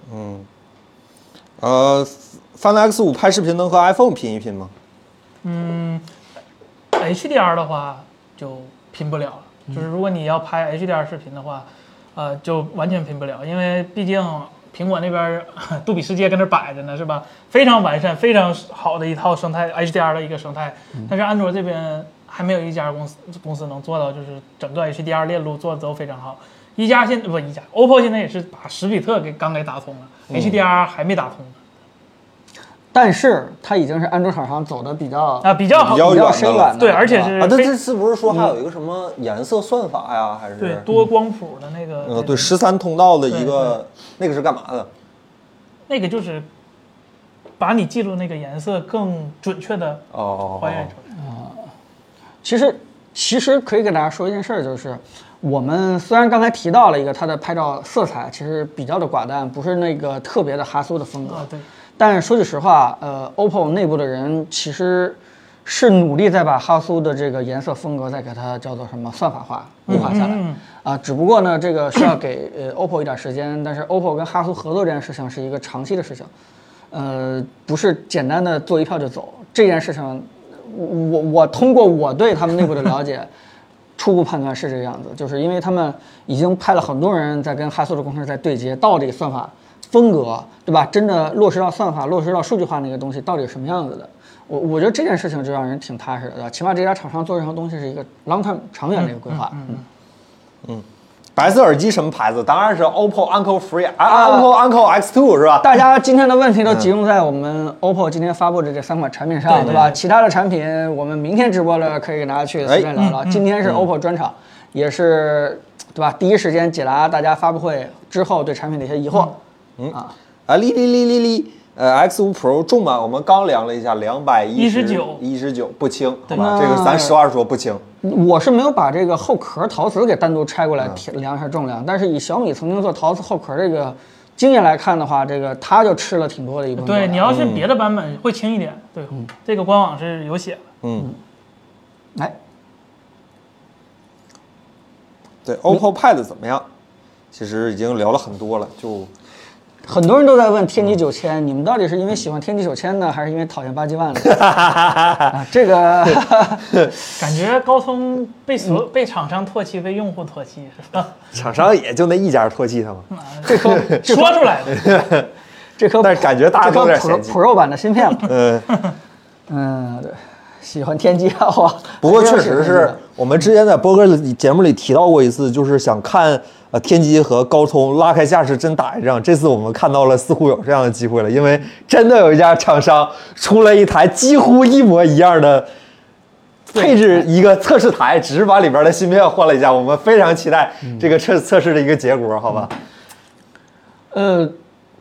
S1: 呃，Find X 五拍视频能和 iPhone 拼一拼吗？
S3: 嗯，HDR 的话就拼不了了。就是如果你要拍 HDR 视频的话，呃，就完全拼不了，因为毕竟苹果那边儿 杜比世界跟那儿摆着呢，是吧？非常完善、非常好的一套生态 HDR 的一个生态，但是安卓这边还没有一家公司公司能做到，就是整个 HDR 链路做的都非常好。一加现不一加，OPPO 现在也是把十比特给刚给打通了、h d r 还没打通呢
S2: 但是它已经是安卓厂商走的比较
S3: 啊，比较好，
S1: 比较
S2: 比较
S1: 远
S2: 深
S1: 的了
S2: 远的，
S3: 对，而且是
S1: 啊，但
S3: 非嗯
S1: 这是不是说还有一个什么颜色算法呀？还是
S3: 对多光谱的那个，
S1: 呃，对，十三通道的一个，那个是干嘛的？
S3: 那个就是把你记录那个颜色更准确的
S1: 哦哦，
S3: 还原出来。
S2: 其实其实可以给大家说一件事儿，就是我们虽然刚才提到了一个它的拍照色彩其实比较的寡淡，不是那个特别的哈苏的风格，
S3: 啊，对，
S2: 但说句实话，呃，OPPO 内部的人其实是努力在把哈苏的这个颜色风格再给它叫做什么算法化、物化下来。
S3: 嗯嗯
S2: 啊，只不过呢，这个需要给呃 OPPO 一点时间，但是 OPPO 跟哈苏合作这件事情是一个长期的事情，呃，不是简单的做一票就走这件事情。我我我通过我对他们内部的了解，初步判断是这个样子，就是因为他们已经派了很多人在跟哈苏的工程师在对接，到底算法风格对吧？真的落实到算法、落实到数据化那个东西到底是什么样子的？我我觉得这件事情就让人挺踏实的，对吧起码这家厂商做任何东西是一个 long term 长远的一个规划。嗯
S1: 白色耳机什么牌子？当然是 OPPO Uncle Free 啊，OPPO Uncle X Two 是吧？
S2: 大家今天的问题
S3: 嗯
S2: 都集中在我们 OPPO 今天发布的这三款产品上，对吧？其他的产品我们明天直播了，可以给大家
S3: 哎
S2: 去随便聊聊。
S3: 嗯
S2: 今天是 OPPO 专场，也是对吧？第一时间解答大家发布会之后对产品的一些疑惑。
S1: 啊，哩哩哩哩哩，呃，X 五 Pro 重吗？我们刚量了一下，两百
S3: 19
S1: 一十九啊不轻，好
S3: 对
S1: 吧？这个咱实话说不轻。
S3: 嗯
S2: 我是没有把这个后壳陶瓷给单独拆过来贴量一下重量，但是以小米曾经做陶瓷后壳这个经验来看的话，这个它就吃了挺多的一部分重
S3: 对
S2: 量。
S3: 你要是
S1: 嗯
S3: 别的版本会轻一点，对，这个官网是有写的。
S1: 嗯，
S2: 哎，
S1: 对，OPPO Pad 怎么样？其实已经聊了很多了，就
S2: 很多人都在问天玑九千，你们到底是因为喜欢天玑九千呢，还是因为讨厌八 G 万呢？ 啊，这个
S3: 感觉高通被
S1: 嗯
S3: 所被厂商唾弃，被用户唾弃，是吧？
S1: 厂商也就那一家唾弃他们，
S2: 这颗
S3: 说出来的，
S2: 这颗
S1: 但是感觉大家
S2: 这
S1: 都有
S2: 颗
S1: 点嫌
S2: Pro
S1: 弃。
S2: Pro 版的芯片嘛，
S1: 嗯，
S2: 嗯，对，喜欢天玑啊，哇，
S1: 不过
S2: 还真
S1: 确实
S2: 喜欢天玑
S1: 是我们之前在波哥的节目里提到过一次，就是想看呃天玑和高通拉开架势真打一仗。这次我们看到了，似乎有这样的机会了，因为真的有一家厂商出了一台几乎一模一样的配置，一个测试台，只是把里边的芯片换了一下。我们非常期待这个测测试的一个结果，好吧？
S2: 呃，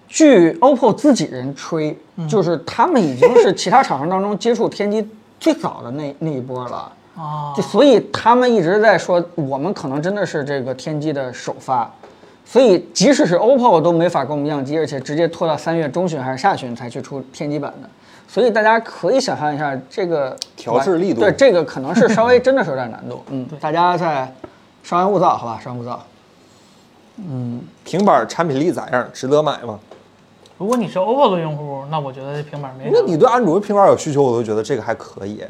S2: 据 OPPO 自己人吹，
S1: 嗯
S2: 就是他们已经是其他厂商当中接触天玑最早的那那一波了。
S3: 啊
S2: 就，所以他们一直在说，我们可能真的是这个天玑的首发，所以即使是 OPPO 都没法跟我们样机，而且直接拖到三月中旬还是下旬才去出天玑版的。所以大家可以想象一下，这个
S1: 调试力度
S2: 对这个可能是稍微真的是有点难度。嗯，大家再稍安勿躁，好吧，稍安勿躁。
S1: 平板产品力咋样？值得买吗？
S3: 如果你是 OPPO 的用户，那我觉得这平板没啥
S1: 那。你对安卓平板有需求，我都觉得这个还可以。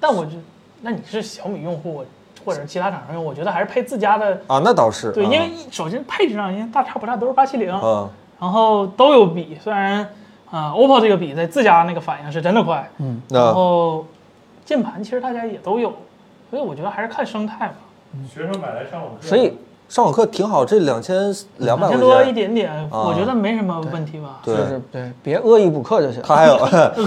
S3: 但我就，那你是小米用户或者是其他厂商用户，我觉得还是配自家的。
S1: 啊，那倒是。
S3: 对，
S1: 啊
S3: 因为首先配置上，人家大差不差，都是八七零。
S1: 嗯。
S3: 然后都有笔，虽然啊、o p p o 这个笔在自家那个反应是真的快，嗯，
S1: 那
S3: 然后键盘其实大家也都有，所以我觉得还是看生态吧，
S4: 学生买来上网课，
S2: 所以
S1: 上网课挺好，这两千两百块
S3: 两千多一
S1: 钱，
S3: 点点，我觉得没什么问题吧。
S2: 就
S1: 啊对
S2: 是对， 别恶意补课就行。
S1: 它还有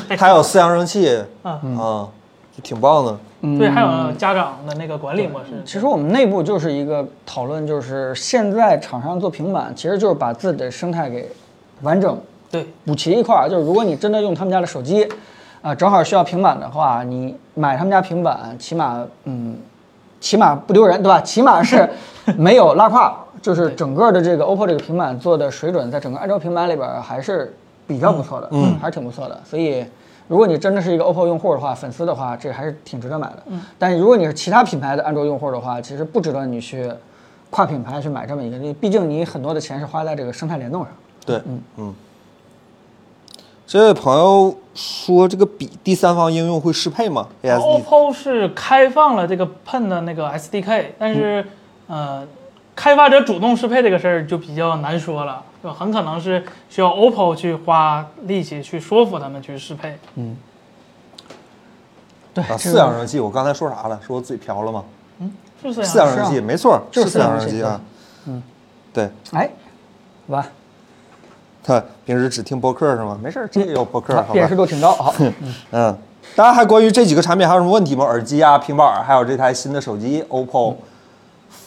S1: 它还有四扬声器，
S3: 嗯
S1: 啊，就挺棒的。
S2: 嗯
S3: 对，还有家长的那个管理模式。
S2: 其实我们内部就是一个讨论，就是现在厂商做平板，其实就是把自己的生态给完整
S3: 对，
S2: 补齐一块儿。就是如果你真的用他们家的手机，啊、正好需要平板的话，你买他们家平板，起码嗯，起码不丢人，对吧？起码是没有拉胯，就是整个的这个 OPPO 这个平板做的水准，在整个安卓平板里边儿还是比较不错的，嗯，还是挺不错的。所以，如果你真的是一个 OPPO 用户的话，粉丝的话，这还是挺值得买的。嗯，但是如果你是其他品牌的安卓用户的话，其实不值得你去跨品牌去买这么一个，因为毕竟你很多的钱是花在这个生态联动上。
S1: 对，嗯这位朋友说，这个笔第三方应用会适配吗？ASD
S3: OPPO 是开放了这个 Pen 的那个 SDK，但是、
S1: 嗯
S3: 呃，开发者主动适配这个事儿就比较难说了，就很可能是需要 OPPO 去花力气去说服他们去适配。
S2: 嗯对，
S1: 啊，
S2: 这
S1: 四
S2: 个
S1: 扬声器，我刚才说啥了？说我嘴瓢了吗？
S3: 啊是这
S1: 四
S3: 样
S1: 扬声器，没错，
S2: 就是
S1: 四扬声
S2: 四
S1: 器啊
S2: 扬声。
S1: 嗯，对
S2: 哎，好吧，
S1: 他平时只听播客是吗？没事儿，这也有播客，好
S2: 辨
S1: 吧
S2: 识？度挺高， 好，
S1: 嗯，大家还关于这几个产品还有什么问题吗？耳机啊、平板儿，还有这台新的手机 OPPO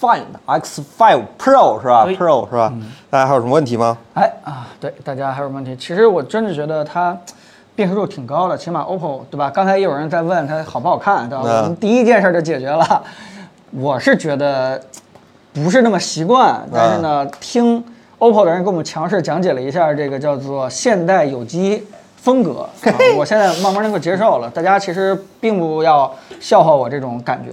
S1: Find X5 Pro 是吧
S3: 对嗯
S1: ？Pro 是吧？大家还有什么问题吗？
S2: 哎啊，对，大家还有什么问题？其实我真的觉得它辨识度挺高的，起码 OPPO 对吧？刚才也有人在问它好不好看，对吧？
S1: 嗯
S2: 我们第一件事就解决了。我是觉得不是那么习惯，但是呢，听 OPPO 的人给我们强势讲解了一下这个叫做现代有机风格，啊、我现在慢慢能够接受了。大家其实并不要笑话我这种感觉。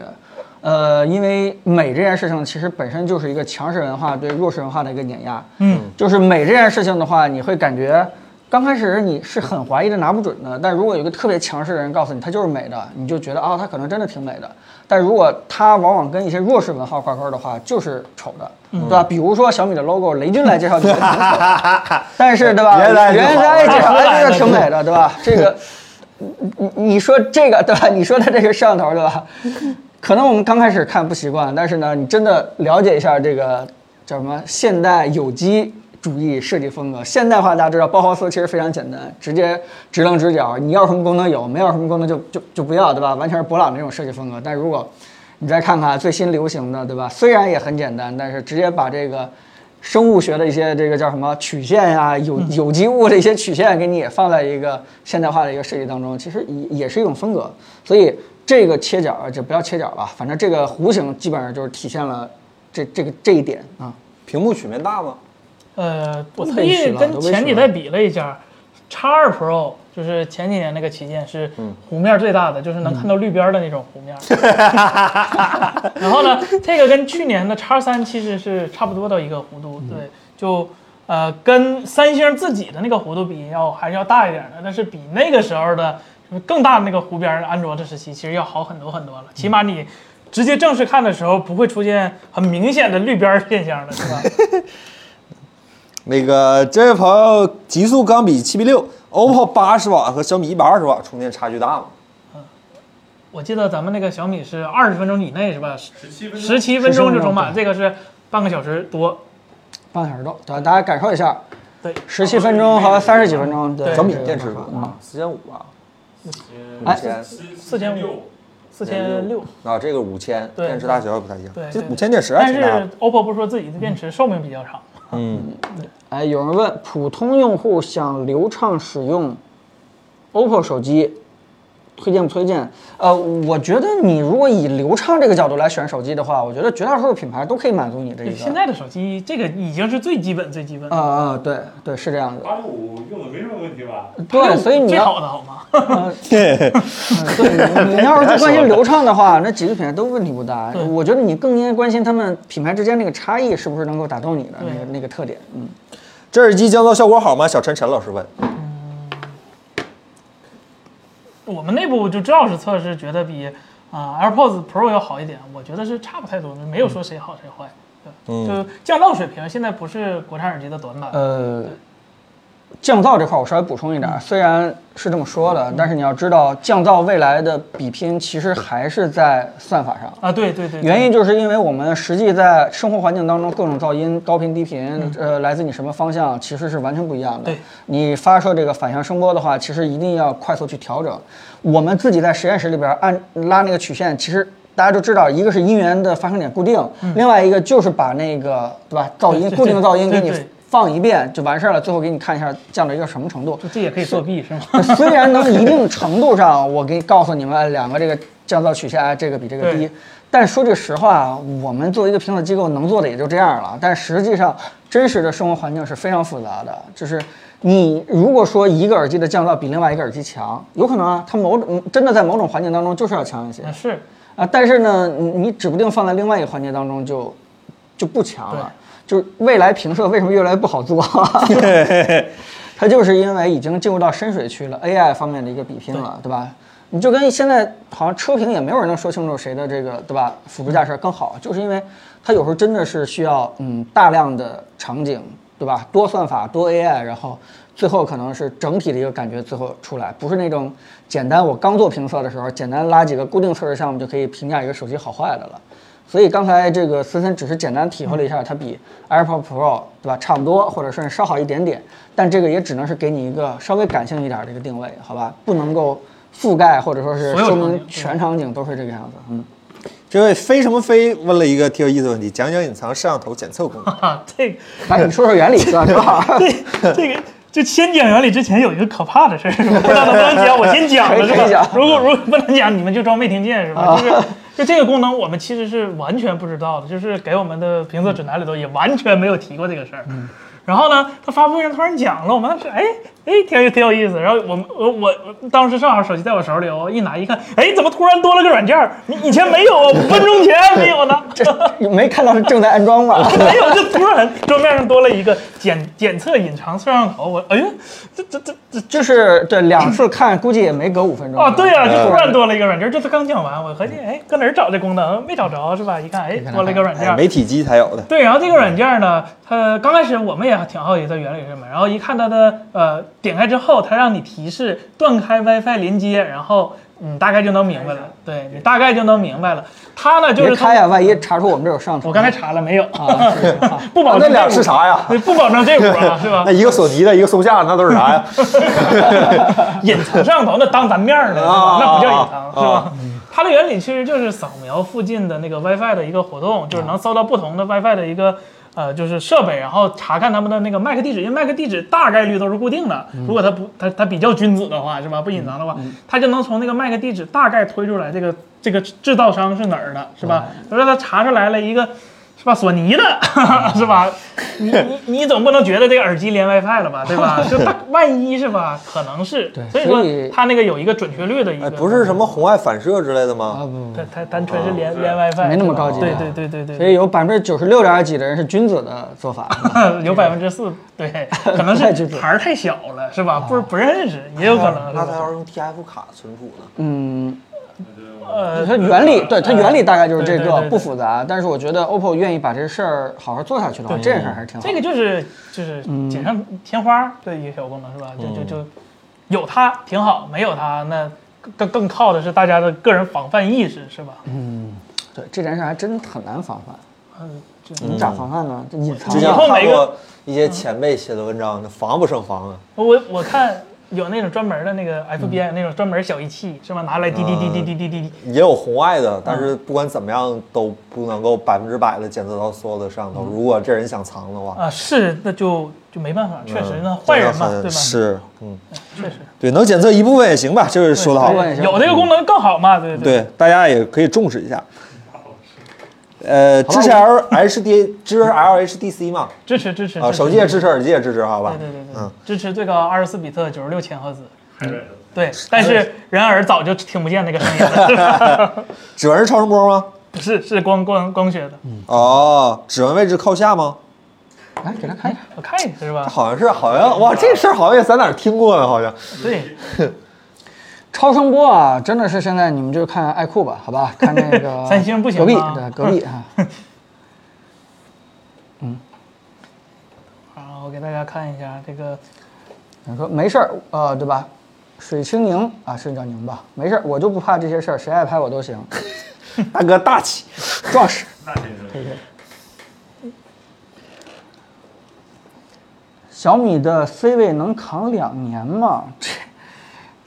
S2: 呃，因为美这件事情其实本身就是一个强势文化对弱势文化的一个碾压。嗯，就是美这件事情的话，你会感觉刚开始你是很怀疑的，拿不准的。但如果有一个特别强势的人告诉你它就是美的，你就觉得啊、它可能真的挺美的。但如果它往往跟一些弱势文化挂钩的话，就是丑的，对吧？比如说小米的 logo，雷军来介绍就觉得挺丑的，但是对吧？
S1: 原来就好
S2: 原来介绍
S3: 他说来
S2: 哎，这
S3: 了
S2: 个挺美的，对吧？这个。你你说这个对吧？你说的这个摄像头对吧？可能我们刚开始看不习惯，但是呢，你真的了解一下这个叫什么现代有机主义设计风格。现代化大家知道，包豪斯其实非常简单，直接直棱直角，你要什么功能有，没有什么功能就就就不要，对吧？完全是博朗那种设计风格。但如果你再看看最新流行的，对吧？虽然也很简单，但是直接把这个生物学的一些这个叫什么曲线呀、有
S1: 嗯
S2: 有机物的一些曲线，给你也放在一个现代化的一个设计当中，其实也也是一种风格。所以这个切角就不要切角了，反正这个弧形基本上就是体现了这这个这一点啊。
S1: 屏幕曲面大吗？
S3: 呃，我
S2: 都
S3: 特
S2: 畏惧
S3: 意
S2: 了都
S3: 跟
S2: 畏惧
S3: 前几
S2: 了
S3: 代比了一下，X 二 Pro 就是前几年那个旗舰是弧面最大的，就是能看到绿边儿的那种弧面。 然后呢，这个跟去年的 X 三其实是差不多的一个弧度，对，就呃跟三星自己的那个弧度比要还是要大一点的，但是比那个时候的更大的那个弧边儿安卓的时期其实要好很多很多了，起码你。直接正式看的时候，不会出现很明显的绿边儿现象了，是吧？
S1: 那个这位朋友，极速钢笔七比六，OPPO 八十瓦和小米一百二十瓦充电差距大吗？
S3: 我记得咱们那个小米是二十分钟以内是吧？
S4: 十七分钟
S3: 十七分钟就充
S2: 17分钟
S3: 满，这个是半个小时多。
S2: 半个小时多，对吧，大家感受一下，
S3: 对，
S2: 十七分钟和三十几分钟，对
S3: 对
S1: 小米
S2: 这个啊
S1: 电池多
S3: 嗯
S1: 大？四千五啊吧，五
S2: 哎
S1: 千
S3: 四千五
S4: 六，
S3: 四千六。
S1: 啊，这个五千，
S3: 对
S1: 电池大小不太一样
S3: 对，
S1: 这
S3: 对
S1: 五千电池啊还
S3: 但
S1: 挺
S3: 是
S1: 大的。
S3: OPPO 不是说自己的电池寿命比较长，
S1: 嗯，
S2: 哎，有人问，普通用户想流畅使用 OPPO 手机，推荐不推荐？呃，我觉得你如果以流畅这个角度来选手机的话，我觉得绝大多数品牌都可以满足你这一个。
S3: 现在的手机这个已经是最基本最基本
S2: 啊
S3: 的。
S2: 啊、对对，是这样的。
S4: 八六五用的没什么问题吧？
S2: 对，所以你
S3: 最
S2: 要
S3: 好的好吗？
S2: 嗯对你你要是就关心流畅的话，那几个品牌都问题不大。我觉得你更应该关心他们品牌之间那个差异是不是能够打动你的那个
S3: 对
S2: 那个特点。嗯，
S1: 这耳机降噪效果好吗？小陈陈老师问。
S3: 我们内部就知道是测试，觉得比啊、AirPods Pro 要好一点，我觉得是差不太多，没有说谁好谁
S1: 嗯
S3: 坏。对，就降噪水平现在不是国产耳机的短板。
S2: 呃，降噪这块儿我稍微补充一点儿，虽然是这么说的，但是你要知道，降噪未来的比拼其实还是在算法上。
S3: 啊，对对对，
S2: 原因就是因为我们实际在生活环境当中各种噪音，高频、低频，呃，来自你什么方向，其实是完全不一样的。
S3: 对，
S2: 你发射这个反向声波的话，其实一定要快速去调整。我们自己在实验室里边按拉那个曲线，其实。大家都知道，一个是音源的发生点固定，另外一个就是把那个对吧噪音
S3: 嗯对对
S2: 固定的噪音给你
S3: 对对
S2: 放一遍就完事儿了，最后给你看一下降到一个什么程度。
S3: 这这也可以作弊是吗？
S2: 虽然能一定程度上，我给告诉你们两个这个降噪曲线，哎这个比这个低
S3: 对。
S2: 但说句实话，我们作为一个评测机构，能做的也就这样了。但实际上，真实的生活环境是非常复杂的。就是你如果说一个耳机的降噪比另外一个耳机强，有可能啊，它某种真的在某种环境当中就是要强一些
S3: 啊是，
S2: 啊。但是呢，你你指不定放在另外一个环节当中就就不强了。就是未来评测为什么越来越不好做？ 它就是因为已经进入到深水区了，AI 方面的一个比拼了，对吧？你就跟现在好像车评也没有人能说清楚谁的这个对吧辅助驾驶更好，就是因为它有时候真的是需要嗯大量的场景，对吧？多算法多 AI，然后最后可能是整体的一个感觉最后出来，不是那种简单我刚做评测的时候简单拉几个固定测试项目就可以评价一个手机好坏的了。所以刚才这个思森只是简单体会了一下，它比 AirPod Pro 对吧差不多，或者甚至稍好一点点，但这个也只能是给你一个稍微感性一点的一个定位，好吧？不能够覆盖或者说是
S3: 所有
S2: 说
S3: 场景
S2: 明全场景都是这个样子。嗯，
S1: 这位飞什么飞问了一个挺有意思的问题，讲讲隐藏摄像头检测功 能。
S3: 啊，这个
S2: 来你说说原理吧，是 吧？
S3: 这这个。就先讲原理之前有一个可怕的事儿，我不知道能不能讲，我先讲了
S2: 可
S3: 是
S2: 以可以
S3: 吧
S2: 讲？啊
S3: 如果如果不能讲，你们就装没听见是吧？就是就这个功能，我们其实是完全不知道的，就是给我们的评测指南里头也完全没有提过这个事儿。
S2: 嗯
S3: 然后呢，他发布会上突然讲了，我们当时哎哎挺有挺有意思。然后我们我我我当时正好手机在我手里，我一拿一看，哎怎么突然多了个软件儿？你以前没有啊，五分钟前没有呢。
S2: 这没看到是正在安装吧？
S3: 没有，就哎突然桌面上多了一个检检测隐藏摄像头，我哎呀，这这这
S2: 嗯
S3: 这
S2: 就是对两次看，估计也没隔五分钟。
S3: 哦，对呀、
S1: 嗯
S3: 就突然多了一个软件，这次刚讲完，我合计哎搁哪儿找这功能，没找着是吧？一看哎多了一个软件，
S1: 哎，媒体机才 有的。
S3: 对，然后这个软件呢，它刚开始我们也挺好奇它原理是什么，然后一看它的呃点开之后，它让你提示断开 WiFi 连接，然后你大概就能明白了，对你大概就能明白了。它呢就
S2: 别
S3: 是
S2: 开呀，万一查出我们这有摄像头。
S3: 我刚才查了没有，
S2: 啊，是是啊
S3: 不保证
S1: 那俩
S3: 这
S1: 是
S3: 股
S1: 啥呀？
S3: 对不保证这股啊，是 吧
S1: 那？一个索尼的，一个松下，那都是 啥呀？
S3: 隐藏摄像头那当咱面儿呢，是吧
S1: 啊
S3: 那不叫隐藏，
S1: 啊
S3: 是吧
S1: 啊？
S3: 它的原理其实就是扫描附近的那个 WiFi 的一个活动，就是能搜到不同的 WiFi 的一个。呃，就是设备，然后查看他们的那个 MAC 地址，因为 MAC 地址大概率都是固定的。
S1: 嗯
S3: 如果它不，它它比较君子的话，是吧？不隐藏的话，它就能从那个 MAC 地址大概推出来这个这个制造商是哪儿的，是吧？
S1: 嗯
S3: 所以说它查出来了一个是吧？索尼的， 是吧？你你你总不能觉得这个耳机连 WiFi 了吧，对吧？就大万一是吧？可能是，
S2: 对
S3: 所以
S2: 所以呃
S3: 说它那个有一个准确率的一个，
S1: 哎，不是什么红外反射之类的吗？
S2: 不不
S3: 它，它单纯是连连 WiFi，
S2: 哦没那么
S3: 是吧
S2: 高级
S3: 对
S2: 啊
S3: 对对对对，
S2: 嗯所以有百分之九十六点几的人是君子的做法。
S3: 有百分之四， 对，可能
S2: 太知
S3: 是
S2: 足
S3: 牌儿太小了，是
S2: 哦
S3: 吧？不是不认识，也有可能是
S1: 那它
S3: 吧。
S1: 要是用 TF 卡存储呢？
S2: 嗯，
S3: 呃，
S2: 它原理对它原理大概就是这
S3: 哎对对
S2: 个
S3: 对对
S2: 不复杂，但是我觉得 OPPO 愿意把这事儿好好做下去的话，这件事儿还是挺好
S3: 这个
S2: 的。
S3: 就是就是
S2: 嗯
S3: 锦上添花的一个小功能是吧？就就就有它挺好，没有它那更更靠的是大家的个人防范意识是吧？
S2: 对这件事儿还真很难防范，
S3: 嗯，就
S2: 你咋防范呢？这隐藏
S1: 之前
S3: 直接
S2: 啊，
S1: 看
S3: 每
S1: 过
S3: 个
S1: 一些前辈写的文章，那防不胜防啊。
S3: 我我看有那种专门的那
S1: 嗯
S3: 个 FBI 那种专门小仪器是吧？拿来滴
S1: 啊
S3: 滴滴滴滴滴滴滴。
S1: 也有红外的，但
S3: 嗯
S1: 是不管怎么样都不能够百分之百的检测到所有的摄像头。如果这人想藏的话，
S3: 嗯啊，是，那就就没办法，确实，那
S1: 嗯
S3: 坏人嘛，
S1: 真的
S3: 对吧？
S1: 很，是，嗯，
S3: 确实，
S1: 对，能检测一部分也行吧，这个说的好。
S2: 对对
S3: 有这个功能更好嘛，对
S2: 嗯
S3: 对
S1: 对，大家也可以重视一下。呃，
S2: 吧
S1: 支持 L H D 支持 L H D C 嘛？
S3: 支持支持
S1: 啊，
S3: 支持
S1: 手机也支持，耳机也支持，好吧
S3: 对？对对对，
S1: 嗯
S3: 支持最高二十四比特九十六千赫兹，
S4: 还是
S3: 对，但是然而早就听不见那个声音了，是吧
S1: 指纹是超声波吗？
S3: 不是是光光光学的，
S2: 嗯
S1: 哦，指纹位置靠下吗？
S2: 来哎给他看一下，
S3: 我看一下是吧？
S1: 好像是，好像哇，这事儿好像也在哪儿听过呢，好像。
S3: 对，
S2: 超声波啊，真的是现在你们就看爱酷吧，好吧，看那个
S3: 三星不行
S2: 隔壁
S3: 吗
S2: 对隔壁啊，
S3: 然后我给大家看一下这个
S2: 你说没事儿，呃，对吧？水清宁啊，是叫宁吧？没事儿，我就不怕这些事儿，谁爱拍我都行，
S1: 大哥大气，
S2: 壮实。
S4: 那真是
S2: 小米的 C 位能扛两年吗？这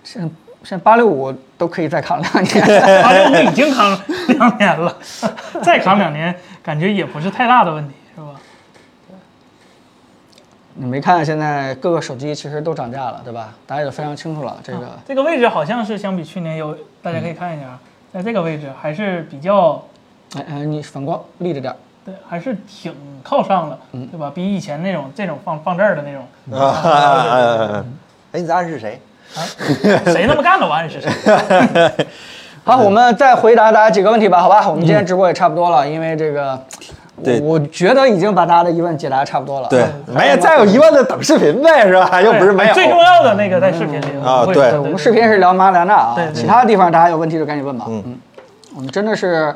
S2: 这现在八六五都可以再扛两年。
S3: 八六五已经扛了两年了， 再扛两年感觉也不是太大的问题，是吧？
S2: 你没看现在各个手机其实都涨价了，对吧？大家也非常清楚了，这个
S3: 这个位置好像是相比去年有，大家可以看一下，在这个位置还是比较嗯
S2: 哎哎，你反光立着点儿，
S3: 对，还是挺靠上了，
S1: 嗯
S3: 对吧？比以前那种这种放放这儿的 那种，
S1: 啊！哎，你在暗示谁？
S3: 谁那么干的我暗示 谁？
S2: 好，我们再回答大家几个问题吧，好吧？我们今天直播也差不多了，因为这个，
S1: 嗯对
S2: 我我觉得已经把大家的疑问解答差不多了。嗯
S1: 对，没有，再有疑问的等视频呗，是吧？又不是没有。
S3: 最重要的那个在视频里
S1: 啊
S3: 会
S1: 对
S2: 对，我们视频是聊马里亚纳啊
S3: 对，对
S2: 其他地方大家有问题就赶紧问吧。
S1: 嗯
S2: 嗯，我们真的是，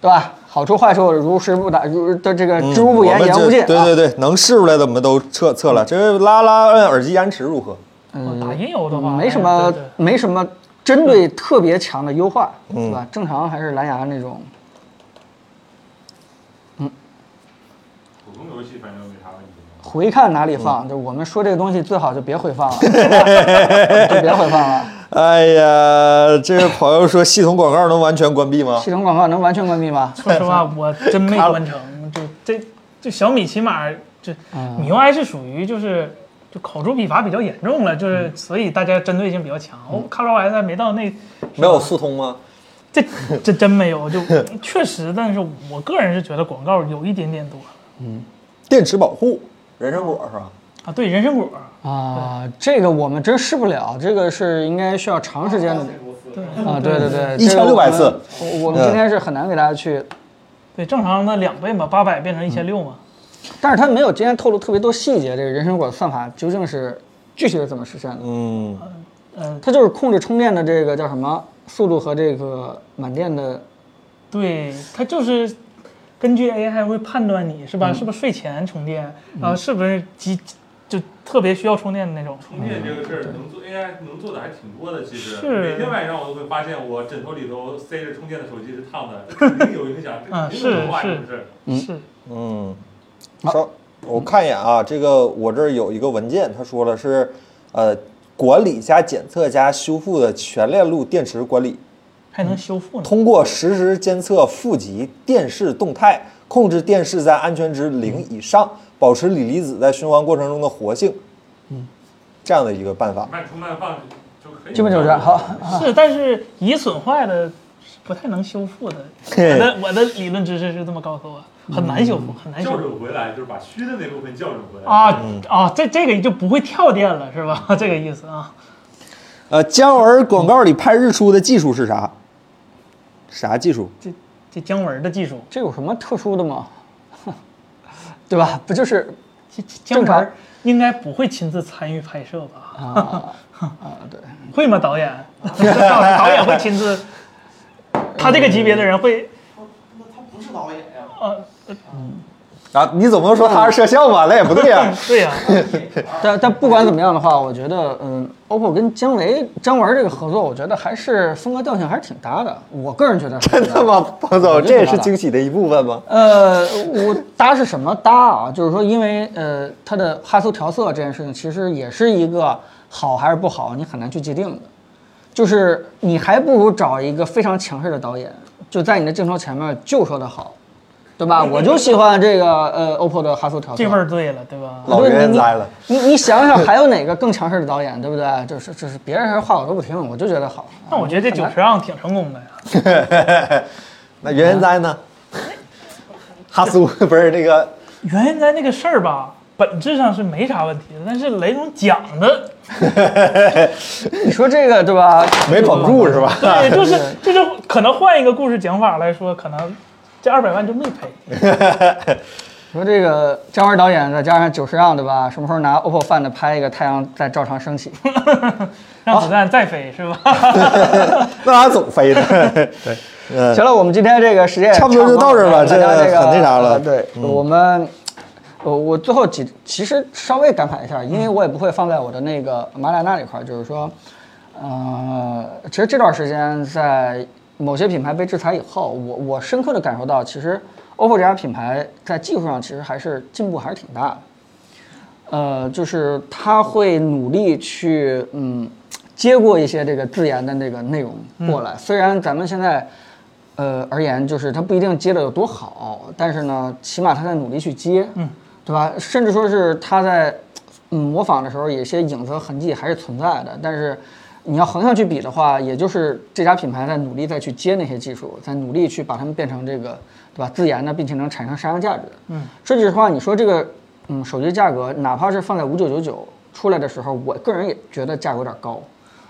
S2: 对吧？好处坏处如实不打，如的这个
S1: 嗯
S2: 知无不言，
S1: 我们
S2: 言无
S1: 这
S2: 不尽。啊
S1: 对对，对，能试出来的我们都测测了。这拉拉摁耳机延迟如何？
S3: 哦打音游的话
S2: 没什么
S3: 对对，
S2: 没什么针对特别强的优化，
S1: 嗯
S2: 对吧？正常还是蓝牙那种。
S4: 普通游戏，反正没啥问题。
S2: 回看哪里放？就我们说这个东西最好就别回放 了，就别回放了。
S1: 哎呀，这位朋友说系统广告能完全关闭吗？
S2: 系统广告能完全关闭吗？
S3: 说实话，我真没关成。就这，就小米起码这
S2: 嗯
S3: MIUI 是属于就是就口诛笔伐比较严重了，就是所以大家针对性比较强。哦我 ColorOS 还没到那，
S1: 没有速通吗？
S3: 这这真没有，就确实，但是我个人是觉得广告有一点点多
S1: 电池保护，人参果是吧？
S3: 啊。对，人参果，
S2: 啊，这个我们真试不了，这个是应该需要长时间的。啊，对对对，
S1: 1600
S2: 这个我们
S1: 次
S2: 我我们今天是很难给大家去，
S3: 对正常的两倍嘛，八百变成一千六嘛。
S2: 但是他没有今天透露特别多细节，这个人参果的算法究竟是具体是怎么实现的？
S1: 嗯，
S3: 嗯，
S2: 它就是控制充电的这个叫什么速度和这个满电的
S3: 对，它就是根据 AI 会判断你是吧，是不是睡前充电，然后是不是急就特别需要充电的那种。
S4: 充电这个事儿，能做 AI 能做的还挺多的。其实
S3: 是
S4: 每天晚上我都会发现，我枕头里头塞着充电的手机是烫的，这
S2: 嗯
S4: 肯定有影响，这
S3: 啊
S4: 肯定能
S3: 是
S4: 化
S3: 是
S4: 这种事儿。
S3: 是，
S1: 嗯，稍，我看一眼啊，这个我这儿有一个文件，他说了是，呃，管理加检测加修复的全链路电池管理，
S3: 还能修复呢。
S1: 通过实时监测负极电势动态，控制电势在安全值零以上，保持锂离子在循环过程中的活性，嗯，这样的一个办法。
S4: 慢充慢放就可以了。
S2: 基本就是这样。好，
S3: 是，但是已损坏的是不太能修复的。我的我的理论知识是这么告诉我，很难修复，很难修
S4: 校
S3: 复。
S4: 准回来就是把虚的那部分校准回来。
S3: 啊啊，这这个就不会跳电了，是吧？这个意思啊。
S1: 呃，姜文广告里拍日出的技术是啥？啥技术？
S3: 这这姜文的技术，
S2: 这有什么特殊的吗？ 对吧？不就是
S3: 这这姜
S2: 正常
S3: 文应该不会亲自参与拍摄吧？
S2: 啊 啊、对，
S3: 会吗？导演，导演会亲自，他这个级别的人会，
S5: 那他不是导演呀，
S3: 呃，
S1: 啊，你总不能说他是摄像吧？那也不对啊呀、
S3: 对呀、
S2: 但但不管怎么样的话，我觉得，嗯，OPPO 跟姜维、姜文这个合作，我觉得还是风格调性还是挺搭的。我个人觉得真
S1: 那么，彭总，这也是惊喜的一部分吗？
S2: 呃，我搭是什么搭啊？就是说，因为呃，它的哈苏调色这件事情，其实也是一个好还是不好，你很难去界定的。就是你还不如找一个非常强势的导演，就在你的镜头前面就说的好，对吧？我就喜欢这个呃 OPPO 的哈苏调色。
S3: 这味儿对了，对吧？
S1: 老人栽了。
S2: 你你想想，还有哪个更强势的导演，对不对？就是就是别人话我都不听，我就觉得好。啊
S3: 但我觉得这九十让挺成功的呀。
S1: 那原研哉呢？哈苏 不是那个
S3: 原研哉那个事儿吧，本质上是没啥问题的，但是雷总讲 的，
S2: 你说这个对吧？
S1: 没绷住是吧？
S3: 对，就是就是可能换一个故事讲法来说，可能这二百万就没 赔。
S2: 你说这个姜文导演再加上久石让，对吧？什么时候拿 OPPO Find 拍一个太阳在照常升起？
S3: 让子弹再飞是吧？
S1: 那咋总飞呢？对，嗯，
S2: 行了，我们今天这个时间也
S1: 差不多就到这儿吧
S2: 差不多
S1: 这
S2: 了大家这个
S1: 很那啥了
S2: 呃呃对，我们我我最后几其实稍微感慨一下，因为我也不会放在我的那个马里亚纳里块儿，就是说，呃，其实这段时间在某些品牌被制裁以后，我我深刻的感受到，其实 OPPO 这家品牌在技术上其实还是进步还是挺大的。呃，就是他会努力去嗯接过一些这个自研的那个内容过
S1: 嗯
S2: 来。虽然咱们现在呃而言，就是他不一定接的有多好，但是呢，起码他在努力去接，嗯，对吧？甚至说是他在嗯模仿的时候，有一些影子和痕迹还是存在的，但是。你要横向去比的话，也就是这家品牌在努力再去接那些技术，在努力去把它们变成这个，对吧？自研的，并且能产生商业价值。嗯，说句实话，你说这个嗯，手机价格哪怕是放在五九九九出来的时候，我个人也觉得价格有点高，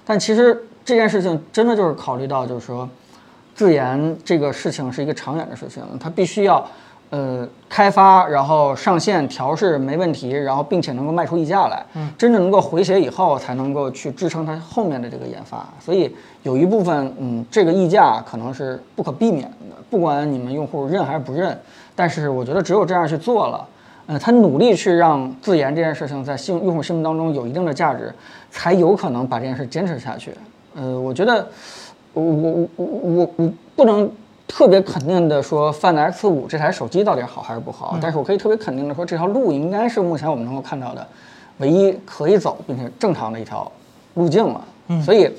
S2: 但其实这件事情真的就是考虑到，就是说自研这个事情是一个长远的事情，它必须要呃开发，然后上线调试没问题，然后并且能够卖出溢价来，真正能够回血以后，才能够去支撑它后面的这个研发。所以有一部分嗯，这个溢价可能是不可避免的，不管你们用户认还是不认，但是我觉得只有这样去做了。呃，他努力去让自研这件事情在心用户心目当中有一定的价值，才有可能把这件事坚持下去。呃，我觉得我我我我我不能特别肯定的说 Find X 五这台手机到底好还是不好，啊但是我可以特别肯定的说，这条路应该是目前我们能够看到的唯一可以走并且正常的一条路径了。所以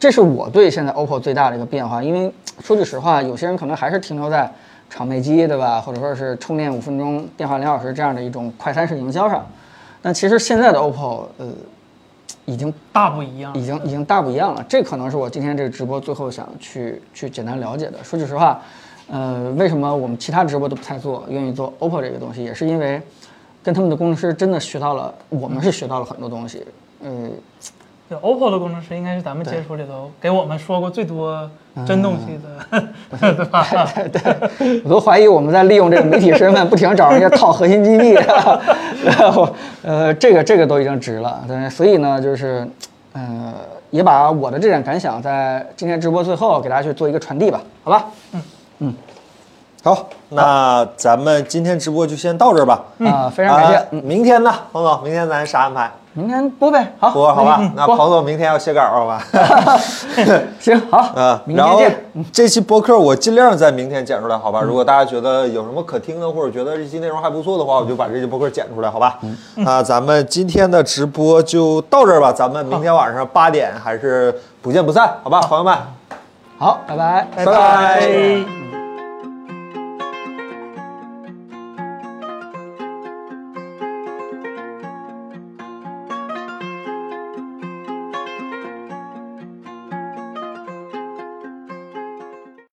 S2: 这是我对现在 OPPO 最大的一个变化。因为说句实话，有些人可能还是停留在场内机，对吧？或者说是充电五分钟、电话两小时这样的一种快餐式营销上。但其实现在的 OPPO，呃，已经
S3: 大不一样。
S2: 已经已经大不一样了。这可能是我今天这个直播最后想去去简单了解的。说句实话，呃，为什么我们其他直播都不太做，愿意做 OPPO 这个东西，也是因为跟他们的工程师真的学到了，我们是学到了很多东西。嗯，
S3: 对 OPPO 的工程师应该是咱们接触里头给我们说过最多真东西的，嗯 对吧？
S2: 我都怀疑我们在利用这个媒体身份，不停地找人家套核心机密，啊 然后呃，这个这个都已经值了。对，所以呢，就是呃，也把我的这点感想在今天直播最后给大家去做一个传递吧，好吧？
S1: 好，那咱们今天直播就先到这儿吧。
S2: 啊、非常感谢。
S1: 啊明天呢，彭总，明天咱啥安排？
S2: 明天播呗，好，
S1: 播好吧
S2: 嗯？
S1: 那
S2: 播
S1: 彭总明天要写稿儿好吧？
S2: 行好，
S1: 嗯，
S2: 明
S1: 然
S2: 天
S1: 后
S2: 见。嗯
S1: 这期播客我尽量在明天剪出来，好吧？如果大家觉得有什么可听的，或者觉得这期内容还不错的话，我就把这期播客剪出来，好吧？
S2: 嗯
S1: 那咱们今天的直播就到这儿吧，咱们明天晚上八点还是不见不散，好吧，朋友们，
S2: 好，拜拜。
S1: 拜拜
S3: 拜